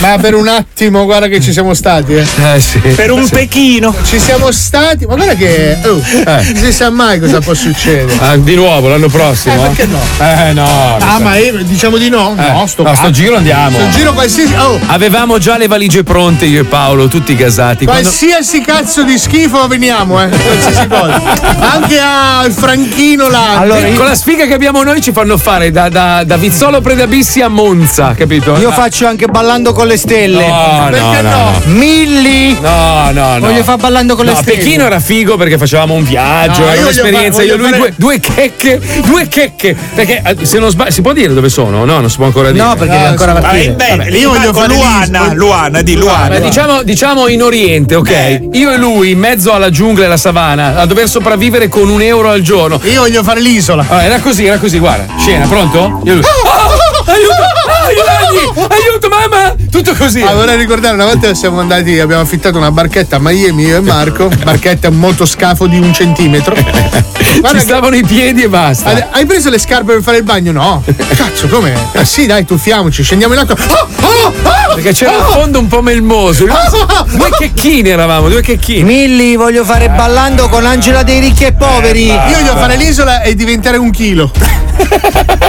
Ma per un attimo, guarda che ci siamo stati. Eh,
sì.
Per un Pechino.
Ci siamo stati. Ma guarda che. Oh,
Eh.
Non si sa mai cosa può succedere.
Ah, di nuovo l'anno prossimo?
Eh, perché no?
Eh no.
Ah, ma eh, diciamo di no?
Eh,
no, sto,
no,
cazzo.
sto giro andiamo.
Sto giro qualsiasi. Oh,
Avevamo già le valigie pronte io e Paolo, tutti gasati. Quando-
Qualsiasi cazzo di schifo veniamo, eh. Qualsiasi cosa. Anche al Franchino là.
Allora, con la sfiga che abbiamo noi ci fanno fare da, da, da Vizzolo Predabissi a Monza, capito?
Io faccio anche ballando con le stelle.
No, no, no, no.
Milli.
No, no, no.
Voglio far ballando con le
No,
stelle.
Pechino era figo perché facevamo un viaggio,
No,
era
io voglio
un'esperienza.
fare-
Io e lui
voglio
due, due checche, due checche. Perché eh, se non sbaglio, si può dire dove sono? No, non si può ancora dire.
No, perché deve ancora partire.
Vabbè,
Vabbè, io voglio fare Luana, Luana, di Luana.
Beh, diciamo, diciamo in Oriente, ok? Io e lui in mezzo alla giungla e alla savana a dover sopravvivere con un euro al giorno. Ah,
Io voglio fare l'isola.
era così, era così, guarda. Scena, pronto? Io e lui. Ah, aiuto! Ah, i ragni! Aiuto, mamma! Tutto così.
Ah, vorrei ricordare una volta che siamo andati, abbiamo affittato una barchetta a Miami, io e Marco. Barchetta un motoscafo di un centimetro. Guarda,
Ci stavano i piedi e basta.
Hai hai preso le scarpe per fare il bagno? No. Cazzo, come? Ah, sì, dai, tuffiamoci, scendiamo in acqua. Oh, oh, oh,
Perché c'era
oh.
il fondo un po' melmoso. Due checchini eravamo, due checchini.
Milli, voglio fare
Eh,
ballando con Angela dei ricchi e poveri.
Io voglio fare l'isola e diventare un chilo.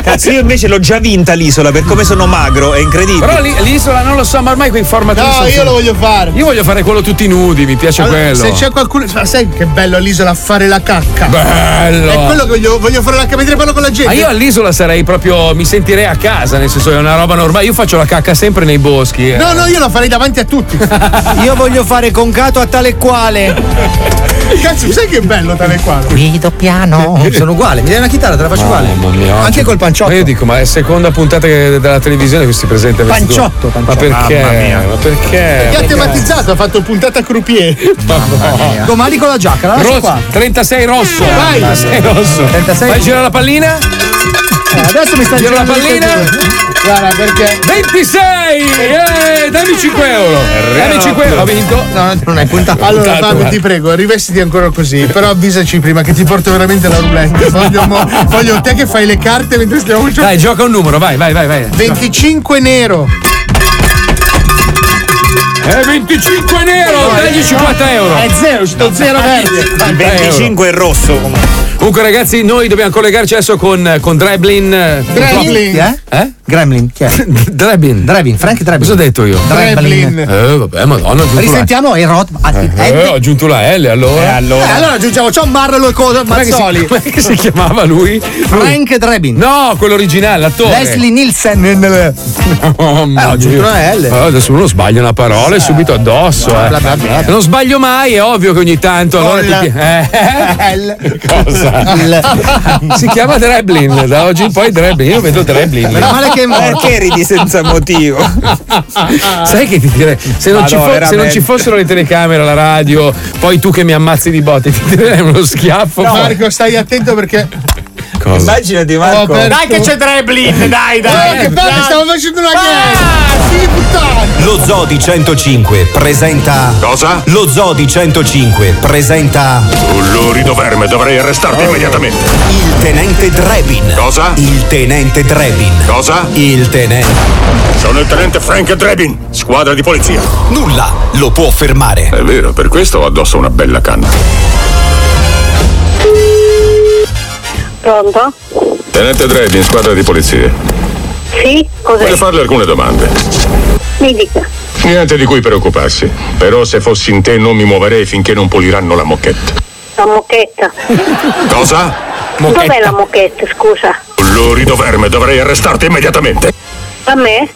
Cazzo, io invece l'ho già vinta l'isola per come sono magro, è incredibile.
Però lì- l'isola non lo so, ma ormai quei format
No, io lo voglio
fare. Io voglio fare quello tutti nudi, mi piace
Allora,
quello.
Se c'è qualcuno. Ma sai che bello all'isola fare la cacca?
Bello.
È quello che voglio, voglio fare la cacca mentre parlo con la
Ma
gente.
io all'isola sarei proprio. mi sentirei a casa, nel senso è una roba normale. Io faccio la cacca sempre nei boschi. eh.
No, no, io la farei davanti a tutti. io voglio fare concato a tale quale. Cazzo, sai che bello tale quale?
Guido piano. Ah. Sono uguale, mi dai una chitarra, te la faccio uguale.
Mamma mia.
Anche col panciotto.
Ma io dico, ma è seconda puntata che- della televisione che si presenta vestito-
Panciotto, panciotto.
Ma perché?
Mamma mia.
Ma perché?
Chi ha
Perché?
tematizzato ha fatto puntata croupier.
Mamma Ah, mia.
Domani con la giacca, la lascio
Rosso,
qua.
36 rosso.
Vai.
36 rosso.
36.
Vai girare la pallina.
Eh,
Adesso mi sta
Giro la
girando le
pallina.
tette. Guarda perché.
26! Eh, dammi 5 euro! Dammi 5 euro, ho vinto!
No, non hai puntato.
Allora,
Puntato,
Fabio,
eh.
ti prego, rivestiti ancora così. Però avvisaci prima che ti porto veramente la roulette. Voglio, mo- voglio te che fai le carte mentre stiamo giocando.
Dai, gioca un numero, vai, vai, vai, vai.
25 nero.
Eh, 25 nero, dagli 50 euro.
È zero, sto zero verde.
Il 25 è rosso comunque.
Comunque, ragazzi, noi dobbiamo collegarci adesso con, con Dreblin. eh,
Gremlin. Chi è?
Eh?
Gremlin, chi è?
Drebin.
Drebin, Frank Drebin.
Cosa ho detto io?
Dreblin.
Eh, vabbè, madonna, ho aggiunto
Risentiamo e Rod.
la- Eh, ho aggiunto la L allora.
Eh, allora aggiungiamo John Marlo e cosa
Com'è che si-
Mazzoli.
com'è che si chiamava lui?
Frank Drebin.
No, quello originale, l'attore.
Leslie Nielsen.
Oh, mio
aggiunto
Dio.
una L.
Ah, adesso uno sbaglia una parola e subito addosso. eh.
bla, bla, bla.
Non sbaglio mai, è ovvio che ogni tanto allora ti
Colla.
pi- eh. Cosa?
Il-
Si chiama Dreblin, da oggi in poi Dreblin, io vedo Dreblin.
Meno male che è morto.
Perché ridi senza motivo?
Sai che ti direi? Se non,
Ah,
Ma
ci,
no,
fo- se non
veramente.
ci fossero le telecamere, la radio, poi tu che mi ammazzi di botte, ti direi uno schiaffo.
Marco, stai attento perché.
Immaginati
Ho
Marco.
aperto-
Dai che c'è
Dreblin, dai, dai.
Eh, che bello,
Dai.
stavo facendo una gara.
Lo Zodi 105 presenta. Cosa? Lo Zodi 105 presenta.
Collurido verme, dovrei arrestarti immediatamente.
Il tenente Drebin. Cosa? Il tenente Drebin. Cosa? Il tenente.
Sono il tenente Frank Drebin, squadra di polizia.
Nulla lo può fermare.
È vero, per questo ho addosso una bella canna.
Pronto?
Tenente Drebin, squadra di polizia.
Sì? Cos'è?
Voglio farle alcune domande.
Mi dica.
Niente di cui preoccuparsi. Però se fossi in te non mi muoverei finché non puliranno la mocchetta.
La mochetta.
Cosa?
Dov'è la mochetta, scusa?
Collurido verme, dovrei arrestarti immediatamente.
A me?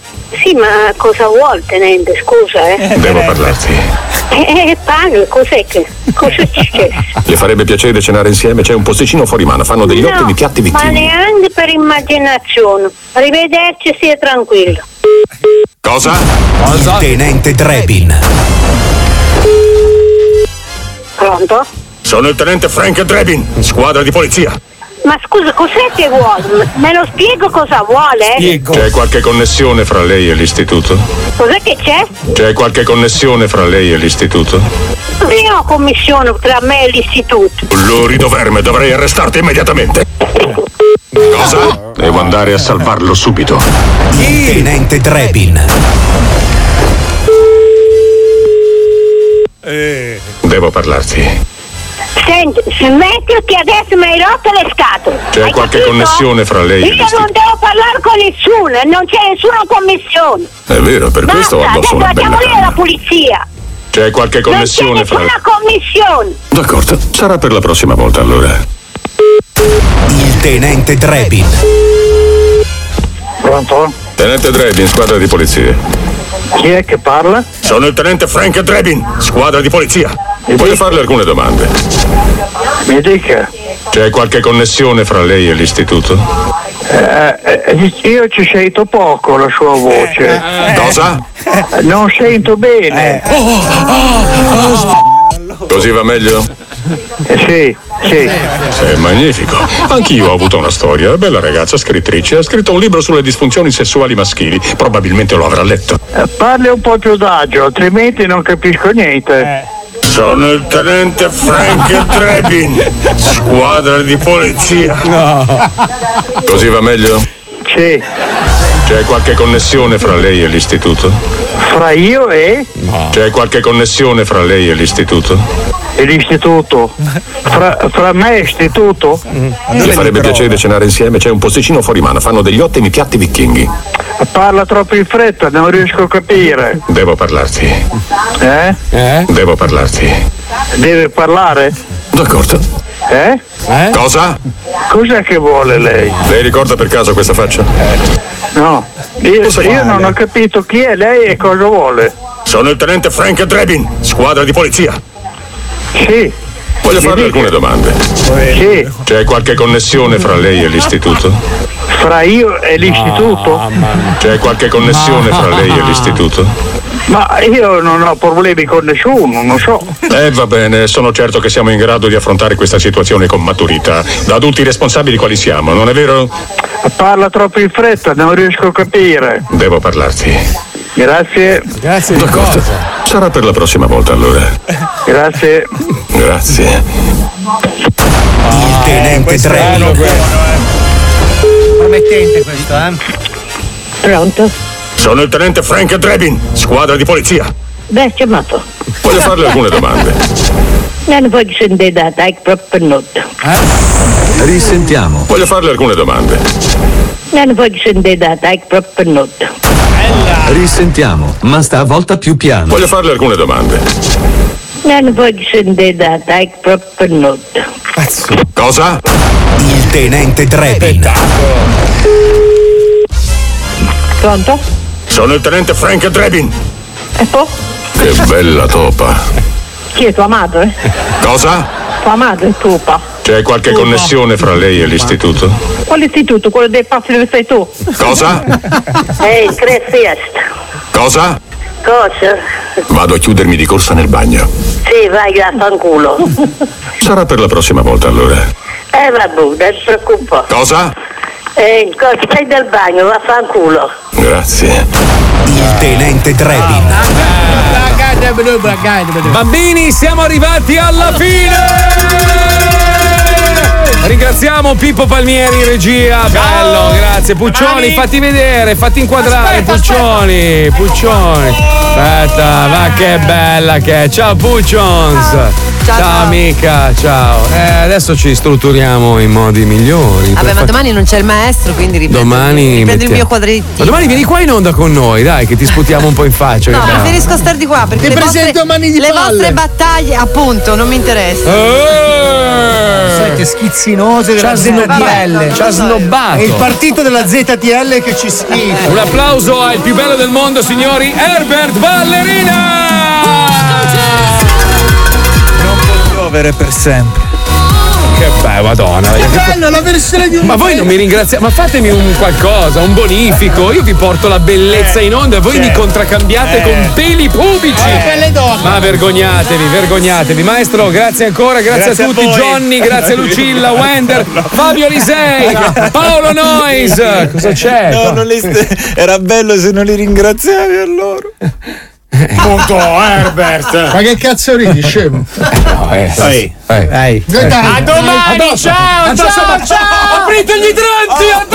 Sì, ma cosa vuol tenente, scusa, eh?
Devo parlarti.
Eh, eh, parli, cos'è che? Cosa c'è?
Le farebbe piacere cenare insieme? C'è un posticino fuori mano, fanno degli
No,
ottimi piatti
ma
vicini.
neanche per immaginazione. Arrivederci, stia tranquillo.
Cosa?
Il tenente Drebin.
Pronto?
Sono il tenente Frank Drebin, squadra di polizia.
Ma scusa, cos'è che vuole? Me lo spiego cosa vuole? eh?
C'è qualche connessione fra lei e l'istituto?
Cos'è che c'è?
C'è qualche connessione fra lei e l'istituto?
Prima commissione tra me e l'istituto.
Lurido verme, dovrei arrestarti immediatamente. Cosa? Devo andare a salvarlo subito.
Il tenente Drebin.
Eh. Devo parlarti.
Senti, smetti che adesso mi hai rotto le scatole.
C'è
Hai
qualche
capito?
connessione fra lei e
Io non devo parlare con nessuno, non c'è nessuna commissione.
È vero, per questo ho
Basta,
addosso
adesso
una bella
facciamo io
canna.
la polizia.
C'è qualche connessione
non c'è
fra...
nessuna commissione.
D'accordo, sarà per la prossima volta allora.
Il tenente Drebin.
Pronto? Tenente Drebin, squadra di polizia. Chi è che parla? Sono il tenente Frank Drebin, squadra di polizia. Voglio farle alcune domande. Mi dica. C'è qualche connessione fra lei e l'istituto?
Eh,
io ci sento poco la sua voce.
Cosa?
Eh,
Non sento bene.
Eh.
Così va meglio?
Sì, sì.
È magnifico. Anch'io ho avuto una storia. Una bella ragazza scrittrice ha scritto un libro sulle disfunzioni sessuali maschili. Probabilmente lo avrà letto.
Eh,
Parli un po' più d'agio, altrimenti non capisco niente.
Sono il tenente Frank Trebin, squadra di polizia. No. Così va meglio?
Sì.
C'è qualche connessione fra lei e l'istituto?
Fra io e,
C'è qualche connessione fra lei e l'istituto?
Eh, e l'istituto. Fra, fra me e istituto?
Mi farebbe piacere cenare insieme, c'è un posticino fuori mano, fanno degli ottimi piatti vichinghi.
Parla troppo in fretta, non riesco a capire.
Devo parlarti.
Eh?
Devo parlarti.
Deve parlare?
D'accordo.
Eh?
Cosa?
Cos'è che vuole lei?
Lei ricorda per caso questa faccia?
No, io, Cioè, io non ho capito chi è lei e cosa vuole.
Sono il tenente Frank Drebin, squadra di polizia.
Sì.
Voglio farle alcune domande.
Sì.
C'è qualche connessione fra lei e l'istituto?
Fra io e l'istituto?
C'è qualche connessione fra lei e l'istituto?
Ma io non ho problemi con nessuno, non so.
Eh va bene, sono certo che siamo in grado di affrontare questa situazione con maturità, da adulti responsabili quali siamo, non è vero?
Parla troppo in fretta, non riesco a capire.
Devo parlarti.
Grazie.
Grazie. D'accordo. Sarà per la prossima volta allora.
Grazie.
Grazie.
Il tenente Trebin.
eh. Promettente questo, eh?
Pronto? Sono il tenente Frank Drebin, squadra di polizia.
Beh, chiamato.
Voglio farle alcune domande.
Non voglio sentire da te, proprio per notte.
Eh?
Risentiamo. Voglio farle alcune domande.
Non voglio sentire da te, proprio per notte.
Risentiamo, ma stavolta più piano. Voglio farle alcune domande.
Non voglio sentire da te, proprio per notte.
Cosa?
Il tenente Trebin.
Pronto?
Sono il tenente Frank Drebin.
E poi?
Che bella topa.
Chi è tua madre?
Cosa?
Tua madre è tuo pa.
C'è qualche connessione fra lei e l'istituto?
Quale istituto? Quello dei pazzi dove sei tu?
Cosa?
Ehi, Cresiast.
Cosa?
Cosa?
Vado a chiudermi di corsa nel bagno.
Sì, vai a fanculo.
Sarà per la prossima volta allora.
Eh, vabbè, non ti preoccupo.
Cosa?
Eh, cosa stai del bagno, vaffanculo.
Grazie.
Il tenente Trebin.
Bambini, siamo arrivati alla fine! Ringraziamo Pippo Palmieri, regia. Bello, grazie. Puccioni, fatti vedere, fatti inquadrare. Puccioni, Puccioni. Aspetta, ma che bella che è. Ciao Puccions. Ciao, amica, ciao. Eh, adesso ci strutturiamo in modi migliori.
Vabbè,
per
ma
fa-
domani non c'è il maestro, quindi riprendo,
Domani
riprendo il
mettiamo-
mio quadrettino.
Ma domani Cioè, vieni qua in onda con noi, dai, che ti sputiamo un po' in faccia.
No,
che bello.
preferisco star di qua perché
Ti
le, vostre,
presento mani di
le
palle.
vostre battaglie, appunto, non mi interessano.
Eh! Siete schizzinose della
Ci ha snobbato,
ZTL.
non lo so io.
È il partito della ZTL che ci schifa.
Un applauso al più bello del mondo, signori, Herbert Ballerina!
Rovere per sempre.
Che bello, madonna.
Che
bello, la versione di un Ma voi non mi ringraziate, ma fatemi un qualcosa, un bonifico. Io vi porto la bellezza in onda e voi mi contraccambiate con
Eh.
peli pubici. Ma vergognatevi, vergognatevi. Maestro, grazie ancora, grazie,
Grazie
a
a
tutti.
voi.
Johnny, grazie a Lucilla, Wender, Fabio Lisei, Paolo Nois. Cosa c'è?
No, non li st- era bello se non li ringraziavi a loro. Punto Herbert.
Ma che cazzo ridi, scemo?
Ehi.
Dai, dai.
A domani,
Addosso.
ciao,
Addosso,
ciao,
addosso.
ciao.
Aprite gli idranti!